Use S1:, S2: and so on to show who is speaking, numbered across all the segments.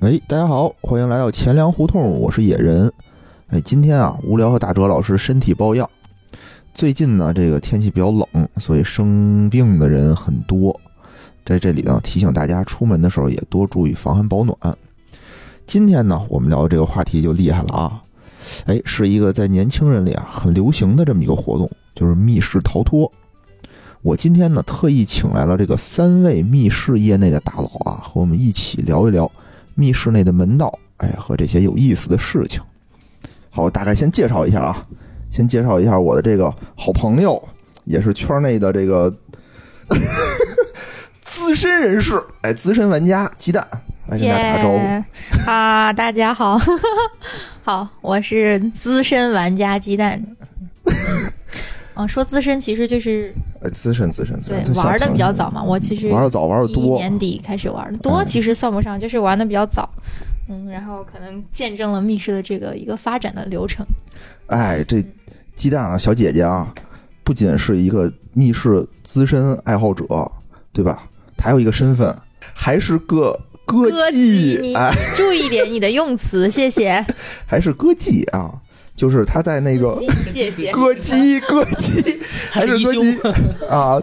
S1: 哎，大家好，欢迎来到钱粮胡同，我是野人。哎，今天啊，无聊和大哲老师身体抱恙。最近呢，这个天气比较冷，所以生病的人很多。在这里呢，提醒大家出门的时候也多注意防寒保暖。今天呢，我们聊的这个话题就厉害了啊！哎，是一个在年轻人里啊很流行的这么一个活动，就是密室逃脱。我今天呢，特意请来了这个三位密室业内的大佬啊，和我们一起聊一聊密室内的门道，哎，和这些有意思的事情。好，我大概先介绍一下啊，先介绍一下我的这个好朋友，也是圈内的这个 资深人士，哎，资深玩家鸡蛋，来跟大家打招呼。
S2: 耶啊，大家好， 好，我是资深玩家鸡蛋。嗯，说资深其 实就是
S1: 呃，资深资深资
S2: 对
S1: 深，
S2: 玩的比较早嘛。我其实
S1: 玩的早，玩的
S2: 一一
S1: 多，
S2: 年底开始玩的，多
S1: 嗯
S2: 其实算不上，就是玩的比较早。嗯，然后可能见证了密室的这个一个发展的流程。
S1: 哎，这鸡蛋啊，小姐姐啊，不仅是一个密室资深爱好者，对吧？她还有一个身份，还是个歌
S2: 歌妓，
S1: 妓，
S2: 你
S1: 哎，
S2: 注意点你的用词，谢谢，
S1: 还是歌妓啊，就是她在那个
S2: 谢谢。
S1: 歌姬，歌 姬还是
S3: 一
S1: 歌
S3: 休
S1: 姬 啊。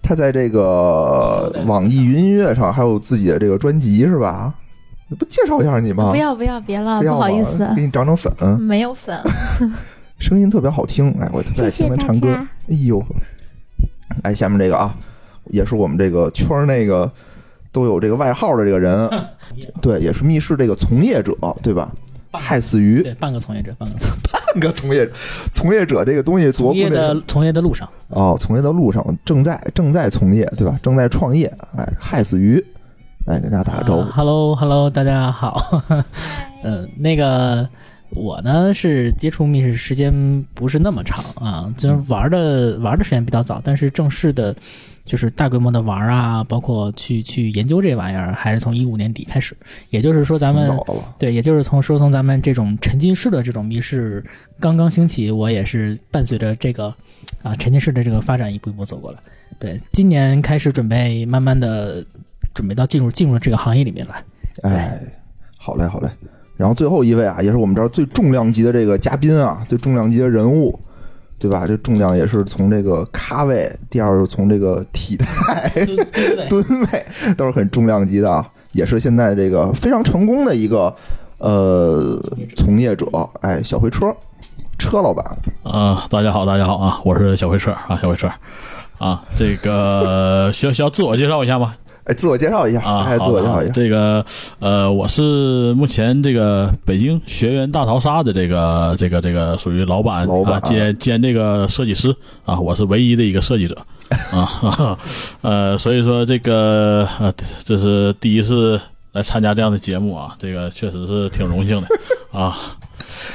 S1: 她在这 个网易云音乐上还有自己的这个专辑是吧？你不介绍一下你吗？
S2: 不要不要，别了，
S1: 非
S2: 不
S1: 要
S2: 好意
S1: 吗
S2: 思，啊
S1: 给你涨涨粉。
S2: 没有粉，
S1: 声音特别好听，哎，我特别爱听他唱歌。
S2: 谢谢大
S1: 哎呦，哎，下面这个啊，也是我们这个圈儿那个都有这个外号的这个人， 对，也是密室这个从业者，对吧？害死鱼，
S3: 对，半个从业者，半个
S1: 半个从业者，从业者这个东西多
S3: 从
S1: 不那
S3: 业
S1: 个
S3: 的从业的路上，
S1: 哦，从业的路上正在正在从业，对吧？正在创业，哎，害死鱼，哎，跟大家打个招呼。
S3: 啊 Hello Hello，大家好。 嗯，那个我呢是接触密室时间不是那么长啊，
S1: 嗯
S3: 就是玩的玩的时间比较早，但是正式的，就是大规模的玩啊，包括去去研究这玩意儿，还是从一五年底开始。也就是说，咱
S1: 挺
S3: 们
S1: 早的了，
S3: 对，也就是从说从咱们这种沉浸式的这种密室刚刚兴起，我也是伴随着这个啊沉浸式的这个发展一步一步走过来。对，今年开始准备慢慢的准备到进入进入这个行业里面来。
S1: 哎，好嘞，好嘞。然后最后一位啊，也是我们这儿最重量级的这个嘉宾啊，最重量级的人物，对吧？这重量也是从这个咖位，第二是从这个体态 吨位都是很重量级的啊，也是现在这个非常成功的一个呃从业者，哎，小回车车老板，
S4: 呃，大家好，大家好啊，我是小灰车啊，小灰车啊，这个需要需要自我介绍一下吗？
S1: 哎，自我介绍一下，
S4: 啊，
S1: 哎，自
S4: 好
S1: 我
S4: 的
S1: 介绍
S4: 好
S1: 一下，
S4: 的这个呃，我是目前这个北京学员大逃杀的这个这个这个属于老板
S1: 老板
S4: 啊，兼兼这个设计师啊，我是唯一的一个设计者啊， 呃，所以说这个呃，这是第一次来参加这样的节目啊，这个确实是挺荣幸的啊。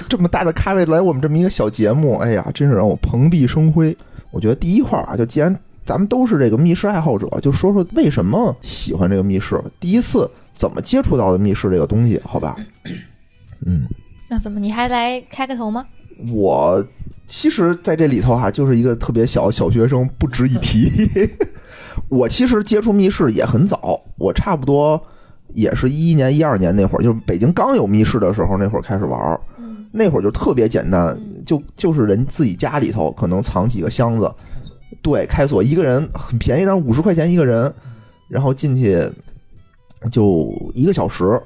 S1: 这么大的咖位来我们这么一个小节目，哎呀，真是让我蓬荜生辉。我觉得第一块儿啊，就既然咱们都是这个密室爱好者，就说说为什么喜欢这个密室，第一次怎么接触到的密室这个东西，好吧？嗯，
S2: 那怎么你还来开个头吗？
S1: 我其实在这里头哈、就是一个特别小小学生，不值一提。 我其实接触密室也很早，我差不多也是一一年、一二年那会儿，就是北京刚有密室的时候，那会儿开始玩儿。
S2: 嗯，
S1: 那会儿就特别简单，就就是人自己家里头可能藏几个箱子，对，开锁一个人很便宜，但是五十块钱一个人，然后进去就一个小时，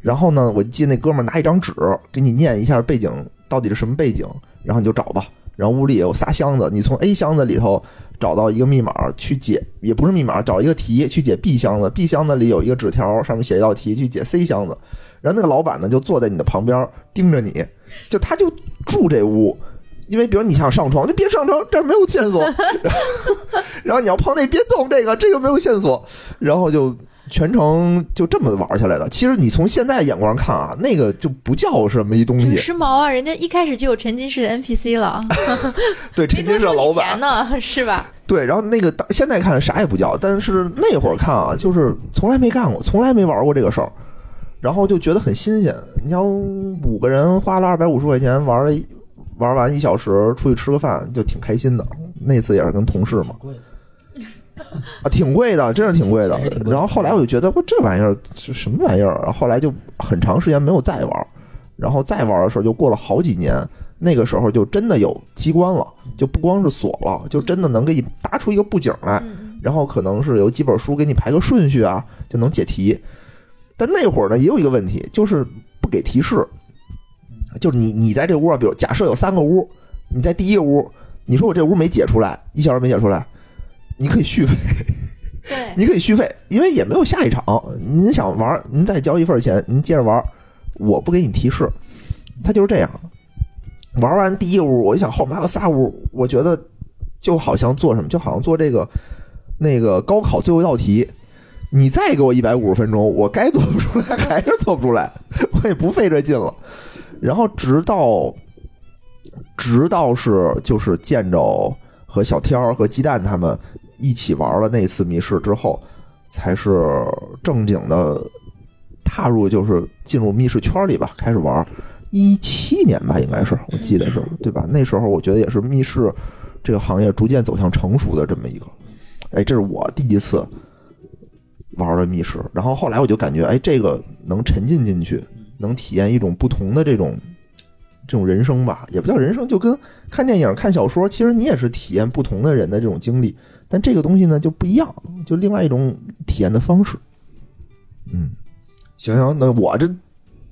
S1: 然后呢，我记得那哥们儿拿一张纸给你念一下背景到底是什么背景，然后你就找吧。然后屋里有仨箱子，你从 A 箱子里头找到一个密码去解，也不是密码，找一个题去解 B 箱子。B 箱子里有一个纸条，上面写一道题去解 C 箱子。然后那个老板呢就坐在你的旁边盯着你，就他就住这屋，因为比如你想上床就别上床，这儿没有线索。 然后然后你要碰那别动这个，这个没有线索，然后就全程就这么玩下来的。其实你从现在眼光看啊，那个就不叫什么一东
S2: 挺
S1: 西，
S2: 时髦啊！人家一开始就有沉浸式的 NPC 了，
S1: 对，
S2: 没
S1: 沉
S2: 多
S1: 浸式
S2: 收
S1: 老
S2: 你
S1: 板
S2: 钱。呢， 是吧？
S1: 对，然后那个当现在看啥也不叫，但是那会儿看啊，就是从来没干过，从来没玩过这个事儿，然后就觉得很新鲜。你像五个人花了二百五十块钱玩了一玩完一小时，出去吃个饭就挺开心的。那次也是跟同事嘛，啊，挺贵的，真是挺贵的
S3: 还是挺贵。的
S1: 然后后来我就觉得，我这玩意儿这什么玩意儿？啊然后后来就很长时间没有再玩儿，然后再玩儿的时候就过了好几年，那个时候就真的有机关了，就不光是锁了，
S3: 嗯
S1: 就真的能给你搭出一个布景来，
S2: 嗯
S1: 然后可能是有几本书给你排个顺序啊，就能解题。但那会儿呢，也有一个问题，就是不给提示，就是你你在这屋啊，比如假设有三个屋，你在第一个屋，你说我这屋没解出来，一小时没解出来，你可以续费。
S2: 对，
S1: 你可以续费，因为也没有下一场。您想玩儿，您再交一份钱，您接着玩儿，我不给你提示。他就是这样。玩完第一屋，我一想后面还有仨屋，我觉得就好像做什么，就好像做这个那个高考最后一道题。你再给我一百五十分钟，我该做不出来还是做不出来， 我也不费这劲了。然后直到直到是就是见着和小天儿和鸡蛋他们一起玩了那次密室之后，才是正经的踏入就是进入密室圈里吧，开始玩。一七年吧，应该是我记得是对吧？那时候我觉得也是密室这个行业逐渐走向成熟的这么一个。哎，这是我第一次玩的密室，然后后来我就感觉，哎，这个能沉浸进去，能体验一种不同的这种这种人生吧，也不叫人生，就跟看电影、看小说，其实你也是体验不同的人的这种经历，但这个东西呢就不一样，就另外一种体验的方式。嗯，行行，那我这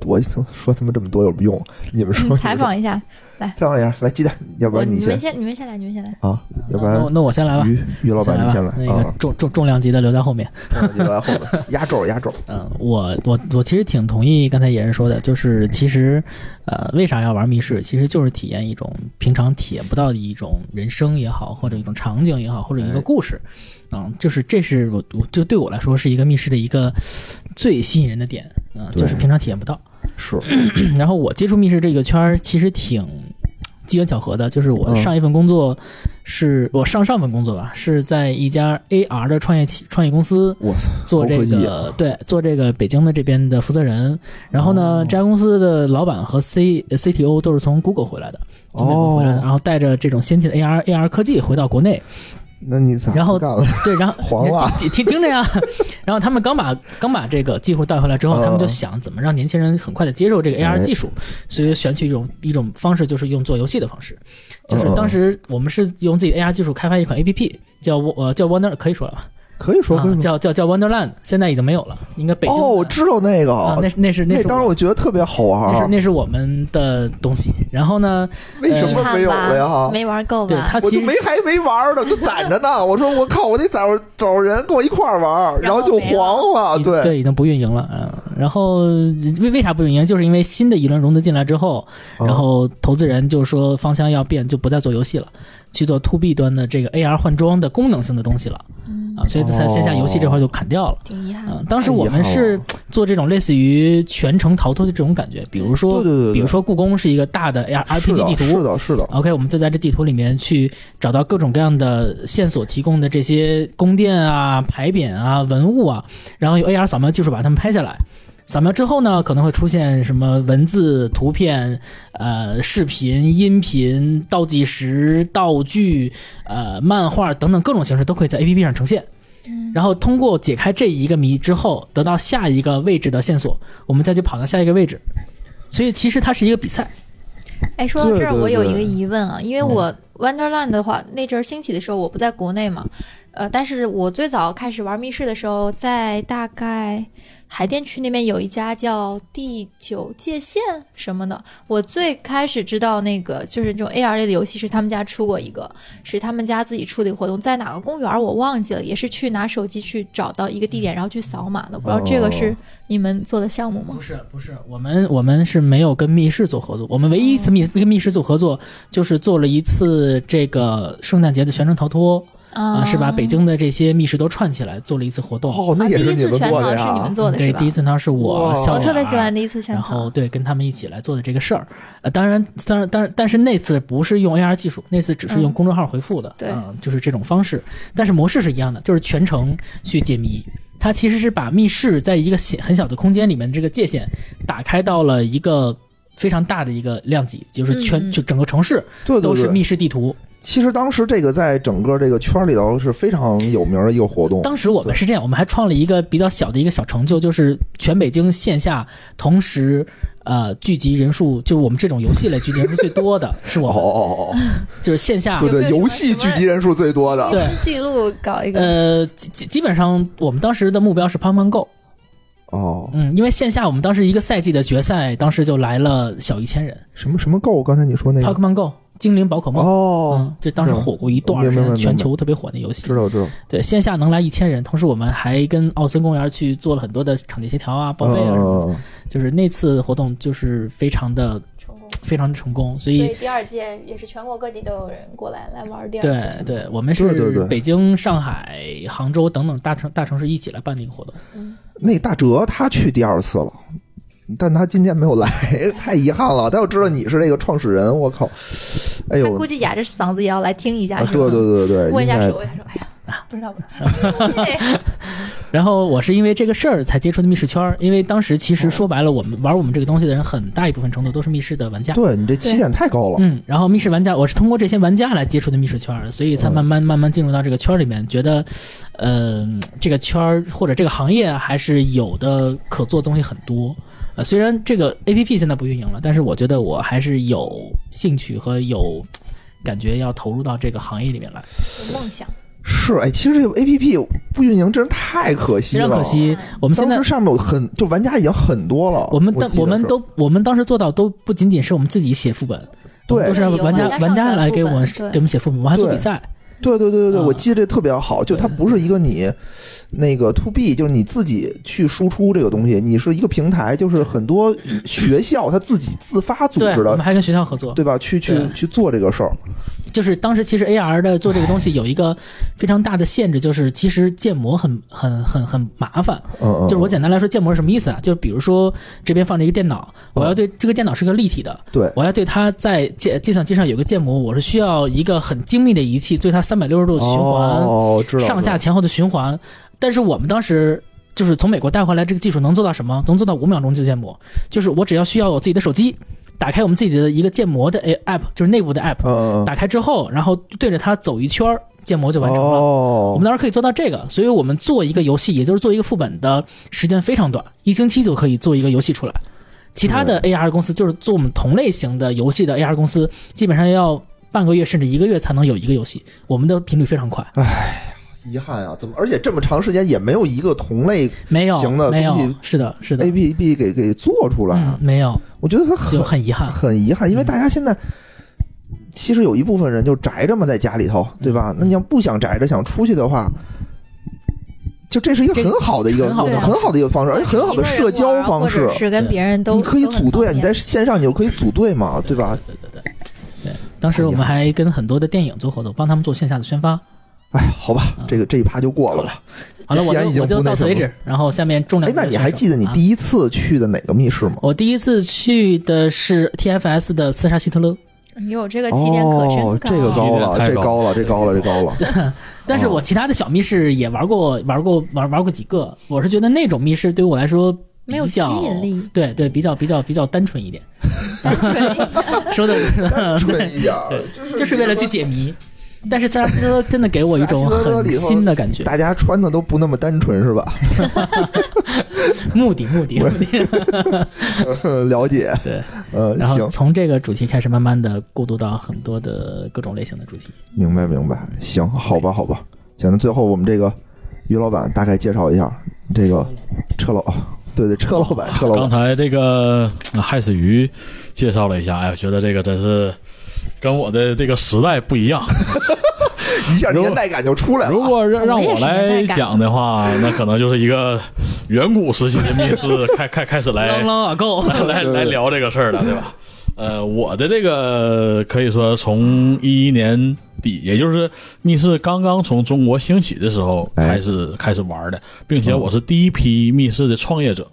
S1: 我说他妈这么多有什么用？你们说
S2: 嗯采访一下，
S1: 采访一下，来鸡蛋，要不
S2: 我
S1: 然
S2: 你
S1: 先
S2: 们哦先你们先来，你们先来，
S1: 啊，要不
S3: 那我
S1: 然
S3: 那我先来吧，
S1: 于于老板你先来
S3: 吧，那个
S1: 啊，
S3: 重重重量级的留在后面。
S1: 你留在后 面压轴压轴，
S3: 嗯，我我我其实挺同意刚才野人说的，就是其实，呃，为啥要玩密室？其实就是体验一种平常体验不到的一种人生也好，或者一种场景也好，或者一个
S1: 哎
S3: 故事。嗯，就是这是我我就对我来说是一个密室的一个最吸引人的点，嗯、
S1: 对
S3: 就是平常体验不到。
S1: 是
S3: 然后我接触密室这个圈儿其实挺机缘巧合的，就是我
S1: 嗯
S3: 上一份工作是、我上上份工作吧，是在一家 AR 的创业企创业公司
S1: 我操，
S3: 做这
S1: 高科技
S3: 个对做这个北京的这边的负责人。然后
S1: 哦
S3: 呢，这家公司的老板和 C CTO 都是从 Google 回来的，从美国回来的，啊
S1: 哦
S3: 然后带着这种先进的 AR AR 科技回到国内。
S1: 那你咋
S3: 然后
S1: 不干 了？
S3: 对，然后
S1: 黄了啊
S3: 听听听着呀，然后他们刚把刚把这个技术带回来之后，
S1: 嗯
S3: 他们就想怎么让年轻人很快的接受这个
S1: 哎
S3: AR 技术，所以选取一种一种方式，就是用做游戏的方式。 就是
S1: 嗯嗯
S3: 当时我们是用自己的 AR 技术开发一款 APP，叫呃叫 Wonder，可以说了吧？
S1: 可以说可
S3: 啊
S1: 以说。
S3: 叫叫叫 Wonderland，现在已经没有了，应该北京的
S1: 哦，我知道那个，
S3: 啊，那是那是
S1: 那
S3: 是
S1: 当时
S3: 我
S1: 我觉哦得特别好玩
S3: 那是
S1: 儿，啊
S3: 那是我们的东西。然后呢，
S1: 为什
S2: 遗
S1: 么
S2: 憾
S1: 没有
S2: 吧
S1: 了呀？
S2: 没玩够
S3: 对
S2: 吧？
S3: 它
S1: 我
S3: 呃其
S1: 就
S3: 实
S1: 没还没玩儿呢，就攒着呢。我说我靠，我得找找人跟我一块儿玩儿，
S2: 然
S1: 然
S2: 后
S1: 后就
S2: 没了
S1: 黄了。
S3: 已
S1: 啊对，
S3: 啊对，已经不运营了。嗯，然后为为啥不运营？就是因为新的一轮融资进来之后，
S1: 嗯
S3: 然后投资人就说方向要变，就不再做游戏了，去做 to B 端的这个 AR 换装的功能性的东西了
S2: 嗯，哦
S3: 啊，所以它线下游戏这块就砍掉了。
S2: 挺遗憾的，
S3: 嗯，当时我们
S1: 哎
S3: 是
S1: 呀
S3: 做这种类似于全程逃脱的这种感觉，比如说，
S1: 对对对对
S3: 比如说故宫是一个大的 AR
S1: 是
S3: RPG
S1: 的，
S3: 地图，啊
S1: 是的，是的，
S3: OK，我们就在这地图里面去找到各种各样的线索提供的这些宫殿啊、牌匾啊、文物啊，然后用 AR 扫描技术把它们拍下来。扫描之后呢，可能会出现什么文字、图片、呃、视频、音频、倒计时、道具、呃、漫画等等各种形式都可以在 APP 上呈现。然后通过解开这一个谜之后，得到下一个位置的线索，我们再去跑到下一个位置。所以其实它是一个比赛。
S2: 哎，说到
S1: 对
S2: 这儿，
S1: 对
S2: 我有一个
S1: 对嗯
S2: 疑问啊，因为我 Wonderland 的话，那阵儿兴起的时候，我不在国内嘛，呃，但是我最早开始玩密室的时候，在大概海淀区那边有一家叫第九界限什么的。我最开始知道那个就是这种 AR 类的游戏是他们家出过一个，是他们家自己出的一个活动，在哪个公园儿我忘记了，也是去拿手机去找到一个地点，然后去扫码的。我不知道
S1: 哦
S2: 这个是你们做的项目吗
S3: 不？是不是，我们我们是没有跟密室做合作，我们唯一一次密
S2: 哦
S3: 跟密室做合作，就是做了一次这个圣诞节的全程逃脱啊、
S2: 啊
S3: 是把北京的这些密室都串起来做了一次活动。
S1: 哦，那
S2: 啊，
S1: 也
S2: 第
S1: 是
S2: 一
S1: 你
S2: 次
S1: 们
S2: 全
S1: 做
S2: 套
S1: 的
S2: 是你
S1: 呀
S2: 们？做的是
S3: 对，
S2: 吧？
S3: 第一次堂是我
S1: 哇
S3: 校
S2: 我特别喜
S3: 长
S2: 欢第一次全
S3: 然
S2: 套。
S3: 后对，跟他们一起来做的这个事儿，呃，当然，当然，当然，但是那次不是用 AR 技术，那次只是用
S2: 嗯
S3: 公众号回复的，
S2: 对
S3: 嗯就是这种方式，但是模式是一样的，就是全程去解谜。它其实是把密室在一个小很小的空间里面这个界限打开到了一个非常大的一个量级，就是全、
S2: 嗯嗯
S3: 就整个城市
S1: 对对
S3: 都是密
S1: 对，
S3: 室地图，
S1: 其实当时这个在整个这个圈里头是非常有名的一个活动。
S3: 当时我们是这样，我们还创了一个比较小的一个小成就，就是全北京线下同时呃聚集人数，就是我们这种游戏类聚集人数最多 的是
S1: 哦
S3: 我们，
S1: 哦哦
S3: 就是线下
S1: 哦，对对，
S2: 有没有什么
S1: 游戏聚集人数最多的，
S3: 对
S2: 记录搞一个，
S3: 呃基基基本上我们当时的目标是胖胖够，
S1: 哦，
S3: 嗯，因为线下我们当时一个赛季的决赛，当时就来了小一千人
S1: 什么什么够？刚才你说那个
S3: Pokemon Go 精灵宝可梦。
S1: 哎哦，
S3: 嗯，这当时火过一段儿，
S1: 明白明白
S3: 是全
S1: 明白
S3: 球特别火的游戏
S1: 知。道知道，
S3: 对，线下能来一千人，同时我们还跟奥森公园去做了很多的场地协调啊、报备啊什么的。
S1: 嗯，
S3: 就是那次活动就是非常的
S2: 成功。
S3: 非常的成功，所
S2: 所
S3: 以
S2: 以第二届也是全国各地都有人过来来玩第二
S3: 对
S2: 届。
S3: 对，我们
S1: 对对
S3: 是
S1: 对
S3: 北京、上海、杭州等等大城大城市一起来办的一个活动。
S1: 那大哲他去第二次了。但他今年没有来， 太遗憾了。他要知道你是这个创始人，我靠！哎
S2: 他
S1: 呦，
S2: 估计哑着嗓子也要来听一下
S1: 啊，，
S2: 是
S1: 对
S2: 吧
S1: 对对对，
S2: 握一
S1: 应
S2: 下
S1: 该啊
S2: 手，握一下手，哎呀，不知道不知道。
S3: 然后我是因为这个事儿才接触的密室圈儿，因为当时其实说白了，我们玩我们这个东西的人很大一部分程度都是密室的玩家。
S1: 对你这起点太高了。
S3: 嗯，然后密室玩家，我是通过这些玩家来接触的密室圈儿，所以
S1: 嗯
S3: 才慢慢慢慢进入到这个圈儿里面，觉得，呃，这个圈儿或者这个行业还是有的可做的东西很多。呃，虽然这个 A P P 现在不运营了，但是我觉得我还是有兴趣和有感觉要投入到这个行业里面来，
S2: 有梦想，
S1: 是，哎，其实这个 A P P 不运营真是太可惜
S3: 非
S1: 了。
S3: 常可惜。我们现
S1: 当
S3: 在
S1: 时上面有很就玩家已经很多了。
S3: 我们
S1: 我
S3: 当
S1: 记得
S3: 我们
S1: 是
S3: 都我们当时做到都不仅仅是我们自己写副本，
S1: 对
S3: 我们都是
S2: 对
S3: 让
S2: 有
S3: 玩家
S2: 玩家上
S3: 玩家
S2: 传
S3: 来
S2: 副
S3: 给我们
S2: 本对
S3: 给我们写副本，我们还做
S1: 对
S3: 比赛。
S1: 对对对对对，
S3: 啊
S1: 我记得这特别好，就它不是一个你那个 to B，就是你自己去输出这个东西，你是一个平台，就是很多学校它自己自发组
S3: 对，
S1: 织
S3: 我们
S1: 的，
S3: 还跟学校合作。
S1: 对吧？去去
S3: 对
S1: 去做这个事儿，
S3: 就是当时其实 AR 的做这个东西有一个非常大的限制，就是其实建模很很很很麻烦。
S1: 嗯嗯，
S3: 就是我简单来说，建模是什么意思啊？就是比如说这边放着一个电脑，
S1: 嗯
S3: 我要对这个电脑是个立体的，
S1: 对
S3: 我要对它在计计算机上有个建模，我是需要一个很精密的仪器对它三百六十度循环、
S1: 哦，知道
S3: 上下
S1: 知
S3: 前后的循环。但是我们当时。就是从美国带回来这个技术能做到什么？能做到五秒钟就建模，就是我只要需要我自己的手机，打开我们自己的一个建模的 A app，就是内部的 app，
S1: 道嗯嗯嗯
S3: 打开之后，然后对着它走一圈儿，建模就完成了。我
S1: 哦
S3: 们，当时可以做到这个，所以我们做一个游戏，也就是做一个副本的时间非常短，一星期就可以做一个游戏出来。其他的
S1: 嗯
S3: AR 公司就是做我们同类型的游戏的 AR 公司，基本上要半个月甚至一个月才能有一个游戏，我们的频率非常快，
S1: 啊遗憾啊，怎么而且这么长时间也没有一个同类
S3: 没有
S1: 行的
S3: 没有
S1: 东西，
S3: 是的，是的
S1: A，P P 给给做出来
S3: 嗯
S1: 啊，，
S3: 没有，
S1: 我觉得它
S3: 就
S1: 很
S3: 很遗憾。
S1: 很遗憾，因为
S3: 嗯
S1: 大家现在其实有一部分人就宅着嘛，在家里头，对吧？那你要不想宅着，想出去的话，就这是一个
S3: 这
S1: 很好的一个
S3: 很好
S2: 的
S1: 很好的一个方式，而且很好的社交方
S2: 啊或
S1: 式
S2: 者。是跟别人都
S1: 你可以
S2: 都很
S1: 组队啊，
S2: 方
S1: 你
S2: 便
S1: 在线上你就可以组队嘛，对吧？
S3: 对对对对，当时我们还跟很多的电影做合作，帮他们做线下的宣发。
S1: 哎，好吧，这个这一趴就过了吧。
S3: 好了，我
S1: 既然已
S3: 就
S1: 经
S3: 我就
S1: 不那
S3: 到此
S1: 什
S3: 为
S1: 么
S3: 止。然后下面重量
S1: 哎，
S3: 级
S1: 那
S3: 的
S1: 你
S3: 选
S1: 还
S3: 手
S1: 记得你
S3: 啊
S1: 第一次去的哪个密室吗？
S3: 我第一次去的是 TFS 的刺杀希特勒，
S2: 你有这个起点可真啊
S1: 哦，这个
S4: 高
S1: 高
S4: 了
S1: 了，这高了，这高了，这高了。
S3: 但
S4: 哦
S3: 是我其他的小密室也玩过，玩过玩玩过几个。我是觉得那种密室对于我来说
S2: 没有
S3: 比较
S2: 吸引力，
S3: 对对，比较比较比较单纯一 点，说的
S1: 蠢一点儿，
S3: 就是为了去解谜。但是刺杀希特勒真的给我一种
S1: 刺杀希特勒
S3: 很
S1: 里头
S3: 新的感 觉，
S1: 大家穿的都不那么单纯是吧？
S3: 目的目 的目的。
S1: 了解，
S3: 对，
S1: 呃，
S3: 然
S1: 行
S3: 后，从这个主题开始，慢慢的过渡到很多的各种类型的主题。
S1: 明白明白，行，好吧好吧，行，那最后我们这个于老板大概介绍一下这个车老，对对，车老板，车老
S4: 啊刚
S1: 板，
S4: 才这个呃害死鱼介绍了一下，哎，我觉得这个真是跟我的这个时代不一样。
S1: 一下年代感就出来了。啊
S4: 如果让让
S2: 我也
S4: 我
S2: 是年代
S4: 来
S2: 感
S4: 讲的话，那可能就是一个远古时期的密室开开开始来
S3: 啷啷啊够，
S4: 来 来来聊这个事儿了，对吧？呃，我的这个可以说从一一年底，也就是密室刚刚从中国兴起的时候
S1: 哎
S4: 开始、开始玩的，并且我是第一批密室的创业者。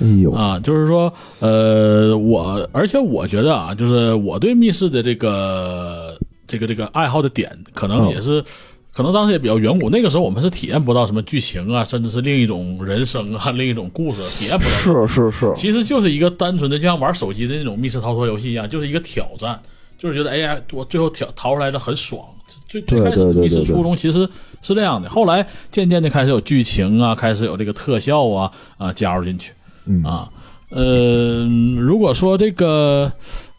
S1: 哎呦，
S4: 啊，就是说，呃，我而且我觉得啊，就是我对密室的这个这个这个爱好的点，可能
S1: 嗯
S4: 也是。可能当时也比较远古，那个时候我们是体验不到什么剧情啊，甚至是另一种人生啊， 另一种故事，体验不
S1: 是
S4: 到。
S1: 是是，
S4: 其实就是一个单纯的，就像玩手机的那种密室逃脱游戏一样，就是一个挑战，就是觉得哎呀，我最后挑逃出来的很爽。最
S1: 对
S4: 最开始
S1: 对对
S4: 密室
S1: 对对
S4: 初衷其实是这样的，后来渐渐的开始有剧情啊，开始有这个特效啊啊加入进去
S1: 嗯，
S4: 啊。呃，如果说这个，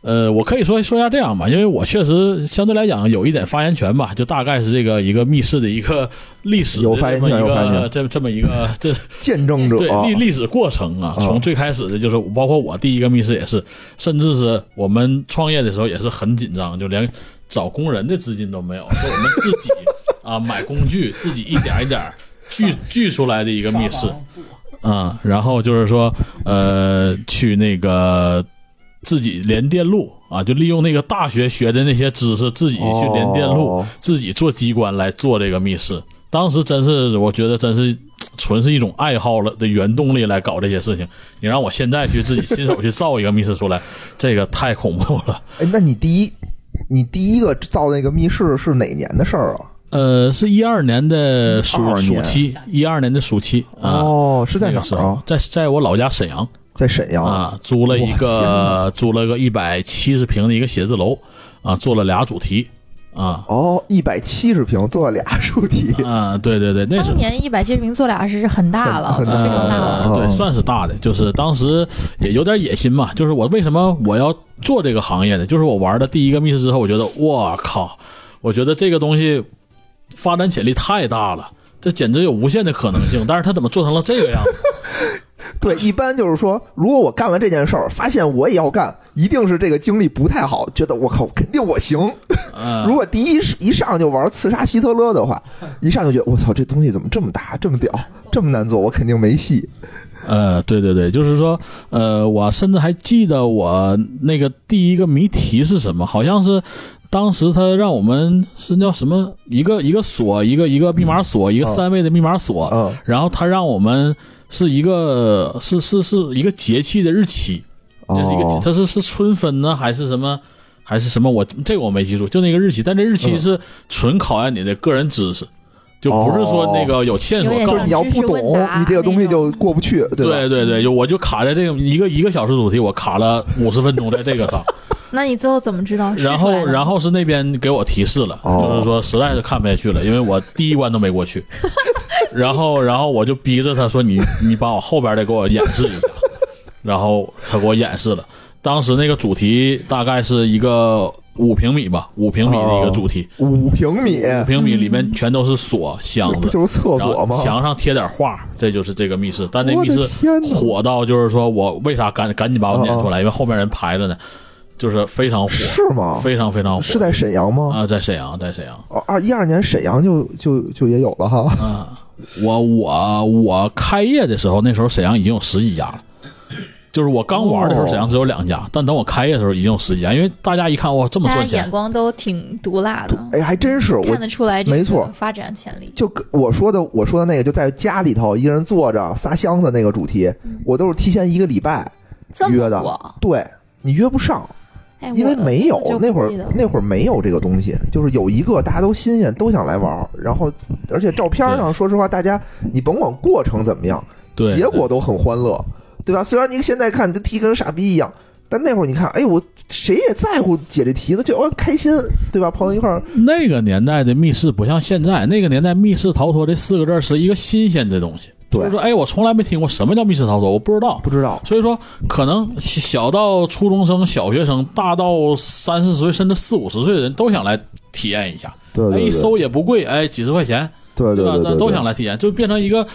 S4: 呃，我可以说说一下这样吧，因为我确实相对来讲有一点发言权吧，就大概是这个一个密室的一个历史
S1: 有
S4: 的
S1: 发言
S4: 这么
S1: 权
S4: 一
S1: 有发言
S4: 个
S1: 权
S4: 这这么一个这
S1: 见证者
S4: 对历历史过程啊，
S1: 啊
S4: 从最开始的就是包括我第一个密室也是，甚至是我们创业的时候也是很紧张，就连找工人的资金都没有，是我们自己啊买工具，自己一点儿一点儿锯锯出来的一个 密室啊、然后就是说呃去那个自己连电路啊，就利用那个大学学的那些知识，自己去连电路。
S1: 哦
S4: 自己做机关来做这个密室。当时真是，我觉得真是纯是一种爱好了的原动力来搞这些事情。你让我现在去自己亲手去造一个密室出来， 这个太恐怖了。
S1: 哎，那你第一，你第一个造那个密室是哪年的事儿啊？
S4: 呃，是一二年的暑
S1: 12
S4: 暑
S1: 年
S4: 期，一二年的暑期啊，
S1: 哦，是在
S4: 那
S1: 哪
S4: 个时
S1: 儿
S4: 候
S1: 啊？
S4: 在在我老家沈阳
S1: 在沈阳。
S4: 啊，租了一个租了个一百七十平的一个写字楼啊，做了俩主题啊
S1: 哦，一百七十平，做了俩主题。
S4: 啊，对对对，那是
S2: 当年一百七十平做俩是很大了，
S1: 很
S2: 非
S1: 很
S2: 常大了。
S4: 呃，对，
S1: 嗯
S4: 算是大的，就是当时也有点野心嘛。就是我为什么我要做这个行业呢？就是我玩的第一个密室之后，我觉得我靠，我觉得这个东西发展潜力太大了，这简直有无限的可能性。但是它怎么做成了这个样子？
S1: 对，一般就是说，如果我干了这件事儿，发现我也要干，一定是这个经历不太好，觉得我靠，肯定我行。
S4: 嗯、
S1: 如果第一是一上就玩刺杀希特勒的话，一上就觉得我操，这东西怎么这么大，这么屌，这么难做，我肯定没戏。
S4: 呃，对对对，就是说，呃，我甚至还记得我那个第一个谜题是什么，好像是当时他让我们是叫什么一个一个锁，一个一个密码锁，一个
S1: 嗯
S4: 三位的密码锁，
S1: 嗯，
S4: 然后他让我们是一个是是是一个节气的日期，这是一个、
S1: 哦
S4: 它是是春分呢还是什么还是什么？我这个我没记住，就那个日期，但这日期
S1: 嗯
S4: 是纯考验你的个人知识，就不是
S1: 哦
S4: 说那个有线索
S2: 有点
S4: 告
S1: 就
S4: 诉
S1: 是你要不
S2: 知识问
S1: 懂，
S2: 答
S1: 你这个东西就过不去，对吧？嗯
S4: 对对对，就我就卡在这个一个一个小时主题，我卡了五十分钟在这个上，
S2: 那你最后怎么知道？
S4: 然后然后是那边给我提示了，
S1: 哦
S4: 就是说实在是看不下去了，因为我第一关都没过去，然后然后我就逼着他说你你把我后边的给我演示一下，然后他给我演示了，当时那个主题大概是一个五平米吧，五平米的
S1: 哦
S4: 一个主题，
S1: 五平米
S4: 五平米里面全都是锁箱
S1: 不
S4: 子，
S1: 就是厕
S4: 然
S1: 所
S4: 后
S1: 吗？
S4: 墙上贴点画，这就是这个密室。但那
S1: 我
S4: 密
S1: 的
S4: 室
S1: 天哪
S4: 火到就是说我为啥赶赶紧把我撵出来？因为后面人排着呢，就是非常火，
S1: 啊是吗？
S4: 非常非常火。
S1: 是在沈阳吗？
S4: 啊，在沈阳，在沈阳。
S1: 哦，二一二年沈阳就就就也有了哈。
S4: 我我我开业的时候，那时候沈阳已经有十几家了。就是我刚玩的时候，
S1: 哦
S4: 沈阳只有两家，但等我开业的时候已经有十几家，因为大家一看哇这么
S2: 大家
S4: 赚钱
S2: 眼，光都挺毒辣的，
S4: 嗯
S1: 哎，还真是我
S2: 看得出来这
S1: 没错
S2: 个发展潜力。
S1: 就跟我说的，我说的那个就在家里头一个人坐着撒箱子那个主题，
S2: 嗯
S1: 我都是提前一个礼拜
S2: 这么
S1: 约的
S2: 火，
S1: 对你约不上，
S2: 哎
S1: 因为
S2: 我
S1: 没有
S2: 就不
S1: 那会
S2: 记得
S1: 儿
S2: 了
S1: 那会儿没有这个东西，就是有一个大家都新鲜，都想来玩儿，然后而且照片上说实话，大家你甭管过程怎么样，
S4: 对
S1: 结果都很欢乐，对吧？虽然你现在看就踢跟傻逼一样。但那会儿你看，哎，我谁也在乎解这题的，就我开心，对吧？朋友一块儿，
S4: 那个年代的密室不像现在，那个年代密室逃脱这四个字儿是一个新鲜的东西，
S1: 对
S4: 就是说，哎，我从来没听过什么叫密室逃脱，我不知道。
S1: 不知道，
S4: 所以说，可能小到初中生、小学生，大到三四十岁甚至四五十岁的人都想来体验一下。
S1: 对
S4: 哎，
S1: 对对，
S4: 一搜也不贵，哎，几十块钱，
S1: 对对
S4: 吧？
S1: 对
S4: 咱
S1: 对，
S4: 都想来体验，就变成一个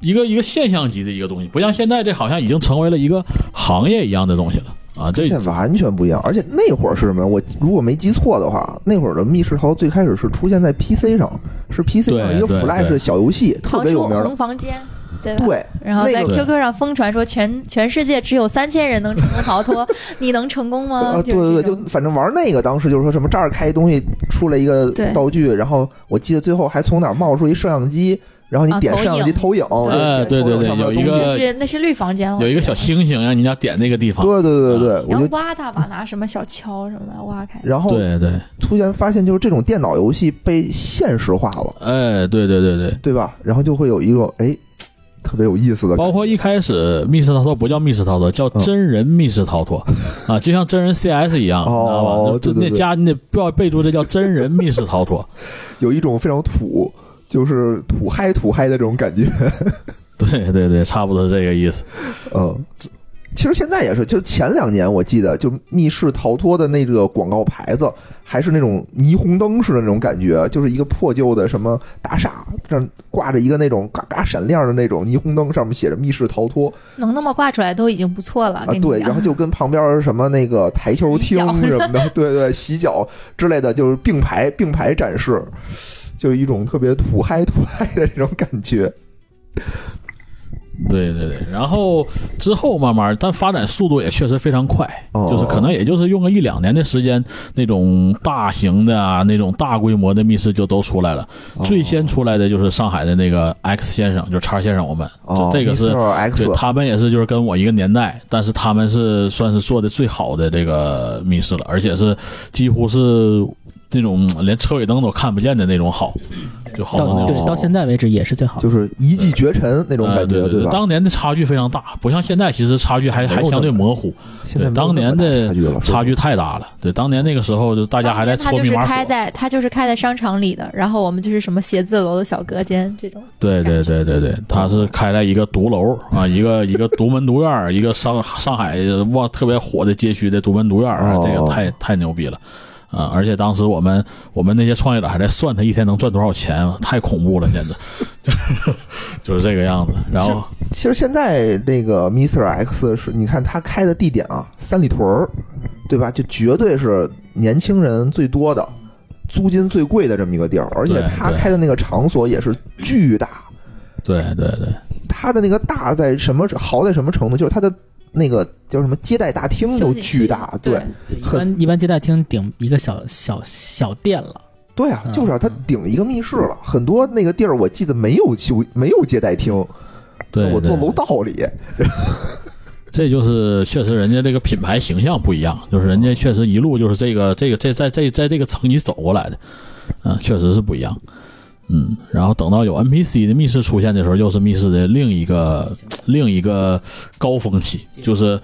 S4: 一个一个现象级的一个东西，不像现在这好像已经成为了一个行业一样的东西了啊！这
S1: 现在完全不一样，而且那会儿是什么？我如果没记错的话，那会儿的密室逃脱最开始是出现在 PC 上，是 PC
S4: 对
S1: 上一个
S4: 对
S1: Flash
S4: 对
S1: 的小游戏，特
S2: 逃
S1: 别有
S2: 出
S1: 名的
S2: 红。房间，对吧？
S1: 对，
S2: 然后在
S1: 那
S4: 个
S2: QQ 上疯传说全全世界只有三千人能成功 逃脱，你能成功吗？
S1: 啊，对
S2: 就是
S1: 对对，
S2: 这
S1: 就
S2: 种
S1: 反正玩那个，当时就是说什么这儿开一东西，出来一个
S2: 对
S1: 道具，然后我记得最后还从哪儿冒出一摄像机，然后你
S2: 啊
S1: 点
S2: 投
S1: 摄像机
S2: 影
S1: 投影，
S2: 对
S4: 哎，对对对，
S1: 投影上面
S4: 有
S1: 的
S4: 一
S1: 东
S4: 个
S2: 就是那是绿房间，我
S4: 有一个
S2: 记
S4: 小
S2: 得。
S4: 星星让你家点那个地方，
S1: 对对对对
S4: 啊
S1: 对，
S2: 然
S1: 我
S2: 后
S1: 就
S2: 挖它吧，拿什么小锹什么的挖开。
S1: 然后
S4: 对对，
S1: 突然发现就是这种电脑游戏被现实化了，
S4: 哎，对对对对。
S1: 对吧？然后就会有一个哎，特别有意思的感觉，
S4: 包括一开始密室逃脱不叫密室逃脱，叫
S1: 嗯
S4: 真人密室 逃脱，啊，就像真人 CS 一样，你知道吧？
S1: 哦
S4: 那
S1: 对
S4: 这
S1: 对
S4: 那
S1: 对
S4: 加你得不要备注，这叫真人密室逃脱。
S1: 有一种非常土，就是土嗨土嗨的这种感 觉。
S4: 对对对，差不多是这个意思。
S1: 嗯，其实现在也是，就是前两年我记得，就密室逃脱的那个广告牌子还是那种霓虹灯似的那种感觉，就是一个破旧的什么大厦，这样挂着一个那种嘎嘎闪亮的那种霓虹灯，上面写着密室逃脱
S2: 能那么挂出来都已经不错了。
S1: 啊，
S2: 跟你
S1: 对，
S2: 讲
S1: 然后就跟旁边什么那个台球厅
S2: 洗
S1: 什么 的，对对，洗脚之类的，就是并排并排展示，就是一种特别土嗨土嗨的这种感觉。
S4: 对对对，然后之后慢慢，但发展速度也确实非常快，
S1: 哦
S4: 就是可能也就是用个一两年的时间，那种大型的啊，那种大规模的密室就都出来了。
S1: 哦
S4: 最先出来的就是上海的那个 X 先生，就是叉先生，我们、
S1: 哦，
S4: 就这个是
S1: X
S4: 对他们也是就是跟我一个年代，但是他们是算是做的最好的这个密室了，而且是几乎是那种连车尾灯都看不见的那种好，就好的
S3: 到
S4: 那种。
S3: 对到现在为止也是最好的。
S1: 就是一骑绝尘那种
S4: 呃
S1: 感觉，
S4: 对对，
S1: 吧？
S4: 当年的差距非常大，不像现在，其实差距还
S1: 没有
S4: 还
S1: 那
S4: 相对
S1: 么
S4: 模糊，
S1: 现在
S4: 对
S1: 没有
S4: 当年
S1: 那么大差
S4: 的
S1: 距了，说
S4: 差距太大了。对，当年那个时候就大家还在
S2: 他
S4: 搓
S2: 就
S4: 密
S2: 是
S4: 码
S2: 开
S4: 锁，
S2: 在他就是开在商场里的，然后我们就是什么写字楼的小隔间这
S1: 啊
S2: 种。
S4: 对对对对对，他是开在一个独楼 啊，一个一个独门独院儿，一 个上上海哇特别火的街区的独门独院儿啊，
S1: 哦
S4: 这个太太牛逼了。啊、而且当时我们我们那些创业者还在算他一天能赚多少钱，太恐怖了，简直就是这个样子。然后
S1: 其实现在这个 Mr. X 是你看他开的地点啊，三里屯儿，对吧？就绝对是年轻人最多的，租金最贵的这么一个地儿，而且
S4: 对
S1: 他
S4: 对
S1: 开的那个场所也是巨大，
S4: 对对对，
S1: 他的那个大在什么好在什么程度？就是他的那个叫什么接待大厅
S2: 休
S1: 都
S2: 息
S1: 巨
S2: 区
S1: 大，
S2: 对
S1: 对
S3: 对一
S1: 很
S3: 般一般接待厅顶一个小小小店了，
S1: 对啊，
S3: 嗯
S1: 就是啊，他
S3: 嗯
S1: 顶一个密室了，很多那个地儿我记得没有休没有接待厅，
S4: 对
S1: 我坐
S4: 对
S1: 楼道里，
S4: 这就是确实人家这个品牌形象不一样，就是人家确实一路就是这个这个这在这在这个层级走过来的，嗯，确实是不一样。嗯，然后等到有 NPC 的密室出现的时候，又是密室的另一个另一个高峰期，就是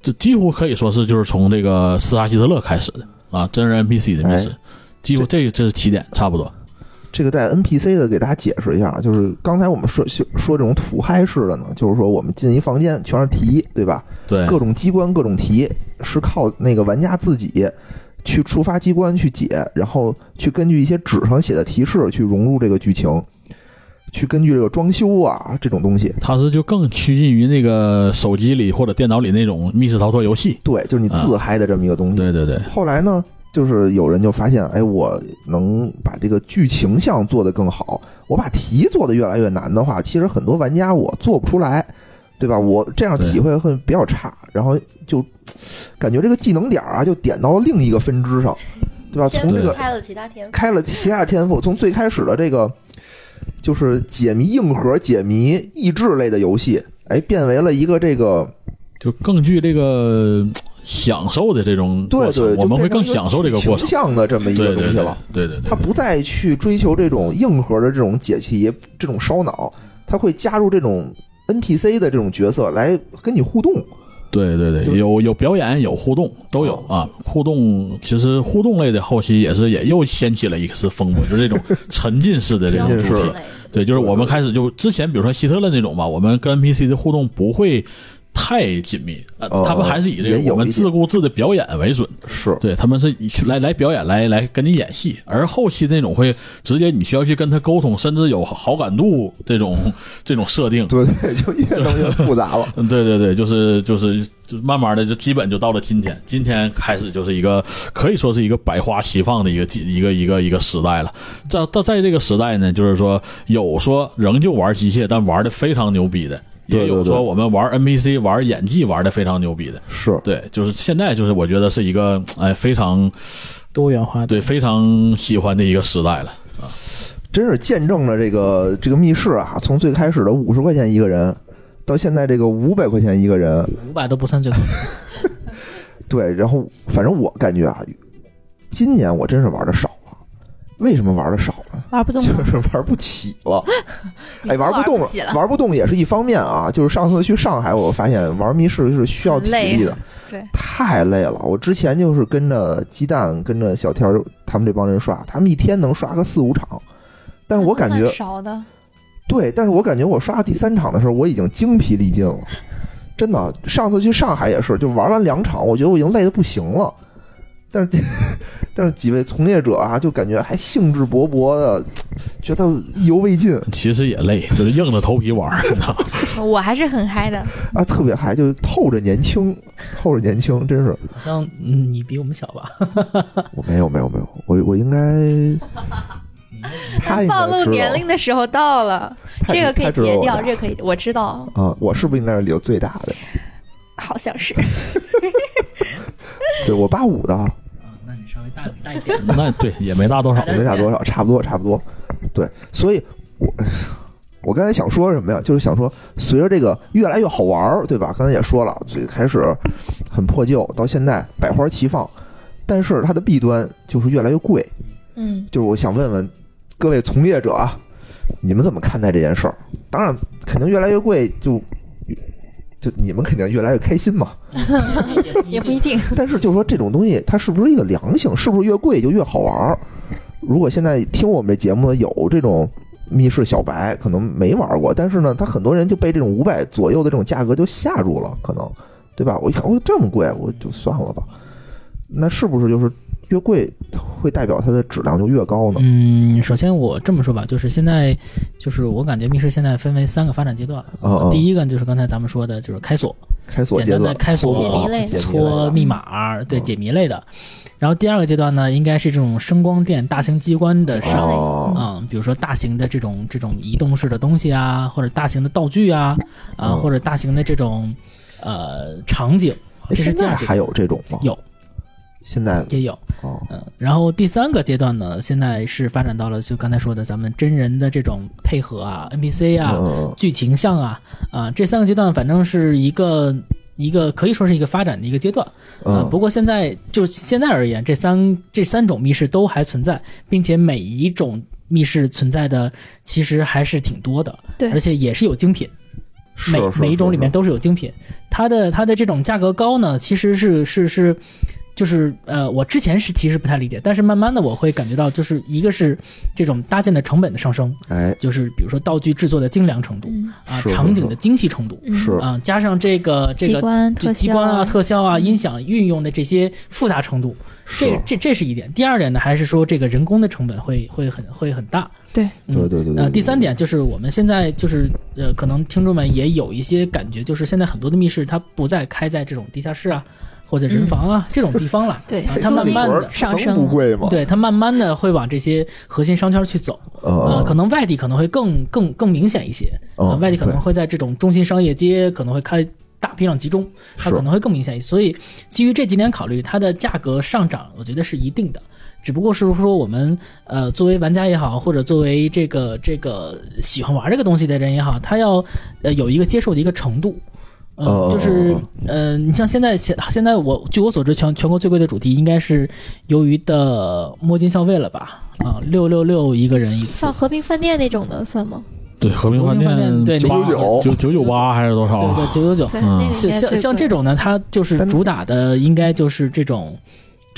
S4: 这几乎可以说是就是从这个刺杀希特勒开始的啊，真人 NPC 的密
S1: 哎
S4: 室，几乎这这是起点，差不多。
S1: 这个带 NPC 的给大家解释一下，就是刚才我们说说说这种土嗨式的呢，就是说我们进一房间全是题，对吧？
S4: 对，
S1: 各种机关、各种题是靠那个玩家自己去触发机关去解，然后去根据一些纸上写的提示去融入这个剧情，去根据这个装修啊这种东西。
S4: 它是就更趋近于那个手机里或者电脑里那种密室逃脱游戏。
S1: 对，就是你
S4: 嗯
S1: 自嗨的这么一个东西。
S4: 对对对，
S1: 后来呢，就是有人就发现，哎，我能把这个剧情项做得更好，我把题做得越来越难的话，其实很多玩家我做不出来，对吧？我这样
S4: 对
S1: 体会会比较差，然后就感觉这个技能点儿啊，就点到另一个分支上，对吧？从这个
S2: 开了其他天
S1: 开了其他天赋，从最开始的这个就是解谜硬核、解谜益智类的游戏，哎，变为了一个这个。
S4: 就更具这个呃享受的这种过
S1: 对
S4: 程，
S1: 对，
S4: 我们会更享受这个过程，
S1: 像的这么一
S4: 对
S1: 个
S4: 对
S1: 东
S4: 对
S1: 西
S4: 对
S1: 了。
S4: 对对，对
S1: 他不再去追求这种硬核的这种解题、这种烧脑，他会加入这种 NPC 的这种角色来跟你互动。
S4: 对对
S1: 就
S4: 对，有有表演，有互动，都有啊。互动其实互动类的后期也是也又掀起了一次风波，就是这种 沉浸式的这种
S1: 沉浸
S4: 主
S1: 式
S4: 题
S1: 的。
S4: 对，就是我们开始就之前，比如说希特勒那种吧，我们跟 NPC 的互动不会太紧密，呃
S1: 哦，
S4: 他们还是以
S1: 也
S4: 这
S1: 有一
S4: 个我们
S1: 点
S4: 自顾自的表演为准。
S1: 是，
S4: 对他们是以去来来表演来来跟你演戏，而后期那种会直接你需要去跟他沟通，甚至有好感度这种这种设定。
S1: 对对，就越弄越复杂了。
S4: 嗯，对对对，就是就是就慢慢的就基本就到了今天，今天开始就是一个可以说是一个百花齐放的一个季一个一个一个时代了。在到在这个时代呢，就是说有说仍旧玩机械，但玩的非常牛逼的，也
S1: 对对
S4: 有
S1: 对
S4: 说我们玩 NPC 玩演技玩的非常牛逼的。
S1: 是，
S4: 对，就是现在就是我觉得是一个哎非常。
S3: 多元化的。
S4: 对，非常喜欢的一个时代了。
S1: 真是见证了这个这个密室啊，从最开始的五十块钱一个人，到现在这个五百块钱一个人。
S3: 五百都不算最高，
S1: 对，然后反正我感觉啊，今年我真是玩的少了。为什么玩的少了？
S2: 玩不动
S1: 就
S2: 了，
S1: 是玩不起了。 哎，玩
S2: 不
S1: 动
S2: 起
S1: 了，
S2: 了，
S1: 玩不动也是一方面啊。就是上次去上海，我发现玩密室是需要体力的，
S2: 对，
S1: 太累了。我之前就是跟着鸡蛋、跟着小天儿他们这帮人刷，他们一天能刷个四五场，但是我感觉
S2: 蛮少的，
S1: 对，但是我感觉我刷到第三场的时候，我已经精疲力尽了，真的。上次去上海也是，就玩完两场，我觉得我已经累得不行了。但是， 但是几位从业者啊，就感觉还兴致勃勃的，觉得意犹未尽
S4: 其实也累，就是硬着头皮玩儿，你知道吗？
S2: 我还是很嗨的，
S1: 啊，特别还就透着年轻，透着年轻，真是。
S3: 好像嗯你比我们小吧？
S1: 我没有，没有，没有，我我应该，他应该
S2: 暴露
S1: 知道
S2: 年龄的时候到了，
S1: 他
S2: 这个可以
S1: 他知道
S2: 截
S1: 我
S2: 掉，
S1: 大
S2: 这个可以，我知道，
S1: 啊，我是不是应该是里头最大的？
S2: 好像是，
S1: 对我八五的，
S3: 啊，那你稍微大大一点。
S4: 那对也没大多少
S1: 也没打多少，差不多，差不多。对，所以我我刚才想说什么呀？就是想说，随着这个越来越好玩儿，对吧？刚才也说了，最开始很破旧，到现在百花齐放，但是它的弊端就是越来越贵。
S2: 嗯，
S1: 就是我想问问各位从业者啊，你们怎么看待这件事儿？当然，肯定越来越贵，就就你们肯定越来越开心嘛。
S2: 也不一定，
S1: 但是就说这种东西，它是不是一个良性？是不是越贵就越好玩儿？如果现在听我们这节目的有这种密室小白，可能没玩过，但是呢，他很多人就被这种五百左右的这种价格就吓住了，可能对吧？我一看，我这么贵，我就算了吧。那是不是就是越贵会代表它的质量就越高呢？
S3: 嗯，首先我这么说吧，就是现在，就是我感觉密室现在分为三个发展阶段。
S1: 嗯嗯
S3: 第一个就是刚才咱们说的，就是开锁，
S1: 开锁
S3: 简
S1: 阶
S3: 单
S1: 段
S3: 的，开锁
S2: 解谜类
S1: 解谜类
S3: 搓
S1: 的
S3: 密码，对
S1: 嗯
S3: 解谜类的。然后第二个阶段呢，应该是这种声光电、大型机关的上，
S1: 哦
S3: 嗯，比如说大型的这种这种移动式的东西啊，或者大型的道具啊，啊，
S1: 嗯
S3: 或者大型的这种呃场景，这是
S1: 哎现
S3: 第
S1: 在
S3: 二阶段
S1: 还有这种吗？
S3: 有，
S1: 现在
S3: 也有。
S1: 哦，
S3: 嗯，然后第三个阶段呢，现在是发展到了就刚才说的咱们真人的这种配合啊、NPC 啊、
S1: 嗯
S3: 剧情向啊啊、这三个阶段，反正是一个一个可以说是一个发展的一个阶段。呃
S1: 嗯
S3: 不过现在就现在而言，这三这三种密室都还存在，并且每一种密室存在的其实还是挺多的，
S2: 对
S3: 而且也是有精品。
S1: 是
S3: 每
S1: 是
S3: 每一种
S1: 是
S3: 里面
S1: 是
S3: 都是有精品，它的它的这种价格高呢，其实是是是，就是呃，我之前是其实不太理解，但是慢慢的我会感觉到，就是一个是这种搭建的成本的上升，
S1: 哎
S3: 就是比如说道具制作的精良程度
S2: 嗯
S3: 啊，
S1: 是是
S3: 场景
S1: 是
S3: 的精细程度
S2: 嗯
S1: 是
S3: 啊，加上这个这
S2: 机
S3: 个
S2: 关
S3: 这
S2: 特效
S3: 机关啊、特效啊、
S2: 嗯
S3: 音响运用的这些复杂程度，
S1: 是
S3: 这这这是一点。第二点呢，还是说这个人工的成本会会很会很大。
S2: 对，
S3: 嗯
S1: 对对对对
S3: 呃，第三点就是我们现在就是呃，可能听众们也有一些感觉，就是现在很多的密室它不再开在这种地下室啊或者人房啊、这种地方了，
S2: 嗯 对
S3: 啊，
S1: 黑色
S3: 它慢
S1: 金
S3: 慢
S1: 盒
S3: 的。
S2: 上
S1: 能
S2: 升
S1: 不
S2: 了
S1: 贵吗？
S3: 对它慢慢的会往这些核心商圈去走，呃，
S1: 呃
S3: 可能外地可能会更更更明显一些，呃，
S1: 嗯
S3: 外地可能会在这种中心商业街可能会开大批量集中，它
S1: 是
S3: 可能会更明显一些。所以基于这几点考虑，它的价格上涨，我觉得是一定的。只不过是说我们呃作为玩家也好，或者作为这个这个喜欢玩这个东西的人也好，他要呃有一个接受的一个程度。嗯、
S1: 哦
S3: 就是呃，你像现在现现在我据我所知，全全国最贵的主题应该是鱿鱼的摸金消费了吧？啊、六六六一个人一次
S2: 像，和平饭店那种的算吗？
S4: 对，和平
S3: 和
S4: 饭
S3: 平饭店对
S4: 八
S1: 999
S4: 九九九八还是多少
S3: 对
S4: 啊？
S3: 对，九九九。
S2: 对，那
S4: 嗯
S2: 个应
S3: 像
S2: 该
S3: 像
S2: 最
S3: 像这
S2: 贵
S3: 种呢，它就是
S1: 但
S3: 主打的应该就是这种，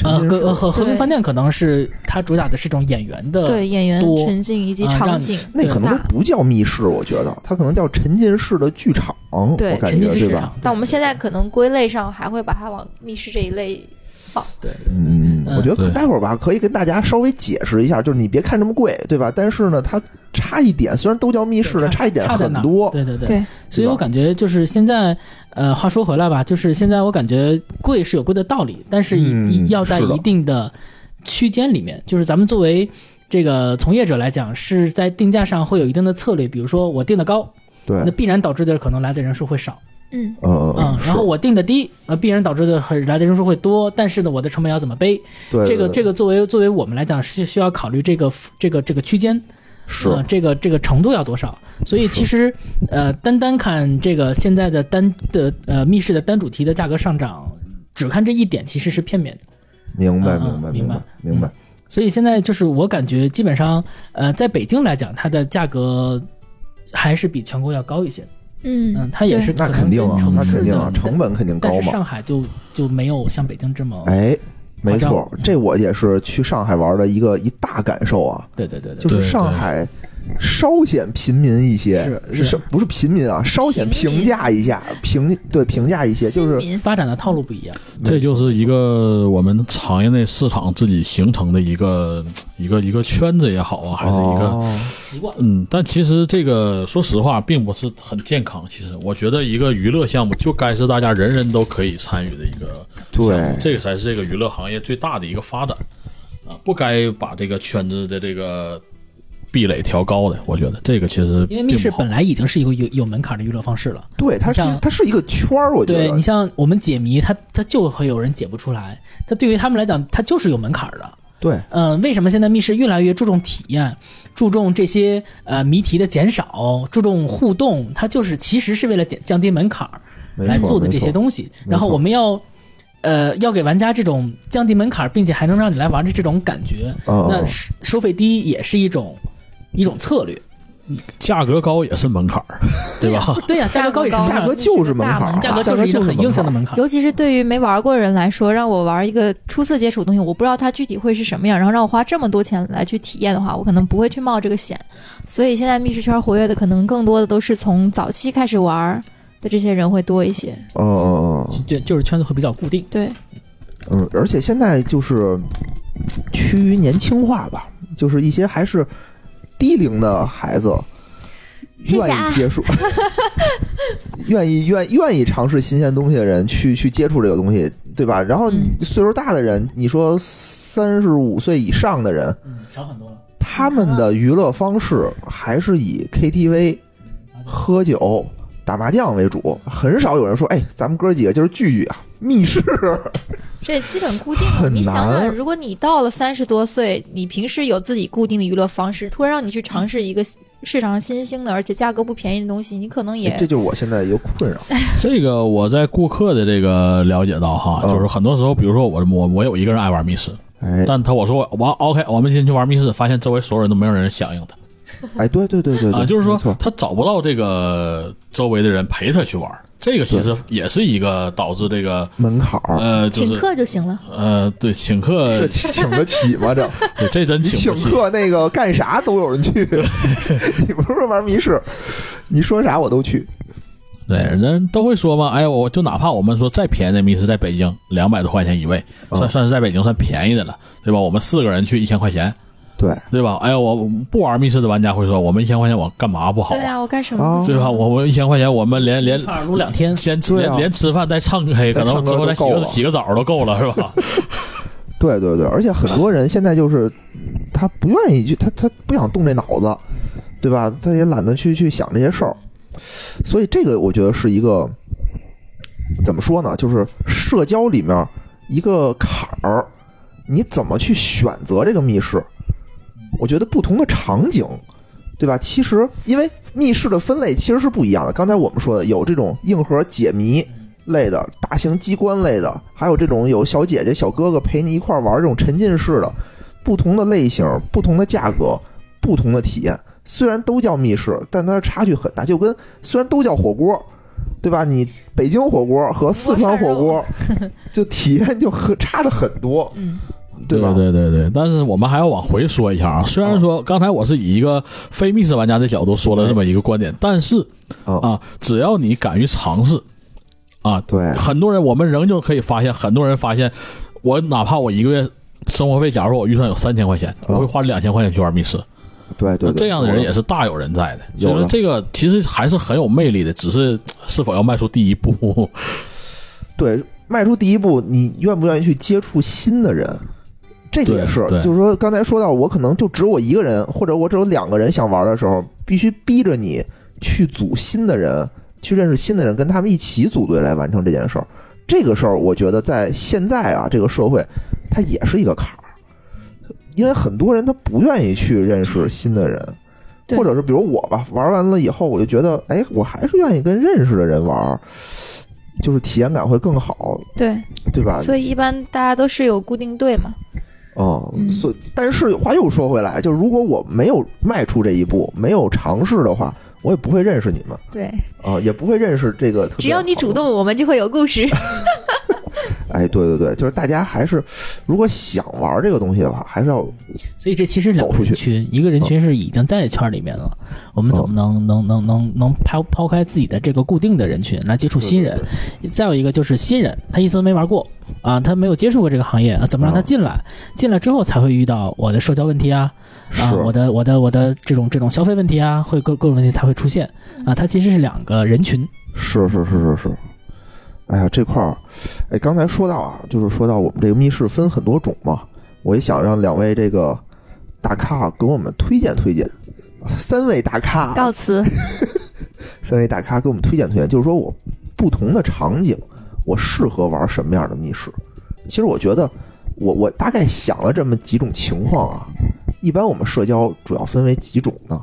S3: 呃，
S1: 沉浸式
S3: 和和和平
S2: 对
S3: 饭店可能是它主打的是这种演员的，
S2: 对演员
S3: 多
S2: 沉浸以及
S3: 啊
S2: 场
S3: 让你
S2: 景，
S1: 那可能都
S2: 大
S1: 不叫密室，我觉得它可能叫沉浸式的剧场，我
S2: 对
S1: 感
S3: 沉
S1: 觉
S3: 浸式
S1: 对
S3: 市
S1: 吧？
S3: 场。
S2: 但我们现在
S3: 对
S2: 可能归类上还会把它往密室这一类放。
S1: 嗯，
S3: 嗯
S1: 我觉得可
S4: 对
S1: 待会儿吧，可以跟大家稍微解释一下，就是你别看这么贵，对吧？但是呢，它差一点，虽然都叫密室，但差一点
S3: 差在
S1: 很
S3: 哪儿
S1: 多。
S3: 对对对
S2: 对
S3: 所以我感觉就是现在，呃，话说回来吧，就是现在我感觉贵是有贵的道理，但是一、
S1: 嗯
S3: 一要在
S1: 是的
S3: 一定的区间里面，就是咱们作为这个从业者来讲，是在定价上会有一定的策略，比如说我定的高，
S1: 对，
S3: 那必然导致的可能来的人数会少。
S2: 嗯，
S1: 嗯
S3: 嗯，然后我定的低，呃，必然导致的很来的人数会多，但是呢，我的成本要怎么背？
S1: 对
S3: 这个这
S1: 个
S3: 个作为作为我们来讲是需要考虑这个呃这个这个区间，
S1: 是
S3: 呃这个这个程度要多少？所以其实呃，单单看这个现在的单的呃密室的单主题的价格上涨，只看这一点其实是片面的。
S1: 明白
S3: 嗯嗯
S1: 明白
S3: 明
S1: 白
S3: 白
S1: 明白。
S3: 所以现在就是我感觉基本上，呃，在北京来讲，它的价格还是比全国要高一些的。
S2: 嗯
S3: 嗯，它也是
S1: 那
S3: 可能
S1: 肯定啊
S3: 跟，城
S1: 那
S3: 市
S1: 肯定
S3: 的
S1: 啊，成本肯定高
S3: 但是
S1: 嘛。
S3: 上海就就没有像北京这么，
S1: 哎，没错
S3: 好像，
S1: 这我也是去上海玩的一个一大感受啊，
S3: 对对对对，
S1: 就是
S4: 对
S1: 上海稍显平民一些，
S3: 是是
S1: 不是平民啊？稍显
S2: 平民
S1: 平价一下，平对平价一些，就
S2: 新
S1: 是
S2: 民
S3: 发展的套路不一样。
S4: 这就是一个我们行业内市场自己形成的一个一个一个圈子也好啊，还是一个、
S1: 哦
S3: 习惯
S4: 嗯，但其实这个说实话并不是很健康。其实我觉得一个娱乐项目就该是大家人人都可以参与的一个项
S1: 对，
S4: 目这个才是这个娱乐行业最大的一个发展啊，不该把这个圈子的这个壁垒调高的。我觉得这个其实
S3: 因为
S4: 并
S3: 密室
S4: 不好
S3: 本。来已经是一个有有门槛的娱乐方式了。
S1: 对，它是
S3: 像
S1: 它是一个圈儿，我觉
S3: 对
S1: 得
S3: 你像我们解谜，它它就会有人解不出来，它对于他们来讲，它就是有门槛的。
S1: 对
S3: 嗯，为什么现在密室越来越注重体验，注重这些呃谜题的减少，注重互动？它就是其实是为了减降低门槛儿
S1: 没
S3: 来
S1: 错
S3: 做的
S1: 没
S3: 这些
S1: 错
S3: 东西。
S1: 没
S3: 然后
S1: 错
S3: 我们要呃要给玩家这种降低门槛儿，并且还能让你来玩的这种感觉，
S1: 嗯
S3: 那
S1: 嗯
S3: 收收费低也是一种一种策略，
S4: 价格高也是门槛儿，对
S3: 呀
S4: 吧？？
S3: 对呀，价格高也是
S2: 价
S3: 门
S2: 格
S3: 槛
S1: 价
S3: 儿
S1: 格就是门槛
S2: 高
S1: 儿，啊
S3: 价格就是一个很硬性的门槛儿。
S2: 尤其是对于没玩过的人来说，让我玩一个初次接触的东西，我不知道它具体会是什么样，然后让我花这么多钱来去体验的话，我可能不会去冒这个险。所以现在密室圈活跃的，可能更多的都是从早期开始玩儿的这些人会多一些。
S1: 嗯嗯嗯
S3: 就就是圈子会比较固定，
S2: 对，
S1: 嗯，而且现在就是趋于年轻化吧，就是一些还是低龄的孩子
S2: 谢谢
S1: 愿
S2: 啊
S1: 意 接触，愿意愿愿意尝试新鲜东西的人去去接触这个东西，对吧？然后你
S2: 嗯
S1: 岁数大的人，你说三十五岁以上的人，
S3: 嗯，少很多了。
S1: 他们的娱乐方式还是以 KTV 喝酒。打麻将为主，很少有人说：“哎，咱们哥几个今儿聚聚啊，密室。
S2: 这基本固定了。
S1: 很
S2: 你想
S1: 难
S2: 想，如果你到了三十多岁，你平时有自己固定的娱乐方式，突然让你去尝试一个市场上新兴的，而且价格不便宜的东西，你可能也
S1: 哎”这就是我现在一个困扰。
S4: 这个我在顾客的这个了解到哈，
S1: 嗯
S4: 就是很多时候，比如说我我我有一个人爱玩密室，
S1: 哎，
S4: 但他我说我 OK，我们进去玩密室，发现周围所有人都没有人响应他
S1: 哎，对对对对对
S4: 啊，就是
S1: 没
S4: 说
S1: 错
S4: 他找不到这个周围的人陪他去玩，这个其实也是一个导致这个
S1: 门槛儿，
S4: 呃就
S2: 请
S4: 是
S2: 客就行了。
S4: 呃对请客
S1: 这请得起 吗？这
S4: 对这真
S1: 你
S4: 请
S1: 请
S4: 不起。
S1: 客那个干啥都有人去，你不是玩密室，你说啥我都去。
S4: 对，人都会说嘛，哎，我就哪怕我们说再便宜的密室，在北京两百多块钱一位，
S1: 嗯
S4: 算算是在北京算便宜的了，对吧？我们四个人去一千块钱，
S1: 对，
S4: 对吧？哎，我不玩密室的玩家会说，我们一千块钱我干嘛不好
S2: 对啊，我干什
S1: 哦
S2: 么不行？
S4: 对吧？我们一千块钱，我们连连
S3: 一块儿撸两天，
S4: 先吃
S1: 对啊
S4: 连连吃饭带唱 K，可
S1: 带
S4: 能
S1: 唱歌
S4: 之后
S1: 都
S4: 再洗个
S1: 够了
S4: 洗个澡都够了，是吧？
S1: 对对对，而且很多人现在就是他不愿意去，他他不想动这脑子，对吧？他也懒得去去想这些事儿，所以这个我觉得是一个怎么说呢？就是社交里面一个坎儿，你怎么去选择这个密室？我觉得不同的场景，对吧？其实因为密室的分类其实是不一样的。刚才我们说的有这种硬核解谜类的、大型机关类的，还有这种有小姐姐、小哥哥陪你一块儿玩这种沉浸式的，不同的类型、不同的价格、不同的体验。虽然都叫密室，但它的差距很大，就跟虽然都叫火锅，对吧？你北京火锅和四川火锅，就体验就很差的很多，
S2: 嗯，
S1: 对吧？嗯
S4: 对对对，但是我们还要往回说一下啊。虽然说刚才我是以一个非密室玩家的角度说了这么一个观点，但是
S1: 哎嗯
S4: 啊，只要你敢于尝试啊，
S1: 对
S4: 很多人我们仍旧可以发现，很多人发现，我哪怕我一个月生活费，假如说我预算有三千块钱，我
S1: 嗯
S4: 会花两千块钱去玩密室。
S1: 对对对，
S4: 那这样的人也是大有人在的，
S1: 有
S4: 所
S1: 的
S4: 以说这个其实还是很有魅力的，只是是否要迈出第一步。
S1: 对，迈出第一步，你愿不愿意去接触新的人？这个也是
S4: 对对，
S1: 就是说刚才说到，我可能就只有我一个人，或者我只有两个人想玩的时候，必须逼着你去组新的人，去认识新的人，跟他们一起组队来完成这件事儿。这个事儿，我觉得在现在啊这个社会，它也是一个坎儿，因为很多人他不愿意去认识新的人，
S2: 对
S1: 或者是比如我吧，玩完了以后，我就觉得，哎，我还是愿意跟认识的人玩儿，就是体验感会更好，
S2: 对。
S1: 对吧？
S2: 所以一般大家都是有固定队嘛，
S1: 哦，
S2: 嗯
S1: 所以但是话又说回来，就如果我没有迈出这一步，没有尝试的话，我也不会认识你们
S2: 对，
S1: 啊、也不会认识这个特别好的。
S2: 只要你主动，我们就会有故事。
S1: 哎，对对对，就是大家还是如果想玩这个东西的话，还是要
S3: 所以这其实两个
S1: 走出去哦
S3: 人群，一个人群是已经在圈里面了，我们怎么能能能能能抛抛开自己的这个固定的人群来接触新人？再有一个就是新人，他一次都没玩过啊，他没有接触过这个行业，啊怎么让他
S1: 哦
S3: 进来？进来之后才会遇到我的社交问题啊，
S1: 是
S3: 啊，我的我的我的这种这种消费问题啊，会各各种问题才会出现啊，它其实是两个人群，
S1: 是是是是是。哎呀，这块儿，哎，刚才说到啊，就是说到我们这个密室分很多种嘛，我也想让两位这个大咖给我们推荐推荐，三位大咖啊，
S2: 告辞。
S1: 三位大咖给我们推荐推荐，就是说我不同的场景，我适合玩什么样的密室。其实我觉得我，我大概想了这么几种情况啊。一般我们社交主要分为几种呢？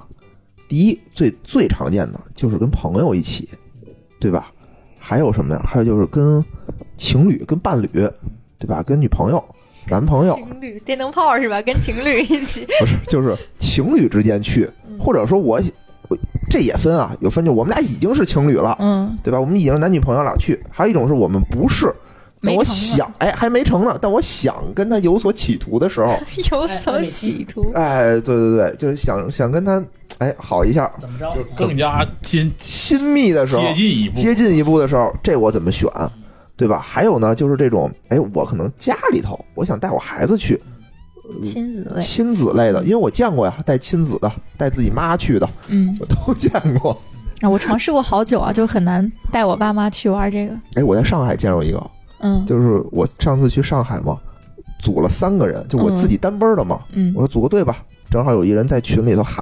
S1: 第一，最最常见的就是跟朋友一起，对吧？还有什么呀？还有就是跟情侣、跟伴侣，对吧？跟女朋友、男朋友，
S2: 情侣电灯泡是吧？跟情侣一起，
S1: 不是，就是情侣之间去，
S2: 嗯
S1: 或者说我我这也分啊，有分就我们俩已经是情侣了，
S2: 嗯，
S1: 对吧？我们已经男女朋友了，去；还有一种是我们不是，但
S2: 没
S1: 我
S2: 成呢
S1: 想，哎，还没成呢，但我想跟他有所企图的时 候，
S2: 有
S3: 哎
S2: 所
S3: 哎
S2: 企图。
S1: 哎，对对对，就是想想跟他哎好一下，
S3: 怎么着
S4: 就是 更加亲
S1: 亲密的时候
S4: 接，近一步，
S1: 接近一步的时候，这我怎么选，对吧？还有呢，就是这种，哎，我可能家里头，我想带我孩子去
S2: 亲子类，
S1: 亲子类的，因为我见过呀，带亲子的，带自己妈去的，
S2: 嗯，
S1: 我都见过。
S2: 啊，我尝试过好久啊，就很难带我爸妈去玩这个。
S1: 哎，我在上海见着一个，
S2: 嗯
S1: 就是我上次去上海嘛，组了三个人，就我自己单奔儿的嘛，
S2: 嗯
S1: 我，说组个队吧，正好有一人在群里头喊，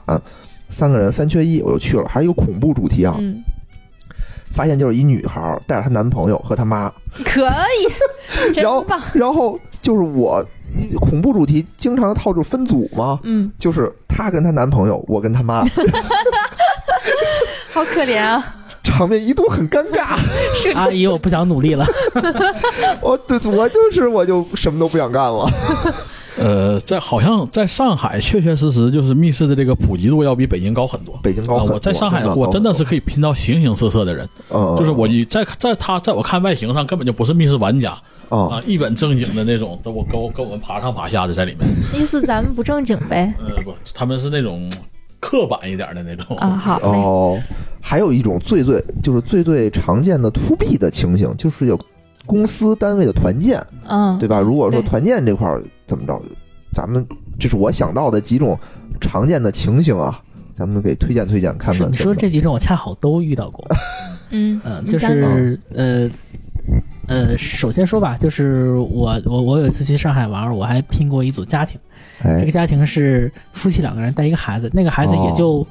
S1: 三个人三缺一，我就去了，还是一个恐怖主题啊。
S2: 嗯，
S1: 发现就是一女孩儿带着她男朋友和她妈，
S2: 可以，真
S1: 然后
S2: 棒。
S1: 然后就是我一恐怖主题经常套住分组嘛，
S2: 嗯，
S1: 就是她跟她男朋友，我跟她妈，
S2: 好可怜啊，
S1: 场面一度很尴尬。
S2: 是
S3: 阿姨，我不想努力了，
S1: 我对我就是我就什么都不想干
S4: 啊
S1: 了。
S4: 呃，在好像在上海，确确实实就是密室的这个普及度要比北京高很多。
S1: 北京高
S4: 啊，
S1: 很多，
S4: 我在上海，
S1: 高
S4: 我真的
S1: 很
S4: 是可以拼到形形色色的人，
S1: 多，嗯，
S4: 就是我一在在他在我看外形上根本就不是密室玩家
S1: 啊
S4: 啊，一本正经的那种，都我跟我跟我们爬上爬下的在里面，
S2: 意思咱们不正经呗？
S4: 呃，不，他们是那种刻板一点的那种
S2: 啊，好嘞，
S1: 哦，还有一种最最就是最最常见的 to B 的情形，就是有公司单位的团建，
S2: 嗯，
S1: 对吧？如果说
S2: 对
S1: 团建这块儿怎么着，咱们这是我想到的几种常见的情形啊，咱们给推荐推荐看
S3: 是
S1: 看。
S3: 你说这几种我恰好都 遇到过，
S2: 嗯
S3: 嗯，
S2: 你
S3: 就
S2: 讲讲
S3: 是
S1: 嗯
S3: 呃呃，首先说吧，就是我我我有一次去上海玩，我还拼过一组家庭，这
S1: 哎
S3: 个家庭是夫妻两个人带一个孩子，那个孩子也就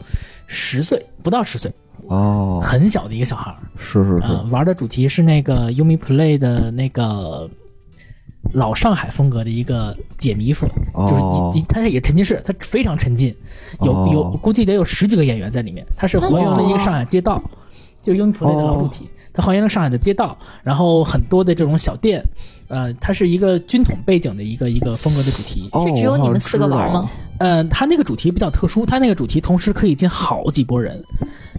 S3: 十岁、不到十岁，
S1: 哦，
S3: 很小的一个小孩儿
S1: 是是
S3: 啊、
S1: 是，
S3: 玩的主题是那个 Umi Play 的那个。老上海风格的一个解谜风，
S1: 哦
S3: 就是一，它也沉浸式，它非常沉浸，有有
S1: 哦
S3: 估计得有十几个演员在里面，它是还原了一个上海街道，就 Umi Play 的老主题，它还原了上海的街道，然后很多的这种小店，呃，它是一个军统背景的一个一个风格的主题，
S1: 哦
S2: 是只有你们四个玩吗？
S3: 呃，它那个主题比较特殊，它那个主题同时可以进好几拨人，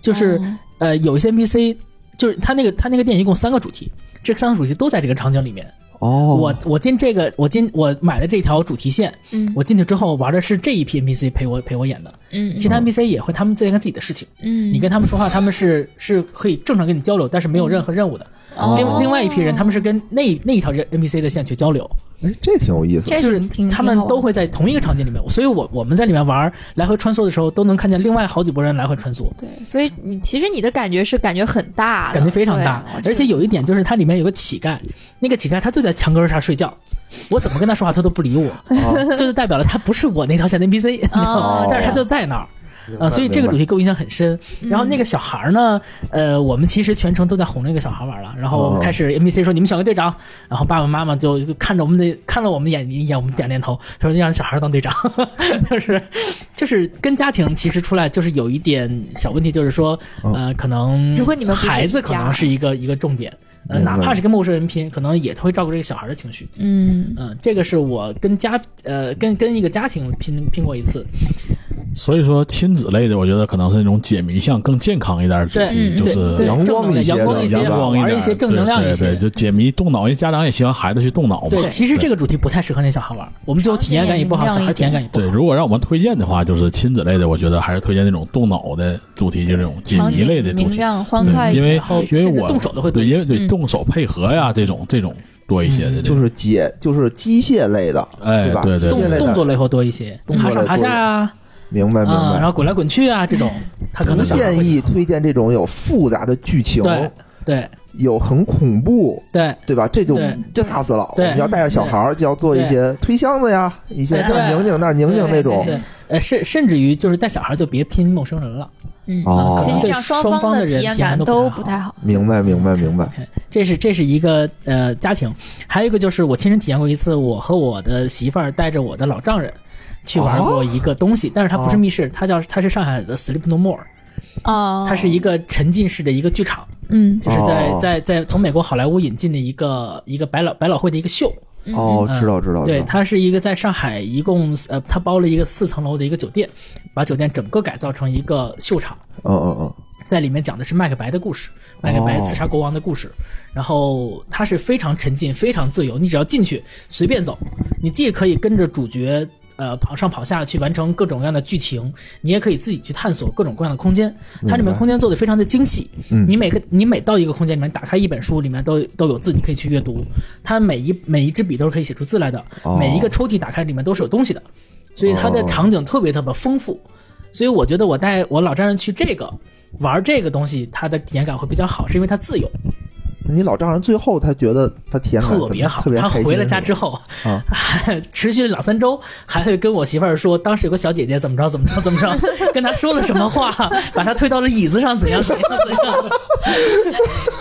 S3: 就是、
S2: 哦
S3: 呃，有一些 NPC，就是它那个它那个店一共三个主题，这三个主题都在这个场景里面。
S1: 哦，
S3: 我我进这个我进我买的这条主题线，
S2: 嗯
S3: 我进去之后玩的是这一批 NPC 陪我陪我演的，
S2: 嗯
S3: 其他 NPC 也会他们在干自己的事情，
S2: 嗯，
S3: 你跟他们说话，他们是是可以正常跟你交流，但是没有任何任务的。
S2: 哦
S3: 另另外一批人，他们是跟那那一条 NPC 的线去交流，
S1: 哎，这挺有意思的。
S2: 这
S3: 就是
S2: 挺挺
S3: 他
S2: 挺
S3: 们
S2: 好玩
S3: 都会在同一个场景里面，所以我我们在里面玩儿来回穿梭的时候，都能看见另外好几拨人来回穿梭，
S2: 对，所以你其实你的感觉是感觉很大的，
S3: 感觉非常大
S2: 对。啊
S3: 而且有一点就是它里面有个乞丐，那个乞丐他就在墙根儿上睡觉，我怎么跟他说话他都不 理我，
S2: 哦
S3: 就是代表了他不是我那条线的 NPC，你知道吗
S1: 哦
S3: 但是他就在那儿。
S1: 明白
S3: 啊，所以这个主
S1: 明
S3: 题给我印象很深。然后
S2: 嗯
S3: 那个小孩儿呢，呃，我们其实全程都在哄那个小孩玩了。然后我们
S1: 哦
S3: 开始 NPC 说你们选个队长，然后爸爸妈妈就就看着我们的看着我们眼眼我们点点头，他说让小孩当队长， 就是就是跟家庭其实出来就是有一点小问题，就是说
S1: 嗯
S3: 呃，可能
S2: 如果你们不是一
S3: 孩子可
S2: 家
S3: 能是一个一个重点，呃
S1: 明白
S3: 哪怕是跟陌生人拼，可能也会照顾这个小孩的情绪。
S2: 嗯
S3: 嗯，这个是我跟家呃跟跟一个家庭拼拼过一次，
S4: 所以说亲子类的，我觉得可能是那种解谜向更健康一点的主
S3: 对
S4: 题，就是
S3: 对
S1: 阳光一些
S3: 正能量阳光
S1: 的，
S3: 一些
S1: 阳光
S4: 光一
S3: 玩一
S4: 点，
S3: 些正能量一
S4: 对
S3: 些
S4: 对对，就解谜动脑，因为家长也希望孩子去动脑嘛。
S3: 对，其实这个主题不太适合那小孩玩，我们最后体验感也不好，
S2: 场景
S3: 小
S2: 也
S3: 孩体验
S2: 明亮一点
S3: 感也不
S4: 对，
S3: 好。
S4: 如果让我们推荐的话，就是亲子类的，我觉得还是推荐那种动脑的主题，就这种解
S2: 场
S4: 谜
S2: 景
S4: 类的主
S2: 明
S4: 题。
S2: 亮欢
S4: 对
S2: 快，
S4: 因为
S3: 然后
S4: 因为
S3: 甚至
S4: 我
S3: 动手都会多
S4: 对，
S3: 一些
S4: 因为对
S2: 嗯
S4: 动手配合呀，这种这种多一些
S3: 嗯
S4: 的这种，
S1: 就是解就是机械类的，
S4: 哎
S1: 对吧？
S4: 对对
S1: 机械
S4: 对
S1: 类
S3: 动
S1: 的
S3: 动作类会多一些，
S1: 动
S3: 爬
S1: 作类
S3: 上爬下啊，
S1: 明白明
S3: 啊，然
S1: 白。
S3: 后滚来滚去啊这种，他可
S1: 我
S3: 能
S1: 们
S3: 小孩会
S1: 建议
S3: 喜欢
S1: 推荐这种有复杂的剧情，
S3: 对对
S1: 有很恐怖，
S3: 对
S1: 对吧？这就
S3: 对
S2: 对
S1: pass 了。我
S3: 对
S1: 们要带着小孩儿，就要做一些推箱子呀，一些
S3: 对
S1: 这儿拧拧那儿拧拧那
S4: 哦
S1: 种。
S3: 对，呃，甚甚至于就是带小孩就别拼陌生人了，啊
S2: 嗯，
S1: 哦
S2: 其实这
S3: 对
S2: 样双
S3: 双方
S2: 的
S3: 的人
S2: 体验
S3: 体验
S2: 感
S3: 都不
S2: 都
S3: 太
S2: 不
S3: 好
S2: 太好。
S1: 明白明白明白。
S3: 这是这是一个呃家庭，还有一个就是我亲身体验过一次，我和我的媳妇儿带着我的老丈人去
S2: 哦
S3: 玩过一个东西，但是它不是密室，它叫它是上海的 Sleep No More，
S2: 哦，
S3: 它是一个沉浸式的一个剧场，
S2: 嗯
S3: 就是在
S1: 哦
S3: 在在从美国好莱坞引进的一个一个百老百老汇的一个秀，
S2: 嗯
S1: 哦，
S3: 嗯
S1: 知道知道知
S3: 对，
S1: 道。
S3: 它是一个在上海一共呃，它包了一个四层楼的一个酒店，把酒店整个改造成一个秀场。
S1: 嗯嗯嗯，
S3: 在里面讲的是麦克白的故事，麦克
S1: 哦
S3: 白刺杀国王的故事。然后它是非常沉浸、非常自由，你只要进去随便走，你既可以跟着主角呃跑上跑下去完成各种各样的剧情，你也可以自己去探索各种各样的空间。它里
S1: 明
S3: 面
S1: 白
S3: 空间做的非常的精细，
S1: 嗯
S3: 你每个你每到一个空间里面打开一本书，里面都都有字，你可以去阅读。它每一每一支笔都是可以写出字来的，
S1: 哦
S3: 每一个抽屉打开里面都是有东西的，所以它的
S1: 哦
S3: 场景特别特别丰富。所以我觉得我带我老丈人去这个玩这个东西，他的体验感会比较好，是因为他自由，
S1: 你老丈人最后他觉得他体验感
S3: 特
S1: 怎么
S3: 别
S1: 样
S3: 好。
S1: 特别
S3: 他
S1: 开心
S3: 回了家之后，
S1: 啊
S3: 持续两三周，还会跟我媳妇儿说，当时有个小姐姐怎么着怎么着怎 么着，跟她说了什么话，把她推到了椅子上，怎样怎样怎样。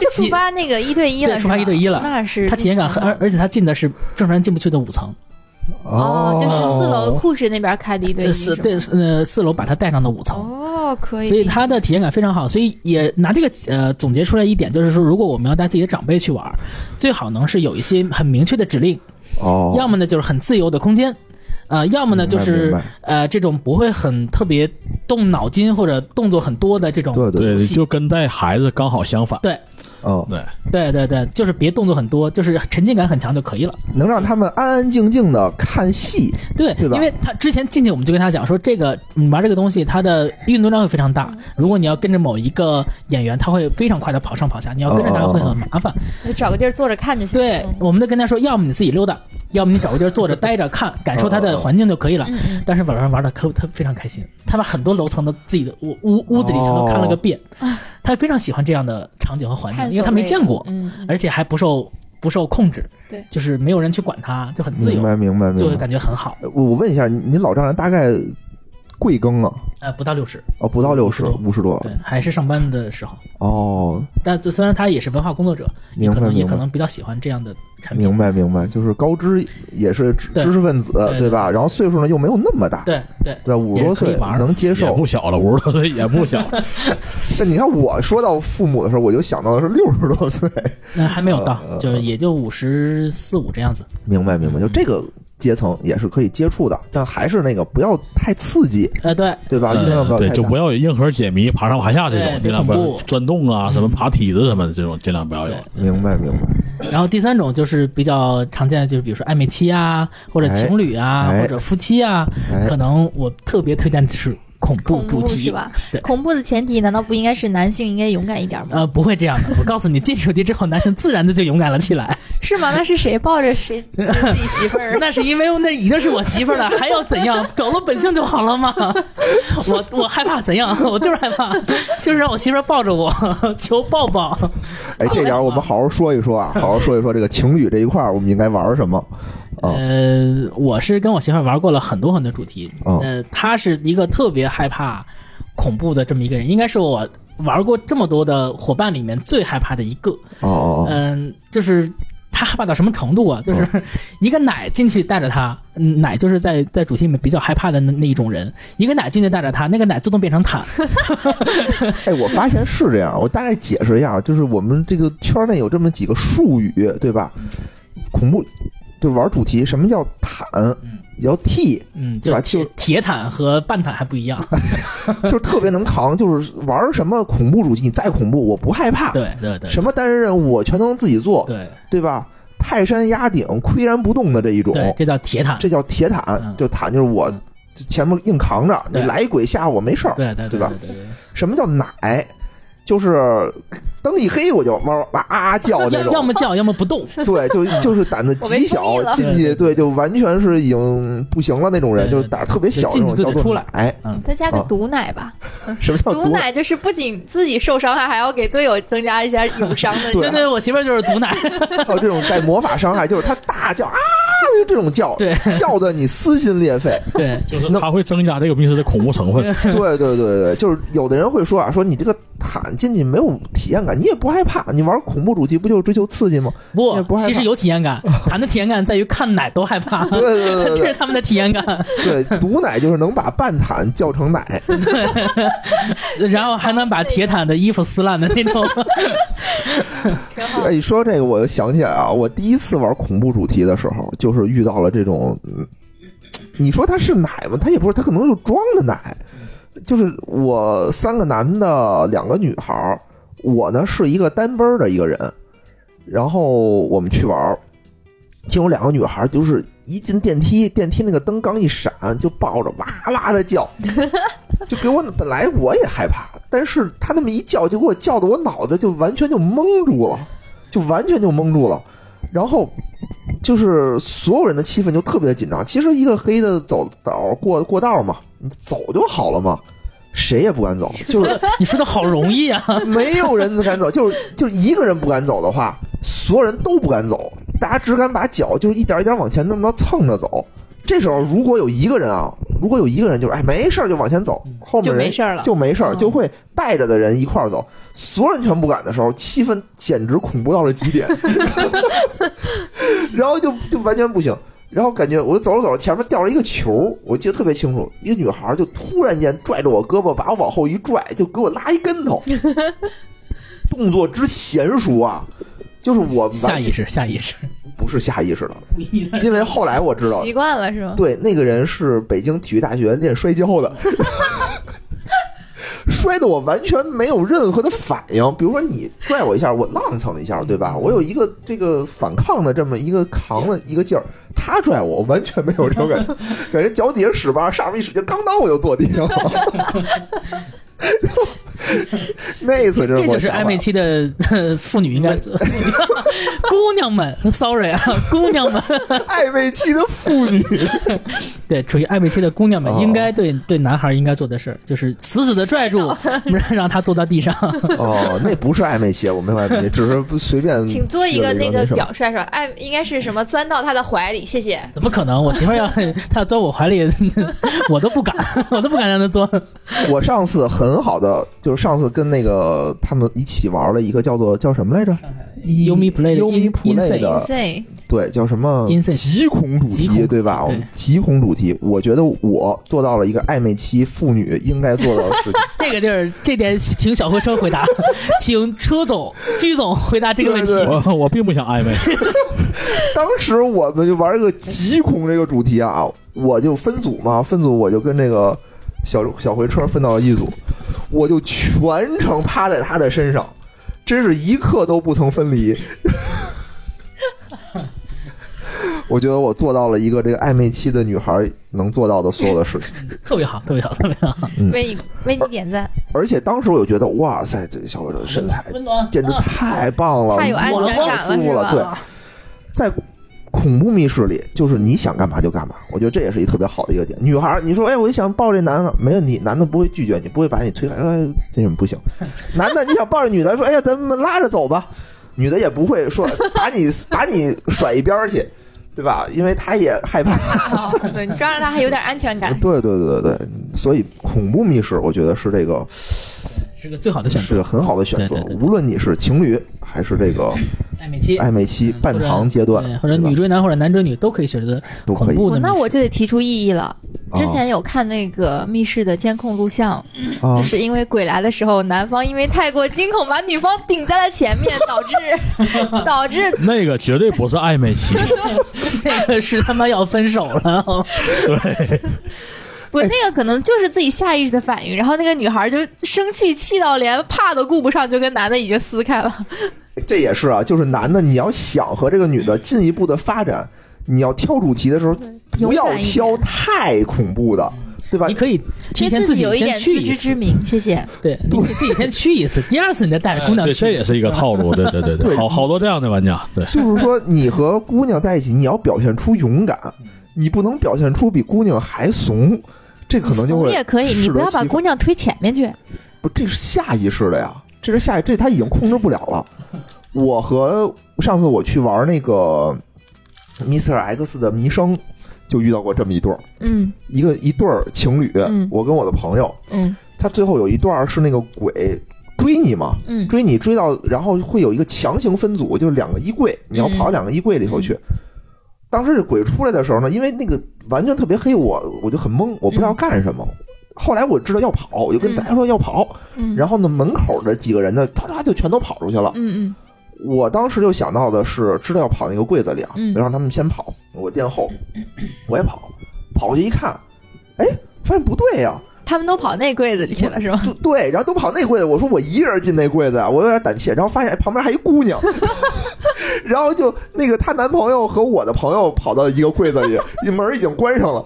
S2: 这触发那个一对一了，是
S3: 对
S2: 吧
S3: 触发一对一了
S2: 那是
S3: 他体验感很，而而且他进的是正常人进不去的五层，
S2: 哦，就是四楼
S1: 哦
S2: 护士那边开的一对一
S3: 呃，四
S2: 是吗
S3: 对呃四楼把他带上的五层。
S2: 哦，可以，
S3: 所以他的体验感非常好，所以也拿这个呃总结出来一点，就是说，如果我们要带自己的长辈去玩，最好能是有一些很明确的指令，
S1: 哦，
S3: 要么呢就是很自由的空间，呃，要么呢
S1: 明
S3: 就
S1: 白明
S3: 是
S1: 白
S3: 呃这种不会很特别动脑筋或者动作很多的这种，
S1: 对对，
S4: 对，就跟带孩子刚好相反。
S3: 对
S1: 嗯，
S4: 对，
S3: 对对对，就是别动作很多，就是沉浸感很强就可以了。
S1: 能让他们安安静静的看戏，
S3: 对，
S1: 对吧
S3: 因为他之前进去我们就跟他讲说，这个你玩这个东西，它的运动量会非常大。如果你要跟着某一个演员，他会非常快的跑上跑下，你要跟
S1: 哦
S3: 着他会很麻烦。
S2: 就找个地儿坐着看就行。
S3: 对，
S2: 嗯
S3: 我们都跟他说，要么你自己溜达，要么你找个地儿坐着待着看，感受它的环境就可以了。
S2: 嗯嗯，
S3: 但是晚上玩的可他非常开心，他把很多楼层的自己的屋屋屋子里全都看了个遍，他非常喜欢这样的场景和环境，
S2: 嗯啊探索
S3: 嗯因为他没见过，
S2: 类的嗯，
S3: 而且还不受不受控制，
S2: 对
S3: 就是没有人去管他，就很自
S1: 明
S3: 由，
S1: 白明白
S3: 就
S1: 明
S3: 会
S1: 白。
S3: 感觉很好。
S1: 呃我我问一下，你你老丈人大概贵庚啊？
S3: 呃，不到六十，
S1: 哦，不到六十，五十多
S3: 对，还是上班的时候。
S1: 哦，
S3: 但虽然他也是文化工作者，也
S1: 明
S3: 可
S1: 白
S3: 能也
S1: 明
S3: 可
S1: 白
S3: 能比较喜欢这样的产品。
S1: 明白明白，就是高知也是知
S3: 对
S1: 知识分子
S3: 对
S1: 对吧？然后岁数呢又没有那么大，
S3: 对对
S1: 对吧？五十多
S3: 也
S1: 岁
S3: 可以玩儿
S1: 能接
S4: 也
S1: 受
S4: 不。小了，五十多岁也不小了。
S1: 但你看我说到父母的时候，我就想到的是六十多岁，
S3: 那还没有到，
S1: 呃
S3: 就是也就五十四五这样子。
S1: 明白明白，就这个阶层也是可以接触的，但还是那个不要太刺激，
S3: 呃，对
S1: 对啊吧？一定要不
S4: 呃
S1: 要
S4: 对，
S1: 太
S4: 就
S1: 大
S4: 不要有硬核解谜、爬上爬下这
S3: 对
S4: 种，尽量不
S3: 别
S4: 要
S3: 恐怖
S4: 钻洞啊、什么爬梯子什么的这种，尽量不要有
S3: 对。。
S1: 明白明白，
S3: 然后第三种就是比较常见的，就是比如说暧昧期啊，或者
S1: 哎
S3: 情侣啊，
S1: 哎
S3: 或者夫妻啊，
S1: 哎
S3: 可，能我特别推荐的是恐怖
S2: 恐
S3: 主
S2: 怖
S3: 题，
S2: 是吧？
S3: 对
S2: 恐怖的前提难道不应该是男性应该勇敢一点吗？
S3: 呃，不会这样的。我告诉你，进主题之后，男人自然的就勇敢了起来。
S2: 是 吗？那是谁抱着 谁自己媳妇儿？
S3: 那是因为那已经是我媳妇儿了，还要怎样？表露本性就好了嘛。我我害怕怎样？我就是害怕，就是让我媳妇儿抱着我，求抱抱。
S1: 哎，这点儿我们好好说一说啊，好好说一说这个情侣这一块儿，我们应该玩什么？啊、
S3: 呃，我是跟我媳妇儿玩过了很多很多主题。
S1: 哦
S3: 呃，她是一个特别害怕恐怖的这么一个人，应该是我玩过这么多的伙伴里面最害怕的一个。
S1: 哦哦哦，
S3: 嗯、就是。他害怕到什么程度啊？就是一个奶进去带着他，嗯奶就是在在主题里面比较害怕的那那一种人，一个奶进去带着他，那个奶自动变成坦，
S1: 哎，我发现是这样，我大概解释一下，啊就是我们这个圈内有这么几个术语，对吧？恐怖就玩主题，什么叫坦
S3: 嗯，
S1: 叫 T，
S3: 嗯，
S1: 对
S3: 就
S1: 吧
S3: 铁
S1: 就
S3: 铁坦和半坦还不一样，
S1: 就是特别能扛，就是玩什么恐怖主题，你再恐怖我不害怕，
S3: 对对 对
S1: 什么单人任务我全能自己做，
S3: 对
S1: 对吧？泰山压顶，岿然不动的这一种，
S3: 对，这叫铁坦，
S1: 这叫铁坦
S3: 嗯，
S1: 就坦就是我
S3: 嗯
S1: 就前面硬扛着，你
S3: 对
S1: 来一鬼吓我没事儿。
S3: 对对
S1: 对吧哦
S3: 对对，
S1: 什么叫奶？就是灯一黑我就哇哇啊啊叫那
S3: 要要
S1: 种，
S3: 么叫，要么不动，
S1: 对，就就是胆子极
S2: 嗯我
S1: 小
S2: 被封印，了
S1: 进
S3: 对
S1: 去
S3: 对对
S1: 对就完全是已经不行了那种人，
S3: 对对
S1: 就是胆儿特别小
S3: 就
S1: 那
S3: 进
S1: 种
S3: 去就
S1: 叫
S3: 得
S1: 做
S3: 出来
S1: 奶。
S3: 嗯
S2: 再加个
S1: 啊
S2: 毒奶吧，
S1: 什么叫
S2: 嗯毒奶就是不仅自己受伤害，还要给队友增加一些有伤 的
S1: 对啊
S3: 对对，我媳妇儿就是毒奶，
S1: 还有这种带魔法伤害，就是他大叫啊，就这种叫，
S3: 对
S1: 叫的你撕心裂 肺。
S3: 对
S4: 就是它会增加这个密室的恐怖成分。
S1: 对对对对，就是有的人会说啊，说你这个坦进去没有体验感，你也不害怕，你玩恐怖主题不就是追求刺激吗？也不
S3: 不，
S1: 害怕
S3: 其实有体验感，谈的体验感在于看奶都害怕，
S1: 对对对
S3: 这
S1: 对
S3: 是他们的体验感，
S1: 对对，毒奶就是能把半坦叫成奶，
S3: 然后还能把铁坦的衣服撕烂的 那种，
S2: 挺好。
S1: 哎，说这个我就想起来啊，我第一次玩恐怖主题的时候，就是遇到了这种，嗯你说它是奶吗？它也不是，它可能就装的奶。就是我三个男的，两个女孩儿，我呢是一个单奔儿的一个人，然后我们去玩儿，其中两个女孩儿就是一进电梯，电梯那个灯刚一闪，就抱着哇哇的叫，就给我本来我也害怕，但是她那么一叫，就给我叫的我脑子就完全就蒙住了。就完全就蒙住了，然后就是所有人的气氛就特别紧张。其实一个黑的走道过过道嘛，你走就好了嘛，谁也不敢走，就是
S3: 你说的好容易啊，
S1: 没有人敢走，就是就一个人不敢走的话，所有人都不敢走，大家只敢把脚就是一点一点往前那么着蹭着走。这时候如果有一个人啊，如果有一个人就是哎没事儿就往前走，
S3: 嗯
S1: 后面
S2: 就
S1: 人
S2: 没事儿了
S1: 就没事儿，
S2: 嗯
S1: 就会带着的人一块儿走。所有人全不敢的时候，气氛简直恐怖到了极点， 然后就就完全不行。然后感觉我就走着走着，前面掉了一个球，我记得特别清楚，一个女孩就突然间拽着我胳膊，把我往后一拽，就给我拉一跟 头，动作之娴熟啊！就是我
S3: 下
S1: 完
S3: 意识，下意识，
S1: 不是下意识的，
S3: 故意的，
S1: 因为后来我知道，
S2: 习惯了是吗？
S1: 对，那个人是北京体育大学练摔跤的， 摔得我完全没有任何的反应。比如说你拽我一下，我踉跄一下，对
S3: 嗯
S1: 吧？我有一个这个反抗的这么一个扛的一个劲儿，他拽我，我完全没有这种感 觉，感觉脚底下使吧，上面一使劲，刚当我就坐地上了。然后那一次真
S3: 这
S1: 给我
S3: 就是
S1: 吓
S3: 暧
S1: 坏
S3: 昧
S1: 了
S3: 期 的呵妇女应该做， 姑娘们，sorry 啊，姑娘们，
S1: 暧昧期的妇女，
S3: 对，处于暧昧期的姑娘们
S1: 哦
S3: 应该对对男孩应该做的事儿，就是死死的拽住，让让他坐到地上，
S1: 哦，那不是暧昧期，我没暧昧期，只是不随便去了。
S2: 请做一个那
S1: 个
S2: 个
S1: 什么
S2: 表率率，哎，应该是什么钻到他的怀里，谢谢。
S3: 怎么可能？我媳妇儿要 她要钻我怀里， 我都不敢，我都不敢让她钻。
S1: 我上次很好的，就是上次跟那个他们一起玩了一个叫做叫什么来着优
S3: Yumi Play 的
S1: 优米
S3: In-
S1: play 的，
S2: Insane，
S1: 对，叫什么
S3: Insane
S1: 极恐主
S3: 极恐主
S1: 题，
S3: 题
S1: 对吧？
S3: 对
S1: 极恐主题，我觉得我做到了一个暧昧期妇女应该做到的事情。
S3: 这个地儿，这点请小货车 回答，请车总、居总回答这个问 题。
S1: 对对
S4: 我我并不想暧昧，
S1: 当时我们就玩一个极恐这个主题啊，我就分组嘛，分组我就跟这个小小回车分到了一组，我就全程趴在他的身上，真是一刻都不曾分离。 我觉得我做到了一个这个暧昧期的女孩能做到的所有的事情，
S3: 特别好，特别好，特别好，
S1: 嗯
S2: 为你为你点赞，
S1: 而且当时我就觉得，哇塞，这小伙子身材
S3: 温暖，
S1: 简直
S3: 嗯
S1: 太棒了，
S2: 太有安全
S1: 太
S2: 感
S1: 舒服
S2: 是
S1: 了，
S2: 吧？
S1: 对，
S3: 哦
S1: 在恐怖密室里，就是你想干嘛就干嘛。我觉得这也是一特别好的一个点。女孩儿，你说，哎，我想抱这男的，没问题，男的不会拒绝你，不会把你推开，说、哎、这什么不 行。男的，你想抱着女的，说，哎呀，咱们拉着走吧，女的也不会说把 你把你甩一边儿去，对吧？因为她也害怕。
S2: 哦对你抓 着他还有点安全感。
S1: 对对对对对，所以恐怖密室，我觉得是这个
S3: 是个最好的选
S1: 是
S3: 择
S1: 个。很好的选择
S3: 对对。对
S1: 无论你是情侣还是这个
S3: 暧昧期，
S1: 暧昧期
S3: 嗯
S1: 半长阶段
S3: 对，或者
S1: 对吧
S3: 女追男或者男追女都可以选择
S1: 都可
S3: 恐
S1: 以。
S3: 怖
S2: 我
S3: 的密室。
S2: 哦那我就得提出异议了。之
S1: 啊
S2: 前有看那个密室的监控录像，
S1: 啊
S2: 就是因为鬼来的时候，男方因为太过惊恐，把女方顶在了前面，导 致导致
S4: 那个绝对不是暧昧期，
S3: 那个 是他妈要分手 了，
S2: 不那个可能就是自己下意识的反应，然后那个女孩就生气，气到连怕都顾不上，就跟男的已经撕开 了。
S1: 这也是啊，就是男的你要想和这个女的进一步的发展，你要挑主题的时候不要
S2: 勇敢一点
S1: 挑太恐怖的，对吧
S3: 你？可以提前
S2: 对
S3: 己
S2: 有一
S3: 先
S2: 点
S3: 去
S2: 自
S3: 一
S2: 知之
S3: 次，
S2: 明，谢谢。
S3: 对，你可以自己先去一次，第二次你再带着姑娘
S4: 哎对，
S3: 去。
S4: 这也是一个套路，对对对
S1: 对
S4: 好好多这样的玩家，对，
S1: 就是说你和姑娘在一起，你要表现出勇敢，你不能表现出比姑娘还怂，这可能就
S2: 怂
S1: 会
S2: 也可以，你
S1: 适得
S2: 不要把
S1: 其反
S2: 姑娘推前面去。
S1: 不，这是下意识的呀，这是下意，这他已经控制不了了。我和上次我去玩那个 Mr. X 的迷生，就遇到过这么一对儿，
S2: 嗯
S1: 一个一对儿情侣，
S2: 嗯
S1: 我跟我的朋友，
S2: 嗯
S1: 他最后有一段儿是那个鬼追你嘛，
S2: 嗯
S1: 追你追到，然后会有一个强行分组，就是两个衣柜，你
S2: 嗯
S1: 要跑到两个衣柜里头去。当时这鬼出来的时候呢，因为那个完全特别黑，我我就很懵，我不
S2: 嗯
S1: 知道干什么。后来我知道要跑，我就跟大家说要跑。
S2: 嗯，
S1: 然后呢，门口的几个人呢，唰唰就全都跑出去了。
S2: 嗯
S1: 我当时就想到的是，知道要跑那个柜子里啊，
S2: 嗯
S1: 就让他们先跑，我殿后，我也跑，跑过去一看，哎，发现不对呀、
S2: 嗯，他们都跑那柜子里去了是吗？
S1: 对对，然后都跑那柜子，我说我一人进那柜子啊，我有点胆怯，然后发现旁边还一姑娘， 然后就那个她男朋友和我的朋友跑到一个柜子里，门已经关上了。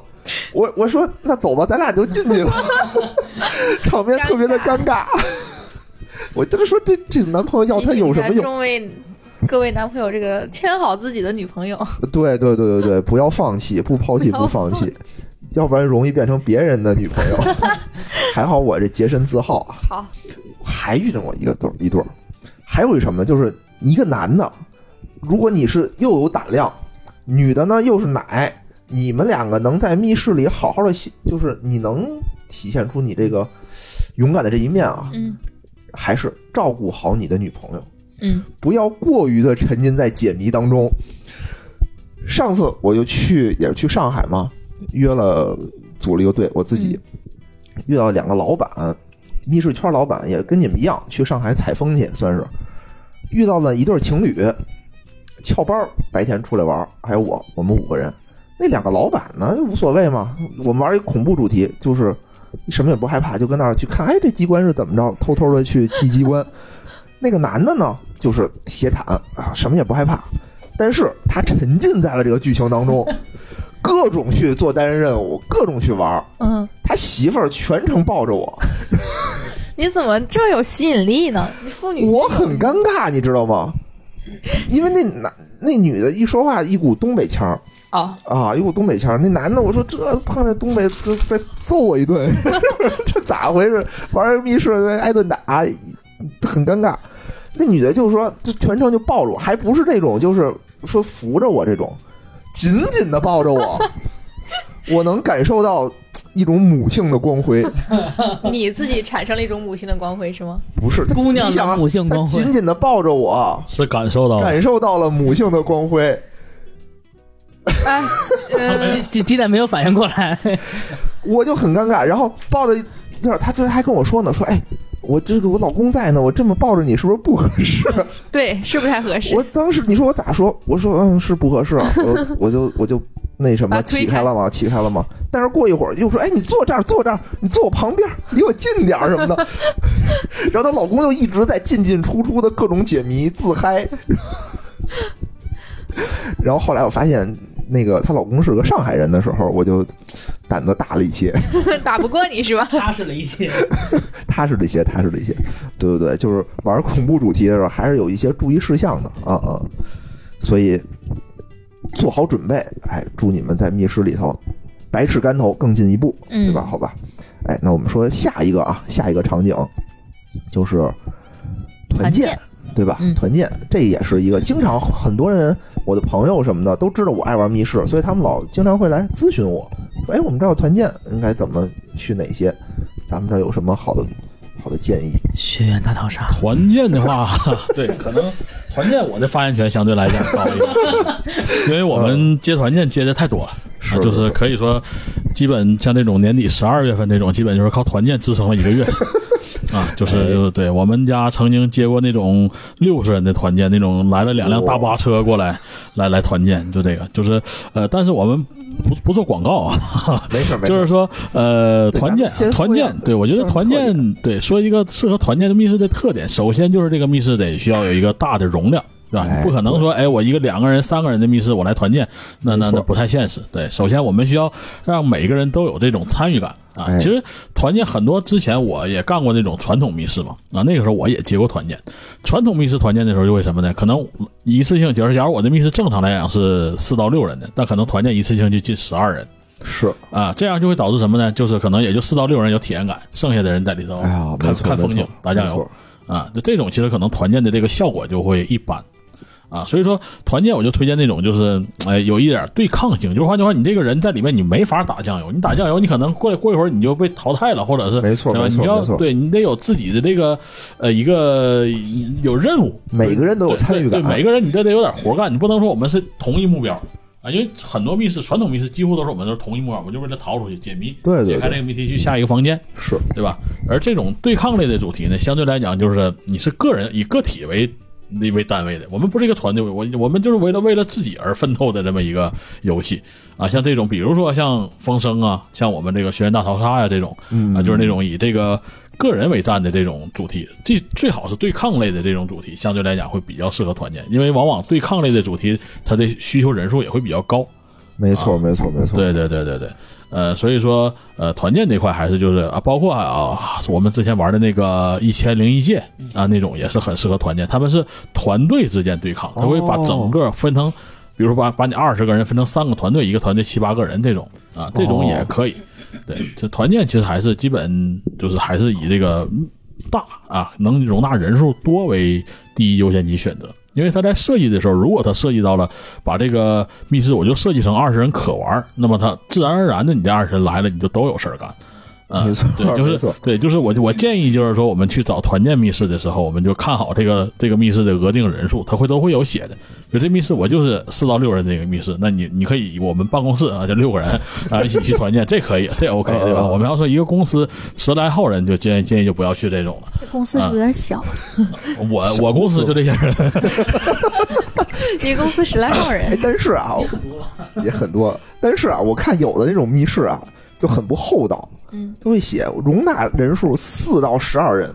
S1: 我我说那走吧，咱 俩就进去了，场面特别的尴尬。 我当时说这这男朋友要他有什么
S2: 提醒一
S1: 用？
S2: 下众位各位男朋友，这个牵好自己的女 朋友。
S1: 对对对对对，不要放弃，不抛弃
S2: 不要
S1: 不放弃，要不然容易变成别人的女朋友。还好我这洁身自好啊。
S2: 好，
S1: 还遇到过一个对儿一对儿，还有一什么呢？就是一个男的，如果你是又有胆量，女的呢又是奶，你们两个能在密室里好好的，就是你能体现出你这个勇敢的这一面啊，
S2: 嗯
S1: 还是照顾好你的女朋友，
S2: 嗯
S1: 不要过于的沉浸在解谜当中。上次我就去也是去上海嘛，约了组了一个队，我自己、遇到两个老板，密室圈老板也跟你们一样去上海采风去，算是遇到了一对情侣，翘班儿白天出来玩儿，还有我，我们五个人。那两个老板呢无所谓嘛，我们玩一恐怖主题，就是什么也不害怕，就跟那儿去看，哎，这机关是怎么着，偷偷的去记机关。那个男的呢，就是铁胆啊，什么也不害怕，但是他沉浸在了这个剧情当中，各种去做单人任务，各种去玩儿。
S2: 嗯，
S1: 他媳妇儿全程抱着我，
S2: 你怎么这么有吸引力呢？你妇女
S1: 我很尴尬，你知道吗？因为那男那女的一说话一股东北腔儿
S2: 哦，
S1: 啊，一股东北腔儿。那男的我说这碰见东北这再揍我一顿， 这咋回事？玩儿密室挨顿打，很尴尬。那女的就说，就全程就抱着我，还不是那种就是说扶着我这种，紧紧的抱着我，我能感受到一种母性的光辉。
S2: 你自己产生了一种母性的光辉是吗？
S1: 不是她
S3: 姑娘
S1: 你想
S3: 的
S1: 啊
S3: 母性
S1: 他
S3: 光辉哦
S1: 紧，紧的抱着我，
S4: 是感受到了，
S1: 感受到了母性的光辉。
S2: 啊，呃，
S3: 鸡鸡鸡蛋没有反应过 来，
S1: 我就很尴尬，然后抱的有点，他他还跟我说呢，说哎，我这个我老公在呢，我这么抱着你是不是不合适？
S2: 对，是不太合适
S1: 我。当时你说我咋说？我说嗯是不合适啊，我我就我就那什么
S2: 把推
S1: 起开
S2: 开
S1: 了嘛，起开了嘛。但是过一会儿又说哎你坐这儿坐这儿，你坐我旁边，离我近点儿什么的。然后她老公又一直在进进出出的各种解谜自嗨。然后后来我发现那个她老公是个上海人的时候，我就胆子大了一些。
S2: 打不过你是吧？
S3: 踏实了一些。
S1: 踏实了一些，踏实了一些。对对对，就是玩恐怖主题的时候，还是有一些注意事项的啊啊。所以做好准备，哎，祝你们在密室里头百尺竿头更进一步，
S2: 嗯
S1: 对吧？好吧，哎，那我们说下一个啊，下一个场景就是团
S2: 团
S1: 建，
S2: 建
S1: 对吧？
S2: 嗯
S1: 团建这也是一个经常很多人，我的朋友什么的都知道我爱玩密室，所以他们老经常会来咨询我，说：“哎，我们这儿有团建，应该怎么去哪些？咱们这儿有什么好的好的建议？
S3: 学员大逃杀，
S4: 团建的话，对，可能团建我的发言权相对来讲高一点，因为我们接团建接的太多了，
S1: 是
S4: 啊就是是
S1: 是
S4: 可以说，基本像这种年底十二月份这种，基本就是靠团建支撑了一个月。啊，就是就是，对我们家曾经接过那种六十人的团建，那种来了两辆大巴车过来，来来团建，就这个，就是呃，但是我们不不做广告啊，
S1: 没事没事，
S4: 就是说，呃，
S1: 对
S4: 团
S1: 咱们
S4: 建
S1: 先，说
S4: 团
S1: 一下
S4: 建，对我觉得
S1: 先说
S4: 团
S1: 特
S4: 建，对，说一个适合团建的密室的特点，首先就是这个密室得需要有一个大的容量。对吧？
S1: 哎
S4: 你不可能说，哎，我一个两个人、三个人的密室，我来团建，那那
S1: 没错
S4: 那不太现实。对，首先我们需要让每个人都有这种参与感啊。
S1: 哎
S4: 其实团建很多之前我也干过那种传统密室嘛，啊，那个时候我也接过团建。传统密室团建的时候就会什么呢？可能一次性，假如假如我的密室正常来讲是四到六人的，但可能团建一次性就进十二人。
S1: 是，
S4: 啊，这样就会导致什么呢？就是可能也就四到六人有体验感，剩下的人在里头
S1: 哎呀，没
S4: 看
S1: 错
S4: 看风景、打酱，
S1: 没
S4: 油
S1: 错
S4: 啊。就这种其实可能团建的这个效果就会一般啊。所以说团建我就推荐那种就是哎有一点对抗性，就是换句话，你这个人在里面你没法打酱油，你打酱油你可能过过一会儿你就被淘汰了，或者是
S1: 没错
S4: 对吧
S1: 没错
S4: 你要
S1: 没错
S4: 对你得有自己的这个呃一个有任务，
S1: 每个人都有参与感啊
S4: 对，对每个人你都得有点活干，你不能说我们是同一目标啊，因为很多密室传统密室几乎都是我们都是同一目标，我们就为了逃出去解谜，
S1: 对对
S4: 解开这
S1: 对，
S4: 个谜题去下一个房间，
S1: 是
S4: 对吧？而这种对抗类的主题呢，相对来讲就是你是个人以个体为。为单位的，我们不是一个团队，我我们就是为了为了自己而奋斗的这么一个游戏啊，像这种，比如说像《风声》啊，像我们这个《学院大逃杀、呀这种，
S1: 嗯
S4: 啊，就是那种以这个个人为战的这种主题，最最好是对抗类的这种主题，相对来讲会比较适合团建，因为往往对抗类的主题，它的需求人数也会比较高。
S1: 没错没错没错，
S4: 啊对对对对对，呃，所以说呃，团建这块还是就是啊，包括啊，我们之前玩的那个一千零一夜
S1: 嗯
S4: 啊，那种也是很适合团建，他们是团队之间对抗，
S1: 哦
S4: 他会把整个分成。比如说把把你二十个人分成三个团队，一个团队七八个人这种
S1: 哦
S4: 啊，这种也可以。对，这团建其实还是基本就是还是以这个大啊，能容纳人数多为第一优先级选择。因为它在设计的时候，如果它设计到了把这个密室我就设计成二十人可玩儿，那么它自然而然的你这二十人来了，你就都有事儿干。啊、
S1: 没错
S4: 对，就
S1: 没
S4: 是
S1: 错
S4: 对，就是我我建议就是说，我们去找团建密室的时候，我们就看好这个这个密室的额定人数，它会都会有写的。就这密室我就是四到六人这个密室，那你你可以我们办公室啊就六个人啊一起去团建，这可以， 这 OK 对吧？
S1: 嗯嗯嗯
S4: 我们要说一个公司十来号人，就建议建议就不要去这种了。啊
S5: 这公司是不是有点小？啊
S4: 我我公司就这些人，
S2: 你公司十来号人
S1: 哎，，但是啊， 也很多，但是啊，我看有的那种密室啊，就很不厚道，
S2: 嗯
S1: 都会写容纳人数四到十二人，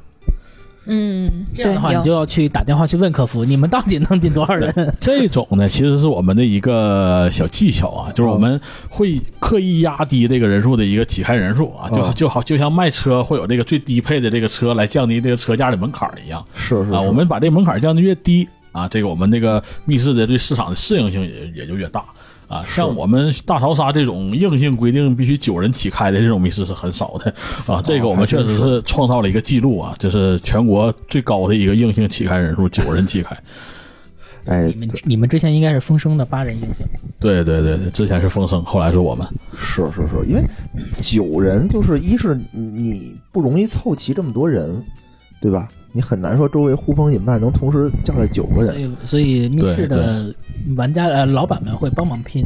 S2: 嗯，
S3: 这样
S2: 对
S3: 的话，你
S2: 有
S3: 就要去打电话去问客服，你们到底能进多少人？
S4: 这种呢，其实是我们的一个小技巧啊，
S1: 哦
S4: 就是我们会刻意压低这个人数的一个起开人数啊，就
S1: 嗯
S4: 就好就像卖车会有这个最低配的这个车来降低这个车价的门槛儿一样
S1: 是是
S4: 啊，我们把这个门槛儿降得越低啊，这个我们这个密室的对市场的适应性也也就越大。啊，像我们大逃杀这种硬性规定必须九人起开的这种密室是很少的
S1: 哦
S4: 啊，这个我们确实是创造了一个记录啊，就是全国最高的一个硬性起开人数，九人起开。
S1: 哎
S3: 你，们你们之前应该是风声的八人硬性，
S4: 对对对，对，之前是风声，后来是我们。
S1: 是是是，因为九人就是一是你不容易凑齐这么多人，对吧？你很难说周围呼朋引伴能同时叫来九个
S3: 所
S1: 人，
S3: 以所以密室的玩家呃老板们会帮忙拼，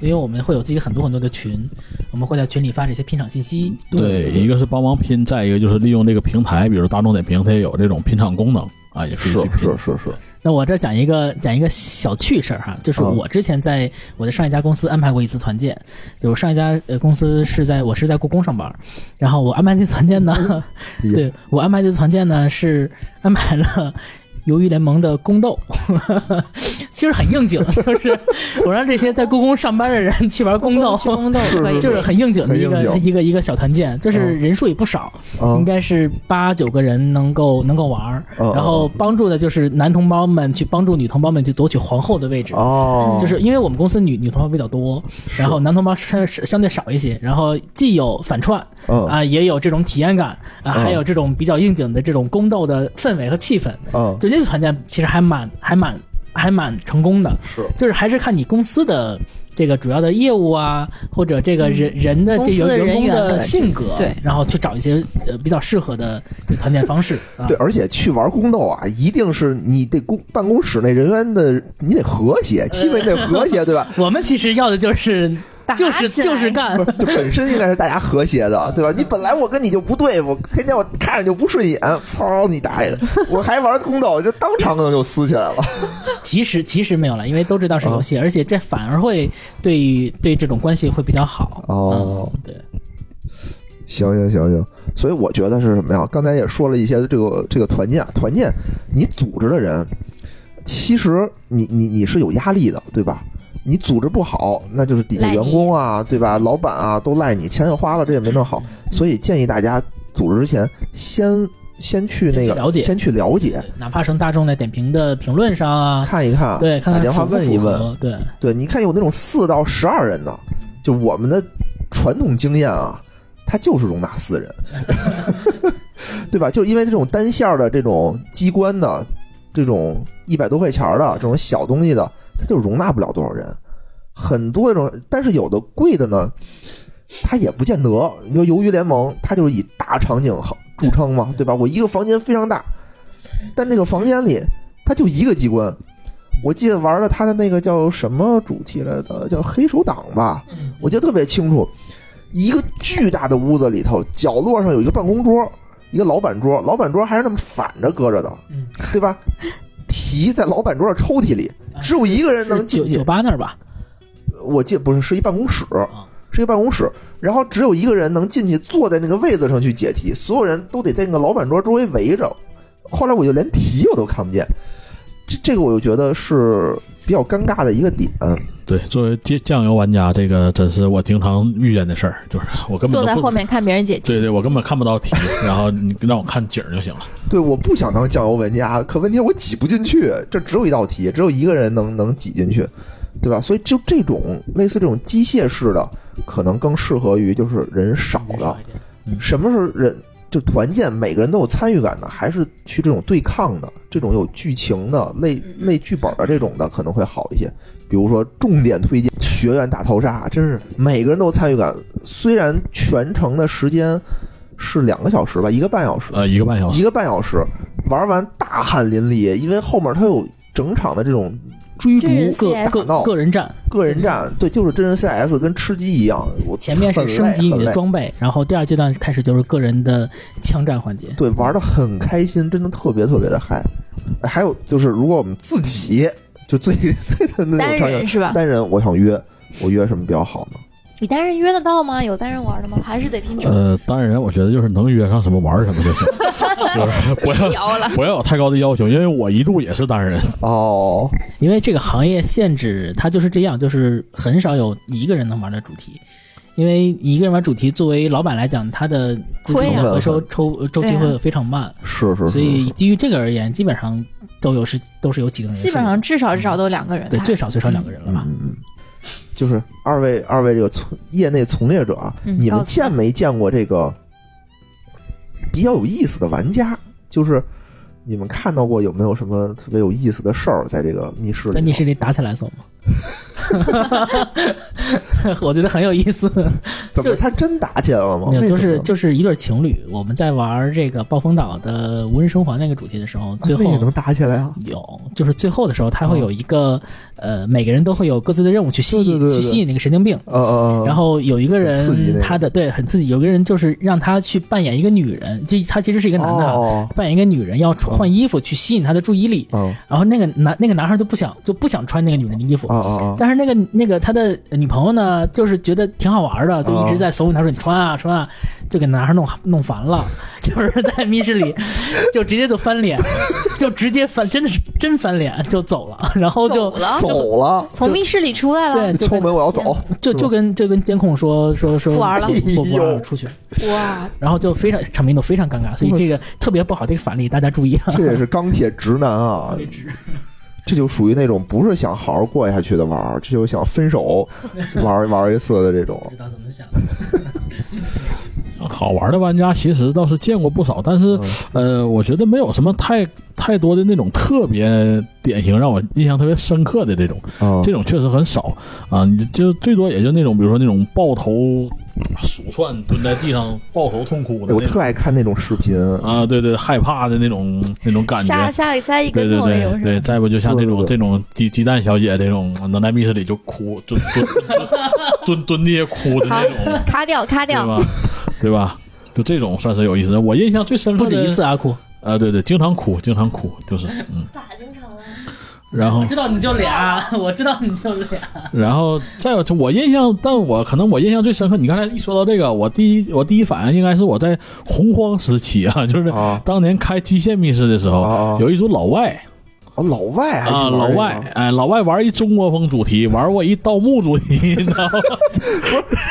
S3: 因为我们会有自己很多很多的群，我们会在群里发这些拼场信息。
S4: 对，一个是帮忙拼，再一个就是利用这个平台，比如大众点评，它也有这种拼场功能啊，也可以
S1: 是
S4: 去拼
S1: 是。是是，
S3: 那我这讲一个讲一个小趣事儿哈，就是
S1: 哦
S3: 我之前在我的上一家公司安排过一次团建，就我上一家呃公司是在我是在故宫上班，然后我安排这次团建 呢，
S1: 也
S3: 对我安排这次团建呢是安排了。鱿鱼联盟的宫斗， 其实很应景，就是我让这些在故宫上班的人去玩 宫斗，
S2: 去宫斗可以，
S3: 就是很应景的一
S1: 很
S3: 个
S1: 应景哦
S3: 一个一个小团建，就是人数也不少，
S1: 啊
S3: 应，该是八九个人能够能够玩儿，
S1: 嗯
S3: 然后帮助的就是男同胞们去帮助女同胞们去夺取皇后的位置。
S1: 哦，
S3: 就是因为我们公司女女同胞比较多，然后男同胞相相对少一些，然后既有反串
S1: 嗯
S3: 啊，也有这种体验感啊，还
S1: 嗯
S3: 有这种比较应景的这种宫斗的氛围和气氛。
S1: 嗯，
S3: 就这次团建其实还蛮还蛮还蛮成功的，
S1: 是
S3: 就是还是看你公司的这个主要的业务啊，或者这个人人的
S2: 嗯
S3: 这
S2: 公司的
S3: 员员
S2: 人
S3: 工
S2: 员
S3: 的
S2: 的
S3: 性格，
S2: 对，
S3: 然后去找一些呃比较适合的团建方式啊。
S1: 对，而且去玩宫斗啊，一定是你得公办公室那人员的，你得和谐，气氛得和谐，对吧？
S3: 我们其实要的就是
S2: 打起
S3: 就
S2: 来
S3: 是就是干
S1: 不，是，就本身应该是大家和谐的，对吧？你本来我跟你就不对付，天天我看着就不顺眼，操你大爷的！我还玩宫斗，就当场可能就撕起来了。
S3: 其实其实没有了，因为都知道是游
S1: 哦
S3: 戏，而且这反而会对对这种关系会比较好。
S1: 哦
S3: 嗯，对，
S1: 行行行行，所以我觉得是什么呀？刚才也说了一些这个这个团建，团建你组织的人，其实你你你是有压力的，对吧？你组织不好，那就是底下
S2: 赖
S1: 员
S2: 你
S1: 工啊，对吧？老板啊，都赖你，钱也花了，这也没弄好。
S2: 嗯
S1: 所以建议大家组织之前先先去那
S3: 先去
S1: 个
S3: 了解
S1: 先去了解，
S3: 哪怕从大众的点评的评论上啊，
S1: 看一看，
S3: 对，看看
S1: 打电话
S3: 符不
S1: 问一
S3: 符
S1: 问
S3: 合，对，
S1: 对，你看有那种四到十二人的，就我们的传统经验啊，它就是容纳四人， 对吧？就因为这种单线儿的这种机关的这种一百多块钱儿的这种小东西的，它就容纳不了多少人。很多这种，但是有的贵的呢，它也不见得。你说《鱿鱼联盟》，它就是以大场景好著称嘛，对吧？我一个房间非常大，但这个房间里它就一个机关。我记得玩了它的那个叫什么主题来的，叫黑手党吧，
S3: 嗯
S1: 我记得特别清楚。一个巨大的屋子里头，角落上有一个办公桌，一个老板桌，老板桌还是那么反着搁着的
S3: 嗯，
S1: 对吧？题在老板桌的抽屉里，只有一个人能
S3: 啊是
S1: 进
S3: 酒
S1: 去。
S3: 酒吧那儿吧，
S1: 我记得不是，是一办公室
S3: 啊，
S1: 是一办公室。然后只有一个人能进去，坐在那个位子上去解题，所有人都得在那个老板桌周围围着。后来我就连题我都看不见，这这个我就觉得是比较尴尬的一个点。
S4: 对，作为酱酱油玩家，这个真是我经常遇见的事儿，就是 我根本
S2: 坐在
S4: 都
S2: 后
S4: 不。
S2: 面看别人解题，
S4: 对对，我根本看不到题， 然后你让我看景儿就行了。
S1: 对，我不想当酱油玩家，可问题我挤不进去，这只有一道题，只有一个人能能挤进去，对吧？所以就这种类似这种机械式的，可能更适合于就是人少的。
S3: 一点
S1: 什么是人就团建，每个人都有参与感的，还是去这种对抗的、这种有剧情的、类
S3: 嗯
S1: 类剧本啊的这种的可能会好一些。比如说，重点推荐《学院大逃杀》，真是每个人都有参与感。虽然全程的时间是两个小时吧，一个半小时，
S4: 呃，一个半小时
S1: 一，个半小时玩完大汗淋漓，因为后面它有整场的这种追逐
S2: 真人
S3: 个
S2: CS
S3: 个
S1: 闹
S3: 个人战，
S1: 个人战，对，就是真人 CS 跟吃鸡一样。我
S3: 前面是
S1: 很累
S3: 升级
S1: 很
S3: 你的
S1: 累
S3: 装备，然后第二阶段开始就是个人的枪战环节。
S1: 对，玩的很开心，真的特别特别的嗨。哎还有就是，如果我们自己就最 最的那
S2: 单
S1: 种场景
S2: 人，是
S3: 啊
S2: 吧？
S1: 单人，我想约，我约什么比较好呢？
S2: 你单人约得到吗？有单人玩的吗？还是得拼车？
S4: 呃，当然，我觉得就是能约上什么玩儿什么就行， 就是不要
S2: 聊 了，
S4: 不要有太高的要求，因为我一度也是单人，
S1: 哦，
S3: 因为这个行业限制，它就是这样，就是很少有一个人能玩的主题。因为一个人玩主题，作为老板来讲，他的资
S2: 亏
S3: 金
S2: 啊
S3: 回收抽周期会非常慢，
S1: 是是
S3: 所
S1: 是，
S3: 以基于这个而言，基本上都有是都是有几个人是，
S2: 基本上至少至少都有两个人
S3: 对
S2: 看
S3: 最少最少两个人了吧？
S1: 嗯，就是二位二位这个从业内从业者啊，
S2: 嗯
S1: 你们
S2: 告诉
S1: 见没见过这个比较有意思的玩家？就是你们看到过有没有什么特别有意思的事儿在这个密室
S3: 在
S1: 里
S3: 密
S1: 头？
S3: 室里打起来算吗？我觉得很有意思。
S1: 怎么
S3: 就
S1: 他真打起来了吗
S3: 没？有，
S1: 为
S3: 就
S1: 什么
S3: 是
S1: 呢
S3: 就是一对情侣，我们在玩这个暴风岛的无人生还那个主题的时候，
S1: 啊
S3: 最
S1: 那也
S3: 后
S1: 能打起来啊？
S3: 有就是最后的时候，它会有一个呃，每个人都会有各自的任务去吸
S1: 哦对对对对
S3: 去吸引那个神经病。
S1: 呃呃，呃
S3: 然后有一个
S1: 很刺激那
S3: 人，
S1: 个
S3: 他的对很刺激，有一个人就是让他去扮演一个女人，就他其实是一个男的啊，
S1: 哦
S3: 扮演一个女人要穿换衣服去吸引他的注意力。
S1: 嗯
S3: 然后那个男那个男孩就不想就不想穿那个女人的衣服
S1: 啊，啊啊！
S3: 但是那个那个他的女朋友呢，就是觉得挺好玩的，就一直在怂恿他说你穿啊穿啊，就给男孩弄弄烦了， 就是在密室里 就直接就翻脸， 就直接翻，真的是真翻脸就走了，然后就
S2: 走了，
S1: 走了，
S2: 从密室里出来了，
S4: 哎
S3: 对就
S1: 敲
S3: 跟
S1: 门我要走，
S4: 嗯
S3: 就就跟就跟监控说说说
S2: 不玩了
S3: 不不玩
S1: 哎
S3: 了
S1: 呦
S3: 出去，
S2: 哇，
S3: 然后就非常场面都非常尴尬，所以这个特别不好的一个反例，大家注意啊，
S1: 这也是钢铁直男啊，这就属于那种不是想好好过下去的玩儿，这 就想分手玩儿玩儿一次的这种。
S3: 知道怎么想。
S4: 好玩的玩家其实倒是见过不少，但是呃，我觉得没有什么太太多的那种特别典型让我印象特别深刻的这种，
S1: 嗯
S4: 这种确实很少啊。你就最多也就那种，比如说那种抱头鼠窜蹲在地上抱头痛哭的
S1: 我
S4: 那种
S1: 特爱看那种视频，
S4: 啊，对对，害怕的那种那种感觉。
S2: 下下下一个
S4: 对对
S2: 弄那种
S4: 对
S2: 是
S4: 对，
S2: 吧？
S4: 再不就像这种
S1: 对对对
S4: 这种鸡鸡蛋小姐这种能在密室里就哭，蹲蹲蹲蹲地下哭的那种，
S2: 卡掉卡
S4: 对
S2: 掉，
S4: 吧？ 对吧？就这种算是有意思的。我印象最深 刻
S3: 不
S4: 的
S3: 止一次，阿酷，
S4: 啊、对对，经常哭，经常哭，就是 嗯，
S2: 咋经常啊？
S4: 然后
S3: 我知道你就俩， 我知道你就俩，
S4: 然后再有，我印象，但我可能我印象最深刻。你刚才一说到这个，我第一我第一反应应该是我在洪荒时期啊， 就是
S3: 哦
S1: 啊
S4: 当年开极限密室的时候，
S1: 啊啊
S4: 有一组老外
S1: 哦，老外还是
S4: 啊，
S1: 玩这个
S4: 老外，哎，老外玩一中国风主题，玩过一盗墓主题， 你知道吗？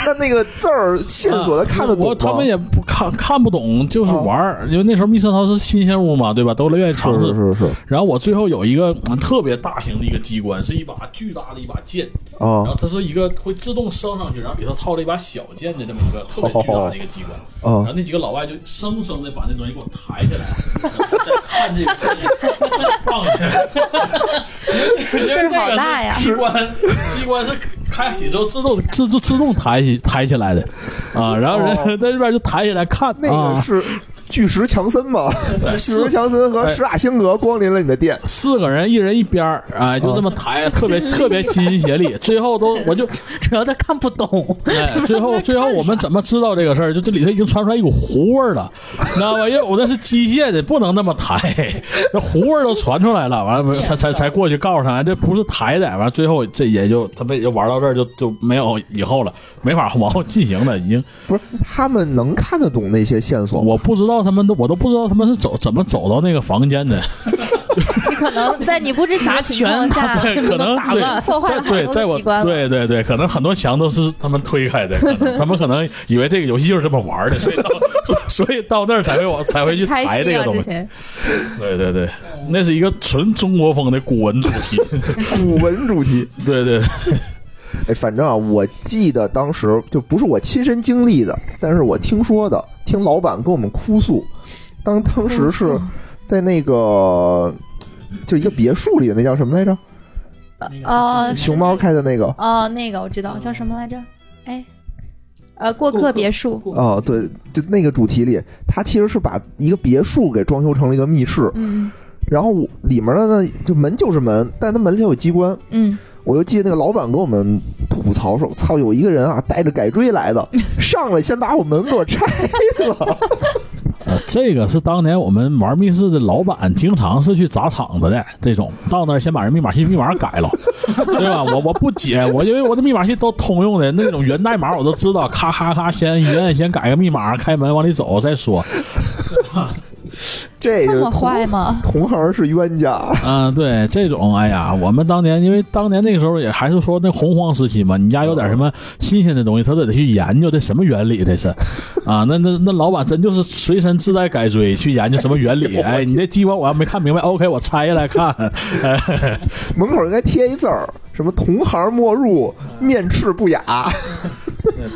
S1: 那那个字儿线索他看得懂
S4: 啊嗯我
S1: 吗？
S4: 他们也不看看不懂，就是
S1: 啊
S4: 玩儿、因为那时候密室逃脱是新鲜物嘛，对吧？都愿意尝
S1: 是
S4: 试。
S1: 是是 是
S4: 然后我最后有一个、嗯特别大型的一个机关，是一把巨大的一把剑，
S1: 啊
S4: 然后它是一个会自动升上去，然后里头套了一把小剑的这么一个特别巨大的一个机关。然后
S1: 啊！
S4: 那几个老外就生生的把那东西给我抬起来， 再看这个剑放下来，因为
S2: 劲儿好大呀
S4: 机关机关是开启之后自动自自自动抬起抬起来的啊，然后人
S1: 哦
S4: 在这边就抬起来看
S1: 那个
S4: 啊，哎
S1: 是巨石强森吗？ 巨石
S4: 是哎
S1: 强森和施瓦辛格光临了你的店，
S4: 四个人一人一边儿，哎，就这
S1: 哦
S4: 么抬，特别特别齐心协力，最后都我就
S3: 主要他看不懂，
S4: 哎，最后最后我们怎么知道这个事儿？就这里头已经传出来一股糊味儿了，你知道吗？因为我那是机械的，不能那么抬，那糊味儿都传出来了。完了不是，才才才过去告诉他，这不是抬的。完了，最后这也就他们也就玩到这儿，就就没有以后了，没法往后进行了。已经，
S1: 不是他们能看得懂那些线索吗？
S4: 我不知道他们都，我都不知道他们是走怎么走到那个房间的。
S2: 你可能在你不知情
S3: 拿
S2: 的情况
S3: 拳
S2: 下
S3: 打，
S4: 可能
S3: 打乱，
S2: 破坏
S4: 在
S2: 了
S4: 对，
S2: 很多
S4: 在
S2: 的
S4: 我
S2: 机关了。
S4: 对对对，可能很多墙都是他们推开的，可 能他们可能以为这个游戏就是这么玩儿的，所以到所以到那儿才会往才会去
S2: 开
S4: 抬这
S2: 心
S4: 个
S2: 啊！
S4: 东
S2: 之
S4: 西。
S2: 前
S4: 对对对，那是一个纯中国风的古文主题。
S1: 古文主题，
S4: 对对，
S1: 哎，反正啊，我记得当时就不是我亲身经历的，但是我听说的，听老板跟我们哭诉，当当时是在那个就一个别墅里的那叫什么来着？
S2: 呃
S1: 熊猫开的那个。
S2: 哦，那个我知道叫什么来着？哎，呃，过
S3: 过客
S2: 客别墅，
S1: 哦，对，就那个主题里，他其实是把一个别墅给装修成了一个密室，
S2: 嗯
S1: 然后我里面的呢，就门就是门，但它门里有机关。
S2: 嗯，
S1: 我就记得那个老板跟我们吐槽说：“操，有一个人啊，带着改锥来的，上来先把我门给我拆了。
S4: 呃，这个是当年我们玩密室的老板经常是去砸场子的这种，到那儿先把人密码器密码改了， 对吧？我我不解，我因为我的密码器都通用的，那种源代码我都知道，咔咔咔，先一摁，先改个密码，开门往里走再说。
S1: 这
S2: 这
S1: 个
S2: 么坏吗？
S1: 同同行是冤家，
S4: 嗯，对，这种，哎呀，我们当年因为当年那个时候也还是说那洪荒时期嘛，你家有点什么新鲜的东西，他都得去研究这什么原理这是，啊，那那那老板真就是随身自带改锥去研究什么原理，哎，你这机关我要没看明白，OK，我拆下来看，
S1: 门口应该贴一字儿，什么“同行莫入，面斥不雅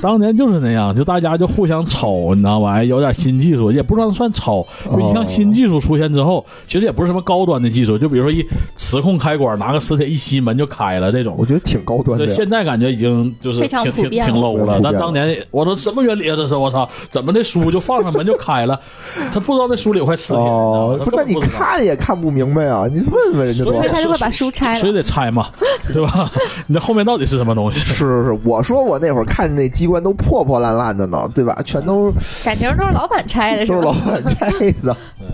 S4: 当年就是那样，就大家就互相抄，你知道吧？哎有点新技术，也不算算抄，就一项新技术出现之后，其实也不是什么高端的技术，就比如说一磁控开关，拿个磁铁一吸门就开了这”，
S1: 我
S4: 种。
S1: 觉得挺高端的
S4: 对，
S1: 呀。
S4: 现在感觉已经就是
S2: 非常
S4: 挺
S2: 普
S4: 挺
S2: 遍
S4: 挺
S2: 了
S4: low
S1: 非常
S4: 了
S1: 普。遍
S4: 但当年我说什么原理啊？这是我操，怎么这书就放上门就开了？他不知道那书里有块磁铁，
S1: 哦，
S4: 你知道
S1: 不，那
S4: 吗他根本
S1: 你
S4: 不知道
S1: 看也看不明白啊！你问问人家多
S2: 所
S1: 少
S2: 以。他就会把书拆
S4: 所以
S2: 了。
S4: 得拆嘛，对吧？ 你这后面到底是什么东西？
S1: 是是是，我说我那会儿看那机关都破破烂烂的呢，对吧？全都
S2: 感情都是老板拆的，
S1: 都是
S2: 吧
S1: 老？ 板拆的。
S4: 嗯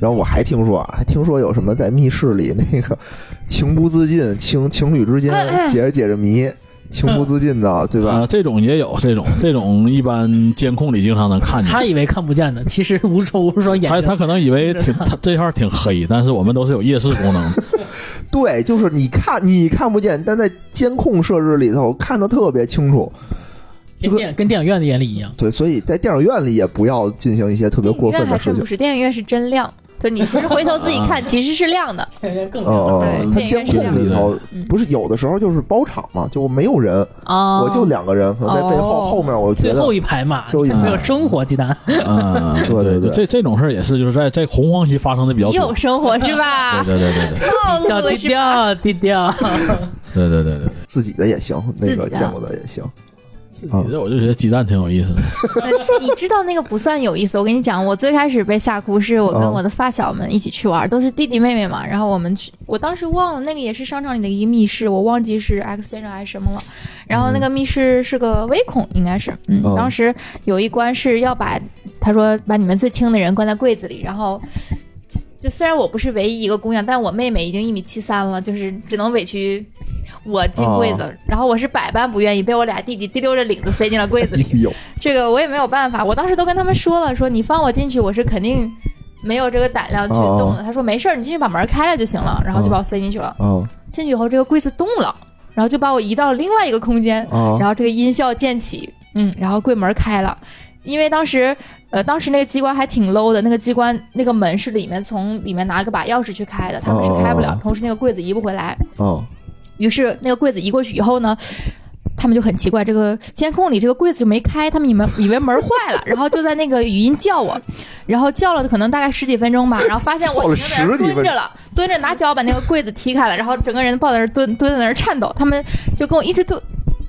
S1: 然后我还听说啊，还听说有什么在密室里那个情不自禁，情情侣之间
S2: 哎
S1: 解着解着谜，情不自禁的，对吧？
S4: 啊，这种也有，这种这种一般监控里经常能看 见。
S3: 他以为看不见的，其实无数无数双眼
S4: 他
S3: 睛。
S4: 他可能以为挺他这块儿挺黑，但是我们都是有夜视 功能的。
S1: 对，就是你看你看不见，但在监控设置里头看得特别清楚。这
S3: 跟
S1: 个
S3: 电跟电影院的眼里一样，
S1: 对，所以在电影院里也不要进行一些特别
S2: 电影
S1: 过
S2: 院
S1: 分
S2: 还
S1: 的
S2: 真
S1: 事情
S2: 不。是，电影院是真亮，就你其实回头自己看，其实是亮的。
S3: 更
S1: 哦哦
S2: 对，
S1: 它
S2: 电
S1: 监
S2: 影
S1: 控
S2: 院
S4: 是
S1: 里
S4: 这样
S1: 头
S2: 嗯
S1: 不是有的时候就是包场嘛，就没有人，
S2: 哦，
S1: 我就两个人，可能在背后
S2: 哦
S1: 后面，我
S3: 最
S1: 觉得
S3: 后一排嘛，
S1: 最后一排嗯
S3: 没有生活鸡蛋，
S4: 啊，
S1: 对对对
S4: 这这种事儿也是，就是在在洪荒期发生的比较
S2: 你有
S4: 多。
S2: 生活是吧？
S4: 对对对对对
S2: 暴露
S3: 要
S2: 了
S3: 低
S2: 是吧？
S3: 调低调。
S4: 对对对对，
S1: 自己的也行，那个
S2: 自己的
S1: 见过的也行。
S4: 自己的我就觉得鸡蛋挺有意思的。
S2: 你知道那个不算有意思。我跟你讲，我最开始被吓哭是我跟
S1: 嗯
S2: 我的发小们一起去玩，都是弟弟妹妹嘛。然后我们去，我当时忘了那个也是商场里的一个密室，我忘记是 X 先生还是什么了。然后那个密室是个微孔，应该是，嗯，
S1: 嗯
S2: 当时有一关是要把他说把你们最轻的人关在柜子里，然后。就虽然我不是唯一一个姑娘，但我妹妹已经一米七三了，就是只能委屈我进柜子。然后我是百般不愿意，被我俩弟弟提溜着领子塞进了柜子里。
S1: 有
S2: 这个我也没有办法，我当时都跟他们说了，说你放我进去，我是肯定没有这个胆量去动的。他说没事儿，你进去把门开了就行了，然后就把我塞进去了。
S1: 啊
S2: 进去以后，这个柜子动了，然后就把我移到另外一个空间，
S1: 啊
S2: 然后这个音效渐起，嗯，然后柜门开了。因为当时，呃，当时那个机关还挺 low 的，那个机关那个门是里面从里面拿一个把钥匙去开的，他们是开不了
S1: 哦
S2: 同时那个柜子移不回来。
S1: 啊！
S2: 于是那个柜子移过去以后呢，他们就很奇怪，这个监控里这个柜子就没开，他们以为以为门 坏了，然后就在那个语音叫我，然后叫了可能大概十几分钟吧，然后发现
S1: 叫
S2: 我
S1: 了
S2: 已经在那
S1: 10
S2: 儿
S1: 几分
S2: 蹲着了，蹲着拿脚把那个柜子踢开了，然后整个人抱在那儿蹲 蹲在那儿颤抖，他们就跟我一直对。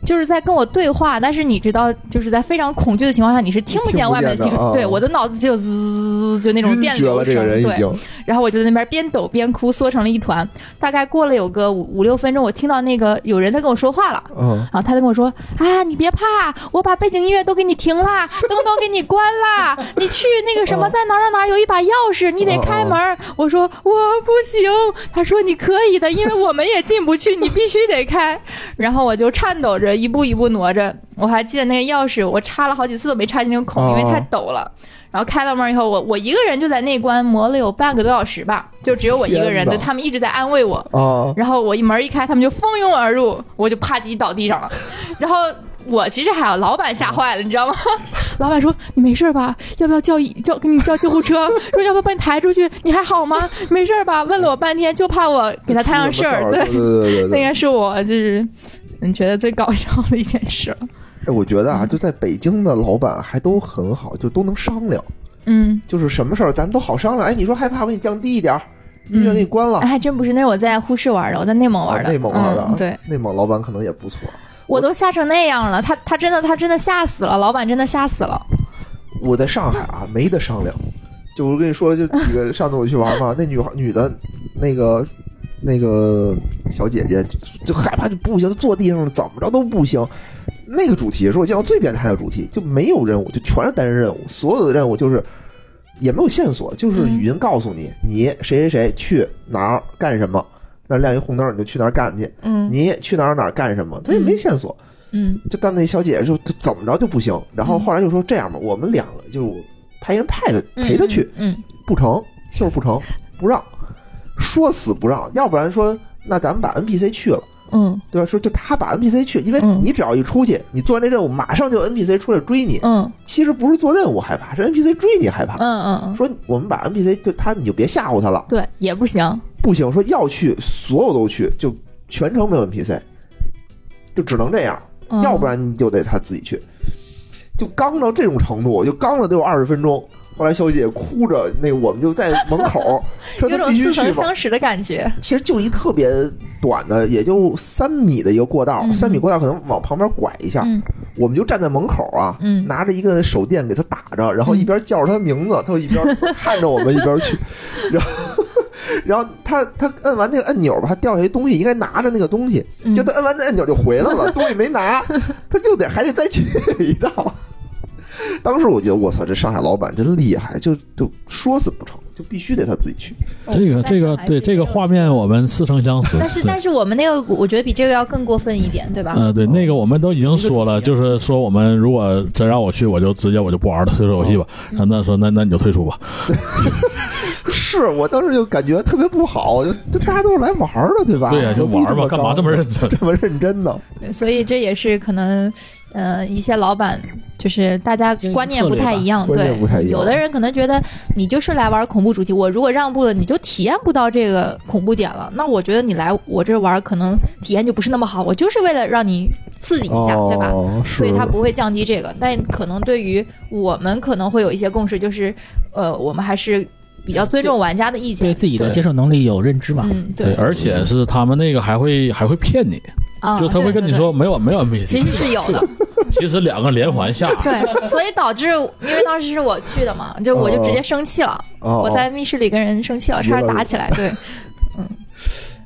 S2: 就是在跟我对话，但是你知道，就是在非常恐惧的情况下，你是听不见外面的
S1: 听
S2: 情
S1: 不见的啊
S2: 对我的脑子只有滋，就那种电
S1: 晕厥
S2: 流
S1: 了，
S2: 声，
S1: 这个人
S2: 对
S1: 已经
S2: 然后我就在那边边抖边哭，缩成了一团。大概过了有个五五六分钟，我听到那个有人在跟我说话了。
S1: 嗯
S2: 然后他就跟我说：“啊，你别怕，我把背景音乐都给你 停啦，灯都给你关啦，你去那个什么，
S1: 哦
S2: 在哪儿哪儿哪儿有一把钥匙，你得开门儿。我说：“我不行。”他说：“你可以的，因为我们也进不去，你必须得开。”然后我就颤抖着一步一步挪着，我还记得那个钥匙，我插了好几次都没插进那个孔，因为
S1: 哦
S2: 太抖了。然后开了门以后，我我一个人就在那关磨了有半个多小时吧，就只有我一个人，
S1: 天哪
S2: 对他们一直在安慰我。
S1: 啊
S2: 然后我一门一开，他们就蜂拥而入，我就啪叽倒地上了。然后我其实还有老板吓坏了，你知道吗？ 老板说：“你没事吧？要不要叫一叫给你叫救护车？说要不要把你抬出去？你还好吗？没事吧？”问了我半天，就怕我给他摊上事儿。
S1: 对
S2: 对，
S1: 对对对
S2: 那
S1: 对。
S2: 个是我就是嗯觉得最搞笑的一件事了。
S1: 哎，我觉得
S2: 嗯
S1: 啊，就在北京的老板还都很好，就都能商量，
S2: 嗯，
S1: 就是什么事儿咱们都好商量。哎，你说害怕，我给你降低一点儿，音乐
S2: 嗯
S1: 给你关了
S2: 哎，。还真不是，那是我在呼市玩的，我在内蒙玩的，
S1: 啊内蒙玩的啊
S2: 嗯、对。
S1: 内蒙老板可能也不错。
S2: 我都吓成那样了，他他真的他真的吓死了，老板真的吓死了。
S1: 我在上海啊，没得商量。就我跟你说，就几个上次我去玩 嘛，那女孩女的，那个那个小姐姐就就害怕就不行，坐地上了怎么着都不行。那个主题是我见过最变态的主题，就没有任务，就全是单人任务，所有的任务就是也没有线索，就是
S2: 嗯
S1: 语音告诉你、你谁谁谁去哪儿干什么，那儿亮一红灯你就去哪儿干去，
S2: 嗯
S1: 你去哪儿哪儿干什么，他也没线索。
S2: 嗯
S1: 就但那小姐姐就就怎么着就不行，然后后来就说这样吧，我们两个就是我派人派他
S2: 嗯
S1: 陪他去，
S2: 嗯
S1: 不成就是不成，不让，说死不让，要不然说那咱们把 NPC 去了，
S2: 嗯
S1: 对吧？说就他把 NPC 去，因为
S2: 嗯
S1: 你只要一出去，你做完这任务马上就 NPC 出来追你，
S2: 嗯
S1: 其实不是做任务害怕，是 NPC 追你害
S2: 嗯
S1: 怕。
S2: 嗯嗯，
S1: 说我们把 NPC 就他你就别吓唬他了，
S2: 对，也不行。
S1: 不行，说要去所有都去，就全程没有 NPC，就只能这样。
S2: 嗯、
S1: 要不然你就得他自己去。就刚到这种程度，就刚了得有二十分钟。后来小姐姐哭着，那个我们就在门 口说
S2: 有
S1: 她
S2: 种
S1: 必须
S2: 似
S1: 去
S2: 曾
S1: 吧。
S2: 相识的感觉。
S1: 其实就一特别短的，也就三米的一个过道，
S2: 嗯
S1: 三米过道可能往旁边拐一下，
S2: 嗯
S1: 我们就站在门口啊，
S2: 嗯
S1: 拿着一个手电给他打着，然后一边叫着他名 字，他就一边看着我们一边去，然后 然后他他摁完那个按钮吧，他掉下一东西，应该拿着那个东西，
S2: 嗯
S1: 就他摁完那按钮就回来 了，东西没拿，他就得还得再去一道。 当时我觉得我操，这上海老板真厉害，就就说死不成，就必须得他自己去。
S2: 哦
S4: 这个这个对这个画面我们似曾相识。
S2: 嗯但是
S4: 对
S2: 但是我们那个我觉得比这个要更过分一点，对吧？
S4: 呃，对，那个我们都已经说了，
S2: 啊
S4: 就是说我们如果真让我去，我就直接我就不玩了， 退出游
S2: 哦
S4: 戏吧。然
S2: 嗯
S4: 后那说那那你就退出吧。
S1: 是我当时就感觉特别不好，就就大家都是来玩儿的，对吧？
S4: 对呀，就玩
S1: 何必
S4: 吧，干啊嘛这么
S1: 认
S4: 认真？
S1: 这么认真呢？
S2: 对所以这也是可能，呃，一些老板就是大家
S3: 经营
S2: 观念
S3: 策
S2: 不
S3: 略
S2: 太
S3: 吧
S2: 一样，
S1: 观
S2: 对
S1: 念不太一样
S2: 有的人可能觉得你就是来玩恐怖主题，我如果让步了，你就体验不到这个恐怖点了。那我觉得你来我这玩，可能体验就不是那么好。我就是为了让你刺激一下，对吧？
S1: 哦、是
S2: 所以它不会降低这个，但可能对于我们可能会有一些共识，就是呃，我们还是比较尊重玩家的意见
S3: 对。自己的
S4: 对
S3: 接受能力有认知嘛？
S2: 嗯， 对
S4: 而且是他们那个还会还会骗你，
S2: 啊，
S4: 就他会
S2: 对
S4: 跟你，说没有没有 NPC，
S2: 对对其实是有 的，
S4: 其实两个连环下，
S2: 对，所以导致因为当时是我去的嘛，就我就直接生气了，
S1: 哦，
S2: 我在密室里跟人生气了，
S1: 急了
S2: 差点打起来。对，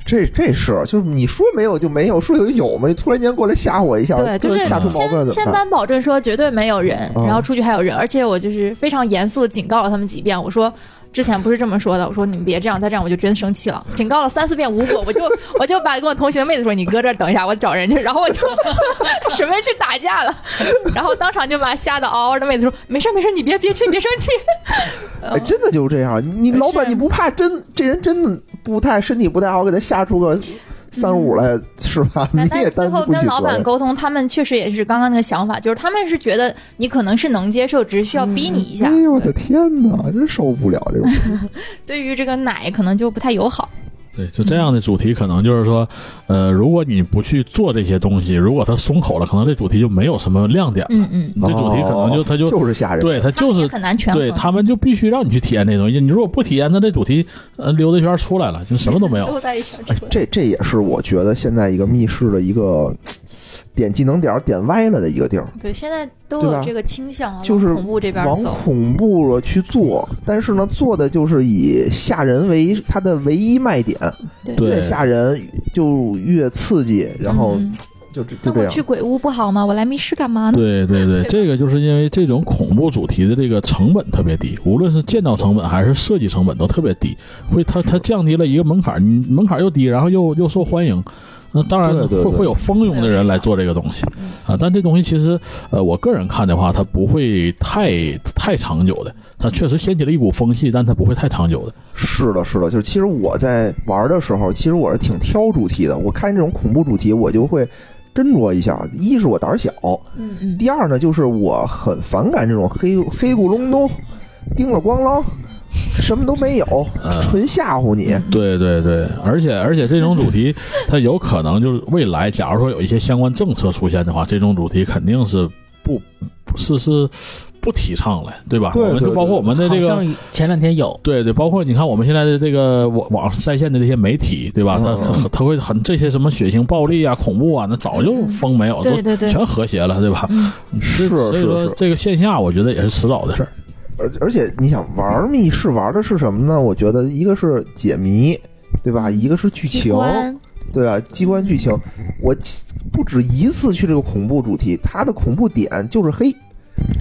S1: 这这是就是你说没有就没有，说有就有嘛，突然间过来吓我一下，
S2: 对就是
S1: 吓出毛病
S2: 先
S1: 怎
S2: 先
S1: 么办？
S2: 担保证说绝对没有人，
S1: 哦
S2: 然后出去还有人，而且我就是非常严肃的警告了他们几遍，我说。之前不是这么说的，我说你们别这样，再这样我就真生气了。警告了三四遍无果，我就我就把跟我同行的妹子说，你搁这儿等一下，我找人去。然后我就 准备去打架了，然后当场就把吓得嗷嗷的妹子说，没事儿没事儿，你别别去，别生气。嗯
S1: 哎，真的就是这样。你你老板
S2: 是
S1: 你不怕真这人真的不太身体不太好，给他吓出个三五来、是吧？你
S2: 嗯那但
S1: 也
S2: 最
S1: 担
S2: 后
S1: 负不
S2: 跟
S1: 起
S2: 老
S1: 责
S2: 板
S1: 任。
S2: 沟通，他们确实也是刚刚那个想法，就是他们是觉得你可能是能接受，只是需要逼你一下。
S1: 哎呦我的天哪，真受不了这种。
S2: 对于这个奶可能就不太友好。
S4: 对，就这样的主题可能就是说，呃，如果你不去做这些东西，如果它松口了，可能这主题就没有什么亮点，
S2: 嗯嗯，
S4: 这主题可能就它
S1: 就
S4: 哦就是
S1: 吓人。
S4: 对它
S2: 他们
S4: 就
S2: 也
S4: 是
S2: 很难权衡。
S4: 对他们就必须让你去体验这东西，你如果不体验，那这主题呃溜达一圈出来了，就什么都没有。
S2: 都在一起
S1: 哎，这这也是我觉得现在一个密室的一个呃点技能点儿点歪了的一个地儿，
S2: 对，现在都
S1: 对
S2: 有
S1: 吧
S2: 这个倾向啊，
S1: 就是
S2: 往恐怖这边
S1: 往
S2: 走。
S1: 恐怖了去做，但是呢，做的就是以吓人为它的唯一卖点，越
S4: 对，
S1: 吓人就越刺激，然后
S2: 嗯
S1: 就这就
S2: 那
S1: 这
S2: 我
S1: 样
S2: 去。鬼屋不好吗？我来密室干嘛呢？
S4: 对对对，这个就是因为这种恐怖主题的这个成本特别低，无论是建造成本还是设计成本都特别低，会它它降低了一个门槛，你门槛又低，然后又又受欢迎。那当然
S1: 对
S4: 会
S1: 对对
S4: 会有蜂拥的人来做这个东西啊，但这东西其实，呃，我个人看的话，它不会太太长久的。它确实掀起了一股风气，但它不会太长久的。
S1: 是的，是的，就是其实我在玩的时候，其实我是挺挑主题的。我看这种恐怖主题，我就会斟酌一下。一是我胆儿小，
S2: 嗯嗯，
S1: 第二呢，就是我很反感这种黑黑咕隆咚、叮了咣啷，什么都没有，纯吓唬你。
S2: 嗯
S4: 对对对，而且而且这种主题，它有可能就是未来，假如说有一些相关政策出现的话，这种主题肯定是不不是是不提倡了，对吧？
S1: 对
S4: 我们
S1: 对
S4: 就包括我们的这
S3: 好
S4: 个。
S3: 像前两天有，
S4: 对对，包括你看我们现在的这个网网上在线的这些媒体，对吧？
S1: 嗯
S4: 它它它会很这些什么血腥、暴力啊、恐怖啊，那早就封没有，
S2: 对对
S4: 都
S2: 对，
S4: 全和谐了，对吧？
S2: 嗯
S4: 这
S1: 是
S4: 所以
S1: 是
S4: 说
S1: 是
S4: 这个线下，我觉得也是迟早的事儿。
S1: 而而且你想玩密室玩的是什么呢？我觉得一个是解谜，对吧？一个是剧
S2: 机
S1: 情，
S2: 关
S1: 对吧？机关剧情，我不止一次去这个恐怖主题，它的恐怖点就是黑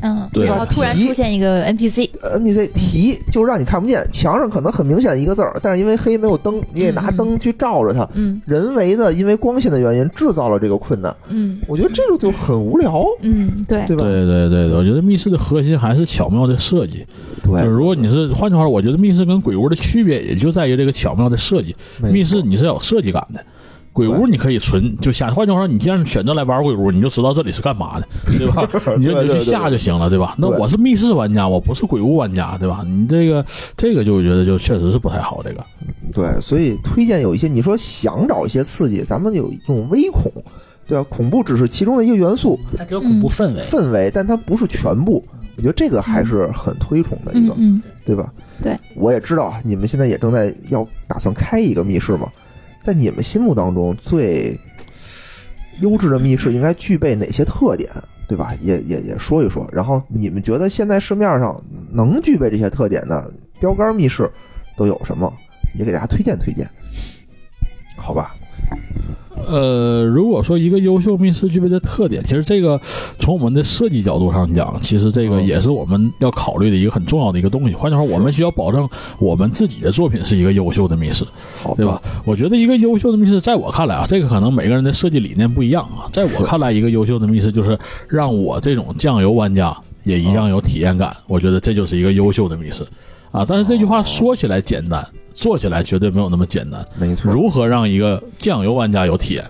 S2: 嗯，
S4: 对
S2: 然后突然
S1: 题
S2: 出现一个 NPC，
S1: NPC 题，就让你看不见，墙上可能很明显一个字儿，但是因为黑没有灯，你也拿
S2: 嗯嗯
S1: 灯去照着它。
S2: 嗯
S1: 人为的，因为光线的原因制造了这个困难，
S2: 嗯
S1: 我觉得这种就很无聊，
S2: 嗯，对，
S1: 对吧？
S4: 对对对对，我觉得密室的核心还是巧妙的设计。
S1: 对
S4: 就是如果你是换句话说，我觉得密室跟鬼屋的区别也就在于这个巧妙的设计。
S1: 没
S4: 密
S1: 错
S4: 室你是要有设计感的，鬼屋你可以纯就瞎。换句话说，你既然选择来玩鬼屋，你就知道这里是干嘛的， 对吧？你就
S1: 对
S4: 你就
S1: 对
S4: 去下就行了，对吧？那
S1: 对
S4: 我是密室玩家，我不是鬼屋玩家，对吧？你这个这个就我觉得就确实是不太好，这个
S1: 对，所以推荐有一些你说想找一些刺激，咱们有这种微恐，对吧？恐怖只是其中的一个元素
S3: 它只有恐怖氛围。
S1: 氛围，但它不是全部。我觉得这个还是很推崇的一
S2: 嗯
S1: 个，
S2: 嗯，
S1: 对吧？
S2: 对，
S1: 我也知道啊你们现在也正在要打算开一个密室嘛，在你们心目当中最优质的密室应该具备哪些特点，对吧？也也也说一说。然后你们觉得现在市面上能具备这些特点的标杆密室都有什么？也给大家推荐推荐，好吧？
S4: 呃，如果说一个优秀密室具备的特点，其实这个从我们的设计角度上讲，其实这个
S1: 嗯
S4: 也是我们要考虑的一个很重要的一个东西。换句话说，我们需要保证我们自己的作品是一个优秀的密室，
S1: 好的
S4: 对吧？？我觉得一个优秀的密室，在我看来啊，这个可能每个人的设计理念不一样啊。在我看来，一个优秀的密室就是让我这种酱油玩家也一样有体验
S1: 哦
S4: 感。我觉得这就是一个优秀的密室啊。但是这句话说起来简单，做起来绝对没有那么简单。
S1: 没错，
S4: 如何让一个酱油玩家有体验？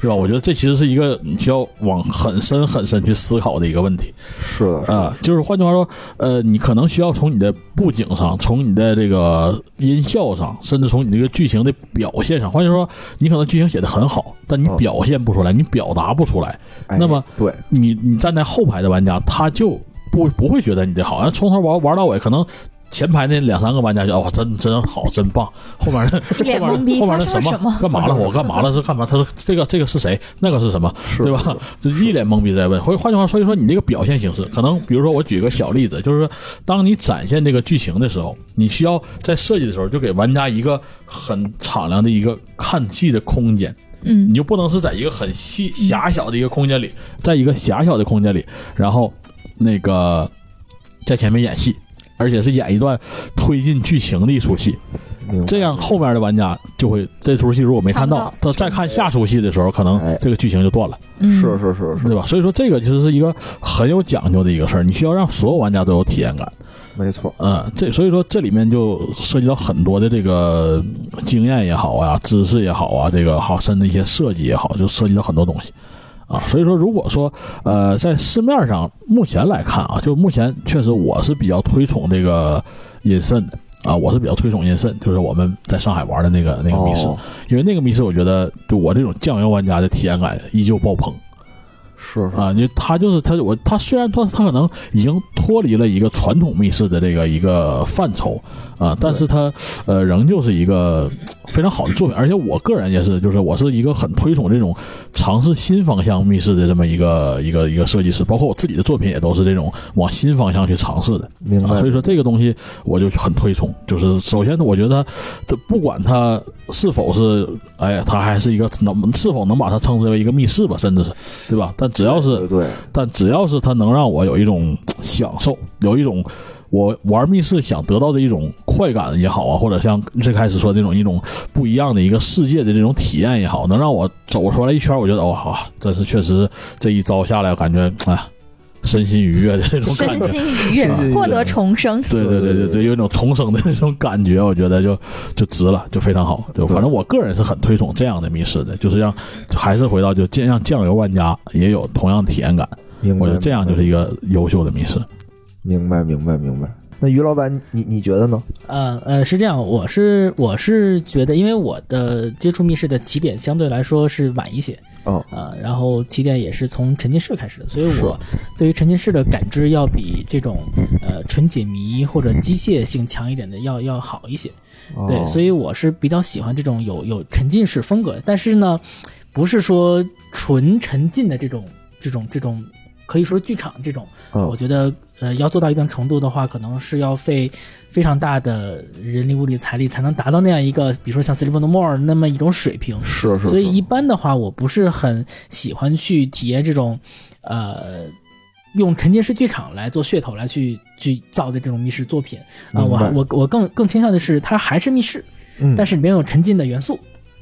S4: 是吧？我觉得这其实是一个你需要往很深很深去思考的一个问题
S1: 是的，是的
S4: 啊、就是换句话说，呃，你可能需要从你的布景上，从你的这个音效上，甚至从你这个剧情的表现上，换句话说，你可能剧情写的很好，但你
S1: 嗯
S4: 表现不出来，你表达不出来，
S1: 哎
S4: 那么
S1: 对，
S4: 你你站在后排的玩家，他就不不会觉得你的好，像从头玩玩到尾，可能前排那两三个玩家就哇、哦真真好，真棒，后面的
S2: 一脸
S4: 后面
S2: 懵
S4: 的
S2: 逼，
S4: 后
S2: 发
S4: 面的
S2: 生了什
S4: 什
S2: 么？
S4: 干嘛了？我干嘛了？是干嘛？他说这个这个是谁？那个是什么？
S1: 是
S4: 对吧？就一脸懵逼在问。或者换句话说，所以说你这个表现形式，可能比如说我举一个小例子，就是说当你展现这个剧情的时候，你需要在设计的时候就给玩家一个很敞亮的一个看戏的空间。
S2: 嗯
S4: 你，就不能是在一个很细狭小的一个空间里，在一个狭小的空间里，然后那个在前面演戏，而且是演一段推进剧情的一出戏，
S1: 明白
S4: 这样后面的玩家就会这出戏如果没看到
S2: 看，
S4: 他再看下出戏的时候，可能
S1: 哎
S4: 这个剧情就断了，
S2: 嗯
S1: 是是是是，
S4: 对吧？所以说这个其实是一个很有讲究的一个事儿，你需要让所有玩家都有体验感。
S1: 没错，
S4: 嗯，这所以说这里面就涉及到很多的这个嗯经验也好啊，知识也好啊，这个好甚至一些设计也好，就涉及到很多东西啊。所以说，如果说呃在市面上目前来看啊，就目前确实我是比较推崇这个隐身的啊，我是比较推崇隐身，就是我们在上海玩的那个那个密室，
S1: 哦
S4: 因为那个密室我觉得就我这种酱油玩家的体验感依旧爆棚。
S1: 是是
S4: 啊，因为他就是他，我他虽然他他可能已经脱离了一个传统密室的这个一个范畴啊，但是他呃仍旧是一个呃非常好的作品，而且我个人也是，就是我是一个很推崇这种尝试新方向密室的这么一个一个一个设计师，包括我自己的作品也都是这种往新方向去尝试的。
S1: 明
S4: 啊，
S1: 白
S4: 所以，说这个东西我就很推崇，就是首先我觉得它不管它是否是，哎呀，它还是一个能是否能把它称之为一个密室吧，甚至是，对吧？但只要
S1: 对
S4: 是
S1: 对
S4: 但只要是它能让我有一种享受，有一种我玩密室想得到的一种快感也好啊，或者像最开始说的那种一种不一样的一个世界的这种体验也好，能让我走出来一圈，我觉得哇、好，真是确实这一招下来，感觉哎，身心愉悦的这种
S2: 身
S4: 感觉。
S2: 心愉悦
S1: 身心愉，悦
S2: 获得重生。
S4: 对对对对对，有一种重生的那种感觉，我觉得就就值了，就非常好。就反正我个人是很推崇这样的密室的，就是让还是回到就尽让酱油玩家也有同样的体验感，
S1: 明白，
S4: 我觉得这样就是一个优秀的密室。
S1: 明白明白明白。那于老板，你你觉得呢？
S3: 呃呃，是这样，我是我是觉得，因为我的接触密室的起点相对来说是晚一些，
S1: 哦
S3: 啊、然后起点也是从沉浸式开始的，所以
S1: 是
S3: 我对于沉浸式的感知要比这种呃纯解谜或者机械性强一点的要要好一些，对，所
S1: 以
S3: 以我是比较喜欢这种有有沉浸式风格的，但是呢，不是说纯沉浸的这种这种这种，可以说剧场这种。
S1: 嗯哦
S3: 我觉得呃，要做到一定程度的话，可能是要费非常大的人力、物力、财力才能达到那样一个，比如说像《Sleep No More》那么一种水平。
S1: 是是，
S3: 所以
S1: 是
S3: 一般的话，我不是很喜欢去体验这种，呃，用沉浸式剧场来做噱头来去去造的这种密室作品啊、
S1: 明白
S3: 我还我我更更倾向的是它还是密室，
S1: 嗯
S3: 但是里面有沉浸的元素，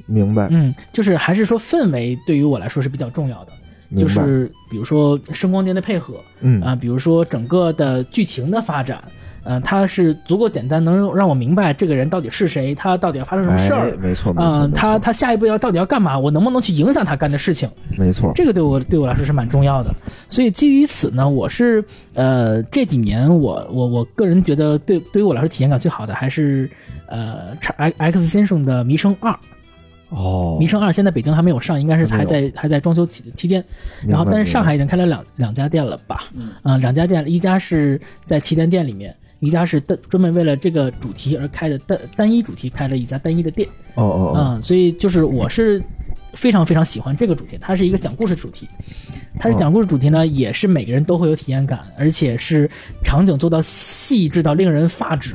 S1: 明白
S3: 嗯，就是还是说氛围对于我来说是比较重要的，
S1: 明
S3: 就
S1: 白
S3: 是比如说声光电的配合，
S1: 嗯
S3: 啊，比如说整个的剧情的发展，嗯、它是足够简单，能让我明白这个人到底是谁，他到底要发生什么事
S1: 哎
S3: 儿，，
S1: 没错没
S3: 嗯、
S1: 错，
S3: 他他下一步要到底要干嘛，我能不能去影响他干的事情，
S1: 没错
S3: 这个对我对我来说是蛮重要的。所以基于此呢，我是呃这几年我我我个人觉得对对于我来说体验感最好的还是呃 X X 先生的《迷生二》，
S1: 哦
S3: 《迷生二》现在北京还没有上，应该是
S1: 还没
S3: 还
S1: 有
S3: 在还在装修期期间。
S1: 明白
S3: 然后，但
S1: 明
S3: 是上
S1: 白
S3: 海已经开了两两家店了吧？嗯、两家店，一家是在旗舰店里面，一家是单专门为了这个主题而开的单单一主题开了一家单一的店。
S1: 哦哦
S3: 嗯，所以就是我是非常非常喜欢这个主题，它是一个讲故事主题，它是
S1: 哦
S3: 讲故事主题呢，也是每个人都会有体验感，而且是场景做到细致到令人 发指，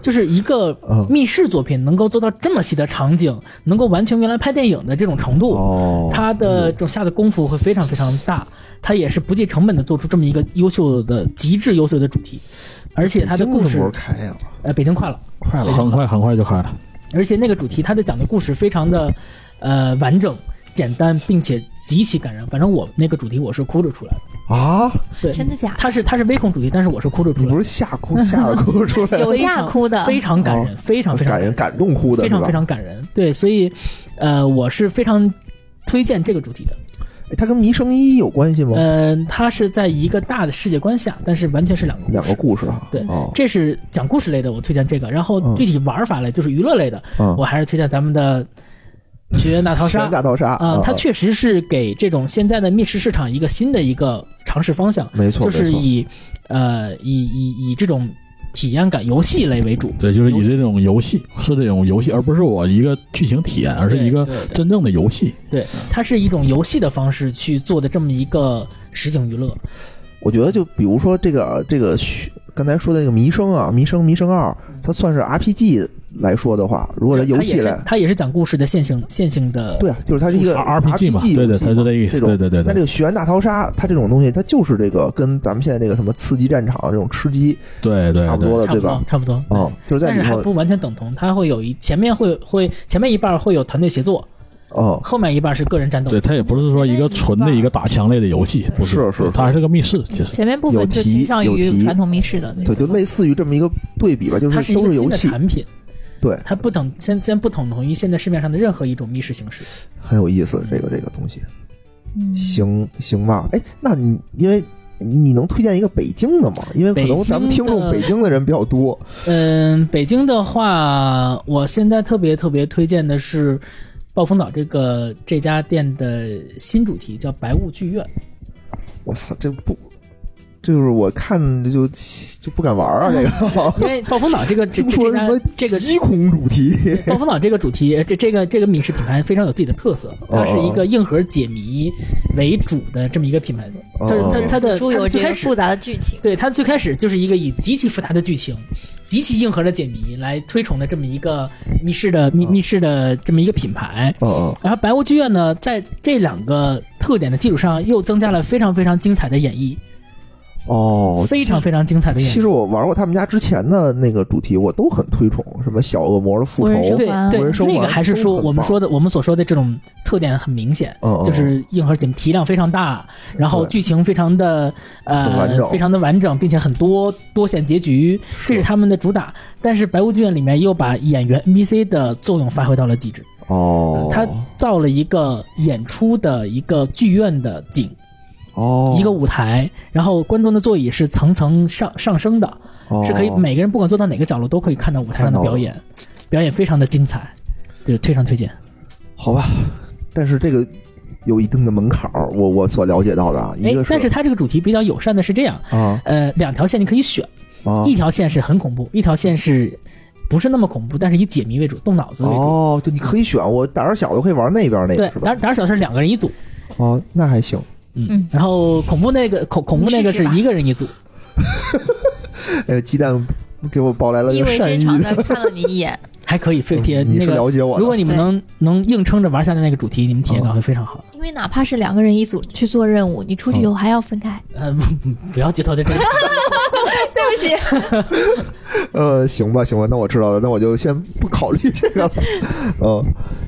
S3: 就是一个
S1: 嗯
S3: 密室作品能够做到这么细的场景，能够完全原来拍电影的这种程
S1: 哦
S3: 度。
S1: 哦，
S3: 呃他的这种下的功夫会非常非常大，他也是不计成本的做出这么一个优秀的、极致优秀的主题，而且他的故
S1: 什么时候
S3: 事，
S1: 开呀？
S3: 呃，北京快了，
S1: 快了，
S4: 很快很快就开了，
S3: 而且那个主题他的讲的故事非常的，呃，完整、简单，并且极其感人。反正我那个主题我是哭着出来的，
S1: 啊！
S3: 对，
S2: 真的假的？
S3: 他是他是微恐主题，但是我是哭着
S1: 你
S3: 出来
S1: 不
S3: 的，
S1: 是吓哭吓得哭出来，
S2: 有吓哭的，
S3: 非常感
S1: 哦
S3: 人，非常非常
S1: 感人感动哭的
S3: 非
S1: 是
S3: 常非
S1: 吧？
S3: 常感人。对，所以，呃，我是非常推荐这个主题的。
S1: 哎它跟《迷生一》有关系吗？
S3: 嗯、它是在一个大的世界观下，但是完全是两个故
S1: 两个
S3: 事。
S1: 故事哈。
S3: 对
S1: 哦，
S3: 这是讲故事类的，我推荐这个。然后
S1: 嗯
S3: 具体玩法类就是娱乐类的，
S1: 嗯
S3: 我还是推荐咱们的《学院大逃杀
S1: 神》大逃杀
S3: 啊、它
S1: 嗯
S3: 确实是给这种现在的密室市场一个新的一个尝试方向，
S1: 没错，
S3: 就是
S1: 没错
S3: 以呃以以以这种体验感游戏类为主，
S4: 对，就是
S3: 游
S4: 以
S3: 戏
S4: 这种游戏是这种游戏，而不是我一个剧情体验，而是一个
S3: 对对对
S4: 真正的游戏。
S3: 对，它是一种游戏的方式去做的这么一个实景娱乐。
S1: 我觉得就比如说这个这个虚刚才说的那个《迷生》啊，《迷生》《迷生二》，它算是 RPG 来说的话，如果在游戏
S3: 嗯它也
S1: 来
S3: 是，它也是讲故事的线性线性的。
S1: 对啊，就是它是一个
S4: R- RPG 嘛，对对，
S1: 游戏
S4: 它是这个意思，
S1: 这种
S4: 对对对
S1: 那这
S4: 对
S1: 个《学院大逃杀》，它这种东西，它就是这个跟咱们现在这个什么刺激战场这种吃鸡
S4: 对对，
S1: 差不
S4: 对
S1: 多的，
S3: 差不
S1: 对
S3: 多
S1: 吧？，
S3: 差不多。
S1: 嗯，就是在
S3: 但
S1: 里
S3: 是还
S1: 头，
S3: 不完全等同，它会有一前面会会前面一半会有团队协作，
S1: 嗯，
S3: 后面一半是个人战斗。
S4: 对，它也不是说一个纯的一个打枪类的游戏，不
S1: 是是
S4: 对它还是个密室，其实
S2: 前面部分就倾向
S1: 有
S2: 于
S1: 题
S2: 传统密室的那
S1: 对，
S2: 种，
S1: 就类似于这么一个对比吧，就
S3: 它
S1: 是
S3: 是一
S1: 都
S3: 个
S1: 是
S3: 新
S1: 游
S3: 的
S1: 戏，
S3: 产品，
S1: 对，
S3: 它不等现现在不等同于现在市面上的任何一种密室形式。
S1: 很有意思，这个这个东西，
S2: 嗯，
S1: 行行吧？哎，那你因为。你能推荐一个北京的吗？因为可能咱们听众
S3: 北京的
S1: 北京的人比较多，
S3: 嗯，北京的话，我现在特别特别推荐的是暴风岛这个这家店的新主题，叫白雾剧院。
S1: 我操，这不，这就是我看着就就不敢玩啊！这个
S3: 因为暴风岛这个 这
S1: 听
S3: 这
S1: 说什
S3: 这家
S1: 么
S3: 这个
S1: 七孔主题，
S3: 暴风岛这个主题，这这个这个密室品牌非常有自己的特色，
S1: 哦
S3: 它是一个硬核解谜为主的这么一个品牌，
S1: 哦
S3: 就是它它的
S2: 诸
S3: 它
S2: 有这
S3: 最开
S2: 个
S3: 始
S2: 复杂的剧情，
S3: 对它最开始就是一个以极其复杂的剧情、极其硬核的解谜来推崇的这么一个密室的密密室的这么一个品牌。
S1: 嗯嗯，
S3: 然后白屋剧院呢，在这两个特点的基础上，又增加了非常非常精彩的演绎，
S1: 哦，
S3: 非常非常精彩的演
S1: 其
S3: 绎
S1: 实。我玩过他们家之前的那个主题，我都很推崇，什么小恶魔的复
S2: 无人
S1: 仇
S2: 生，
S3: 对
S2: 还
S1: 无人生
S3: 对，那个
S1: 还
S3: 还是说我们说的我们所说的这种特点很明显，
S1: 嗯嗯
S3: 就是硬核解谜体量非常大，然后
S1: 对
S3: 剧情非常的
S1: 很完
S3: 呃
S1: 整
S3: 非常的完整，并且很多多线结局，这是他们的主打。但是《白屋剧院》里面又把演员 NPC 的作用发挥到了极致，
S1: 哦，
S3: 他造了一个演出的一个剧院的景，
S1: 哦
S3: 一个舞台，然后观众的座椅是层层上上升的，
S1: 哦
S3: 是可以每个人不管坐到哪个角落都可以看到舞台上的表演，表演非常的精彩，对，非常推荐。
S1: 好吧，但是这个有一定的门槛儿，我我所了解到的啊，一
S3: 哎
S1: 个，
S3: 但是它这个主题比较友善的是这样，
S1: 啊
S3: 呃，两条线你可以选，
S1: 啊
S3: 一条线是很恐怖，一条线是不是那么恐怖，但是以解谜为主，动脑子为主。
S1: 哦，就你可以选，我胆儿小的可以玩那边那
S3: 对
S1: 个是，吧
S3: 胆？胆小是两个人一组，
S1: 哦，那还行，
S2: 嗯
S3: 然后恐怖那个恐恐怖那个是一个人一组，
S1: 哎，鸡蛋给我抱来了
S2: 意
S1: 一个
S2: 味
S1: 善
S2: 深
S1: 意
S2: 长
S1: 的，
S2: 的看了你一眼，
S3: 还可以，非体
S1: 嗯 你
S3: 那
S1: 是
S3: 个。
S1: 了解我的，
S3: 如果你们能能硬撑着玩下来那个主题，你们体验感会非常好。
S2: 因为哪怕是两个人一组去做任务，你出去以
S1: 嗯
S2: 后还要分 开。
S3: 呃，不要剧透这这个，
S2: 对不起，
S1: 呃，行吧，行吧，那我知道了，那我就先不考虑这个 了。嗯，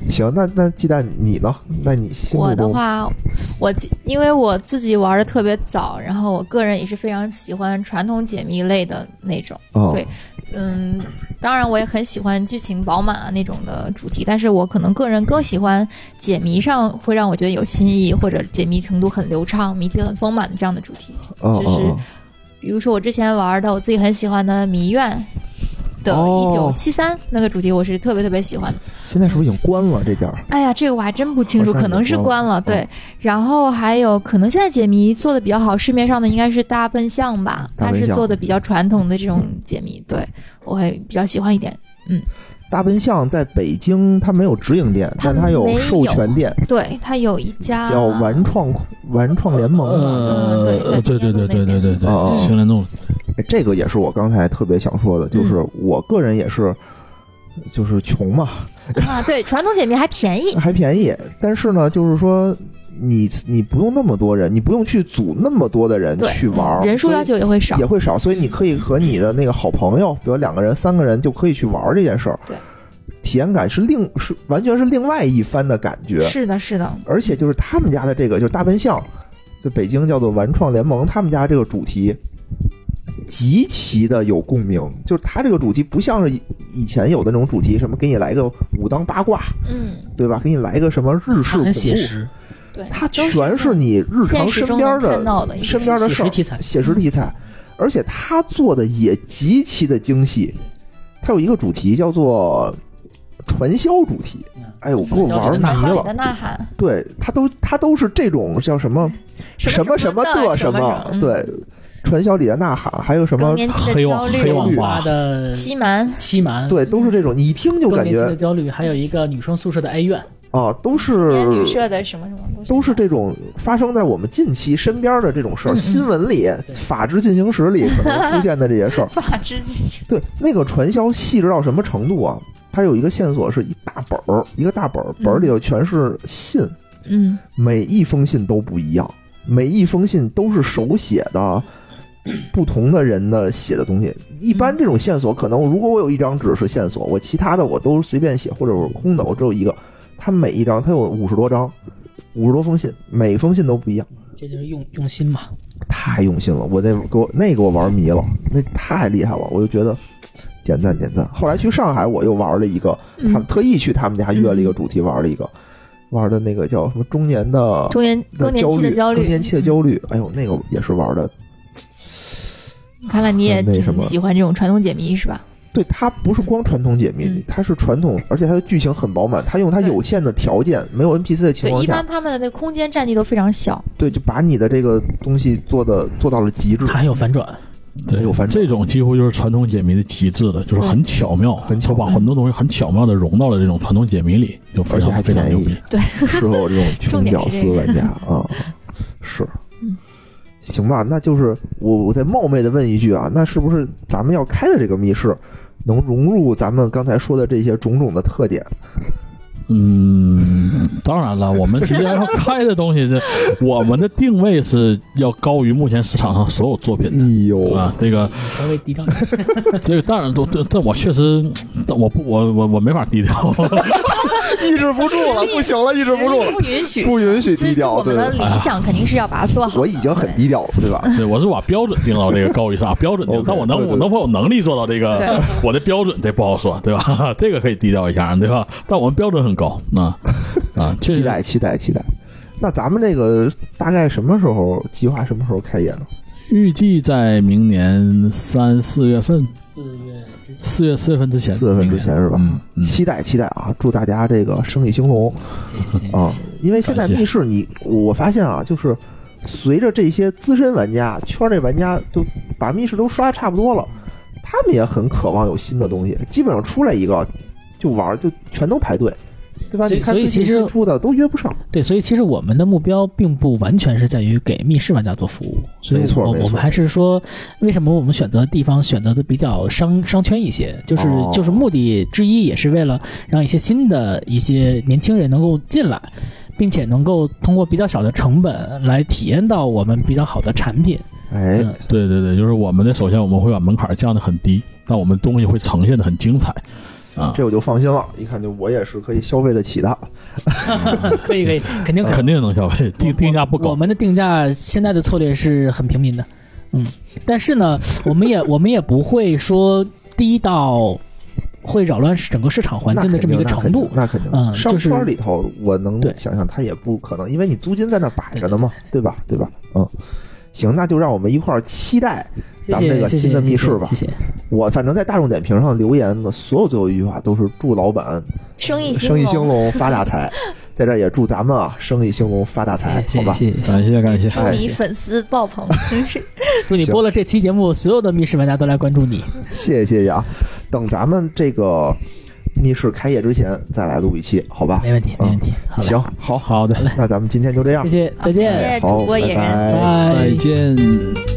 S1: 行，那那鸡蛋你呢？那你心目
S2: 我的
S1: 中
S2: 话，我记因为我自己玩的特别早，然后我个人也是非常喜欢传统解谜类的那种，
S1: 哦
S2: 所以嗯，当然我也很喜欢剧情饱满啊那种的主题，但是我可能个人更喜欢解谜上会让我觉得有新意，或者解谜程度很流畅、谜题很丰满的这样的主题。
S1: 嗯
S2: 就是
S1: 嗯
S2: 比如说我之前玩的我自己很喜欢的《谜院》的一九
S1: 哦
S2: 七三那个主题，我是特别特别喜欢的。
S1: 嗯现在是不是已经关了这家？
S2: 哎呀，这个我还真不清楚，
S1: 好像
S2: 可能是关了。
S1: 也关了
S2: 对，然后还有可能现在解谜做的比较好，市面上的应该是大笨象吧，
S1: 大
S2: 它
S1: 笨象
S2: 是做的比较传统的这种解谜，对我会比较喜欢一点。
S1: 大笨象在北京，它没有直营店，
S2: 它
S1: 但它有授权店，
S2: 对，它有一家
S1: 叫玩创玩创联盟。
S2: 嗯
S4: 呃，对
S2: 对
S4: 对对对对对
S1: 哦哦
S4: 对，行联动了，
S1: 哎这个也是我刚才特别想说的，就是我个人也是，就是穷嘛，
S2: 啊，对，传统解谜还便宜。
S1: 还便宜，但是呢，就是说。你你不用那么多人，你不用去组那么多的人
S2: 对嗯
S1: 去玩儿，
S2: 人数
S1: 所以
S2: 要求也会少
S1: 也，会少，所以你可以和你的那个好朋友，比如两个人、三个人，就可以去玩这件事儿。
S2: 对，
S1: 体验感是另是完全是另外一番的感觉。
S2: 是的，是的，
S1: 而且就是他们家的这个就是大笨象，在北京叫做玩创联盟，他们家这个主题，极其的有共鸣，就是它这个主题不像是以以前有的那种主题，什么给你来个武当八卦，
S2: 嗯，
S1: 对吧？给你来个什么日式
S3: 它
S1: 恐
S3: 很写
S1: 怖，
S3: 实，
S2: 对，
S1: 它
S2: 都
S1: 全是你日常
S2: 现实
S1: 身
S2: 中
S1: 边
S2: 能
S1: 的
S2: 看到的一些
S1: 身边的事
S3: 写实
S1: 儿，
S3: 题材，
S1: 写实题材，而且他做的也极其的精细。他有一个主题叫做传销主题
S3: 嗯，
S1: 哎呦，给我玩迷
S2: 传销里
S1: 了
S2: 的。呐喊，
S1: 对他都他都是这种叫什么
S2: 什
S1: 么什
S2: 么
S1: 的
S2: 什
S1: 么，
S2: 嗯
S1: 对，传销里的呐喊，还有什
S2: 更
S1: 么
S2: 年期的
S4: 黑
S2: 焦
S4: 网黑网
S1: 嗯
S2: 虑，
S4: 吧
S3: 花的
S2: 欺瞒，
S3: 欺瞒，
S1: 啊对，都是这种，你一听就
S3: 更
S1: 感
S3: 年期的
S1: 觉
S3: 焦虑，还有一个女生宿舍的哀怨，
S1: 啊，都
S2: 年旅
S1: 是
S2: 社的什么什么东西，
S1: 都是这种发生在我们近期身边的这种事儿，
S2: 嗯嗯
S1: 新闻里、
S3: 对
S1: 法制进行时里可能出现的这些事儿。
S2: 法制进行，
S1: 对，那个传销细致到什么程度啊？它有一个线索是一大本儿，一个大本儿，
S2: 嗯
S1: 本儿里头全是信，
S2: 嗯
S1: 每一封信都不一样，每一封信都是手写的，不同的人的写的东西。一般这种线索，可能如果我有一张纸是线索，我其他的我都随便写，或者我空的，我只有一个。它每一张，它有五十多张，五十多封信，每封信都不一样，
S3: 这就是用用心嘛，
S1: 太用心了。我那给我那给我玩迷了，那太厉害了，我就觉得点赞点赞。后来去上海，我又玩了一个，他们
S2: 嗯，
S1: 特意去他们家约了一个主题，玩了一个，玩的那个叫什么中年的
S2: 中年更年期的焦虑，嗯
S1: 更年期的焦虑。哎呦，那个也是玩的，
S2: 嗯看来你也
S1: 嗯那什么
S2: 挺喜欢这种传统解谜是吧？
S1: 对它不是光传统解密，
S2: 嗯
S1: 它是传统，而且它的剧情很饱满，它用它
S2: 对
S1: 有限的条件，没有 NPC 的情
S2: 对，
S1: 况
S2: 一
S1: 下
S2: 般，他们的那个空间占地都非常小，
S1: 对，就把你的这个东西做的做到了极致
S3: 它。还有反转，
S4: 对
S1: 没有反转
S4: 这种几乎就是传统解谜的极致了，就是很巧妙，
S1: 很巧
S4: 就把很多东西很巧妙的融到了这种传统解谜里，就非
S1: 而且还
S4: 常非常
S1: 便宜
S4: 牛逼。
S1: 适合我 这种
S2: 重
S1: 穷
S2: 点
S1: 屌
S2: 是
S1: 丝
S2: 这个
S1: 玩家 啊、是
S2: 嗯，
S1: 行吧，那就是我我再冒昧的问一句啊，那是不是咱们要开的这个密室，能融入咱们刚才说的这些种种的特点？
S4: 嗯， 当然了，我们今天要开的东西是， 我们的定位是要高于目前市场上所有作品
S1: 哎
S4: 的。
S1: 呦，
S4: 啊，这个
S3: 稍微低调一点，
S4: 这个当然都这这我确实，但我不我我我没法低调，
S1: 抑制不住了，不行了，抑制不住
S2: 实力
S1: 了，
S2: 不允许，
S1: 不允许
S2: 所
S1: 低
S2: 以
S1: 调，
S2: 我
S1: 对啊
S2: 们。的理想肯定是要把它做好的。
S1: 我已经很低调了， 对吧？
S4: 对我是把标准定到这个高以上，标准定
S1: OK，，
S4: 但我能
S1: 对对
S4: 我能否有能力做到这
S2: 对。
S4: 个
S2: 对，
S4: 我的标准，这不好说，对吧？ 这个可以低调一下，对吧？但我们标准很高，啊 啊，确
S1: 期
S4: 实
S1: 待，期待，期待。那咱们这个大概什么时候计划什么时候开业呢？
S4: 预计在明年三四月份，
S3: 四月之前，
S4: 四月四月份之前，
S1: 四月份之前是吧
S4: 明年嗯嗯，
S1: 期待，期待啊！祝大家这个生意兴隆
S3: 谢谢谢谢
S1: 啊
S3: 谢谢！
S1: 因为现在
S4: 感谢
S1: 密室你，我发现啊，就是随着这些资深玩家、圈内玩家都把密室都刷差不多了，他们也很渴望有新的东西，基本上出来一个就玩儿，就全都排队，对吧？
S3: 所以
S1: 你看
S3: 所以
S1: 最近
S3: 其实
S1: 新出的都约不上。
S3: 对，所以其实我们的目标并不完全是在于给密室玩家做服务，所以
S1: 没错
S3: 我
S1: 没错
S3: 我们还是说，为什么我们选择的地方选择的比较商商圈一些，就是、
S1: 哦
S3: 就是目的之一，也是为了让一些新的一些年轻人能够进来，并且能够通过比较少的成本来体验到我们比较好的产品。
S1: 哎，
S3: 嗯
S4: 对对对，就是我们的，首先我们会把门槛降得很低，但我们东西会呈现的很精彩，啊，
S1: 这我就放心了，一看就我也是可以消费得起的。
S3: 可以可以，肯定可以。
S4: 肯定能消费，定定价不
S3: 我
S4: 高，
S3: 们的定价现在的策略是很平民的，嗯，但是 呢，我们也我们也不会说低到会扰乱整个市场环境的这么一个程度。
S1: 那肯定，那肯定
S3: 嗯
S1: 商
S3: 就是
S1: 圈里头，我能
S3: 对
S1: 想象它也不可能，因为你租金在那摆着呢嘛，对吧？对吧？嗯，行，那就让我们一块儿期待。
S3: 谢
S1: 咱们这
S3: 谢
S1: 个
S3: 谢
S1: 新的密
S3: 谢谢
S1: 室
S3: 谢
S1: 吧
S3: 谢谢，
S1: 我反正在大众点评上留言的所有最后一句话都是祝老板
S2: 生意
S1: 生意兴
S2: 隆，
S1: 隆发大 财，在这儿也祝咱们啊生意兴隆发大财，
S3: 谢
S1: 哎好
S3: 谢
S1: 吧？
S3: 谢谢，
S4: 感谢感谢，
S1: 哎
S2: 祝你粉丝爆棚，真是
S3: 祝你
S1: 行
S3: 播了这期节目，所有的密室玩家都来关注你。
S1: 谢谢谢谢啊！等咱们这个密室开业之前再来录一期，好吧？
S3: 没问题，没问题。好嘞，
S1: 行，哎
S4: 好好的，
S1: 好那咱们今天就这样
S3: 谢，谢，
S2: 谢
S3: 再见，
S2: 谢
S1: 好
S2: 主播野
S1: 拜
S2: 人。
S1: 拜
S3: 拜
S4: 再见。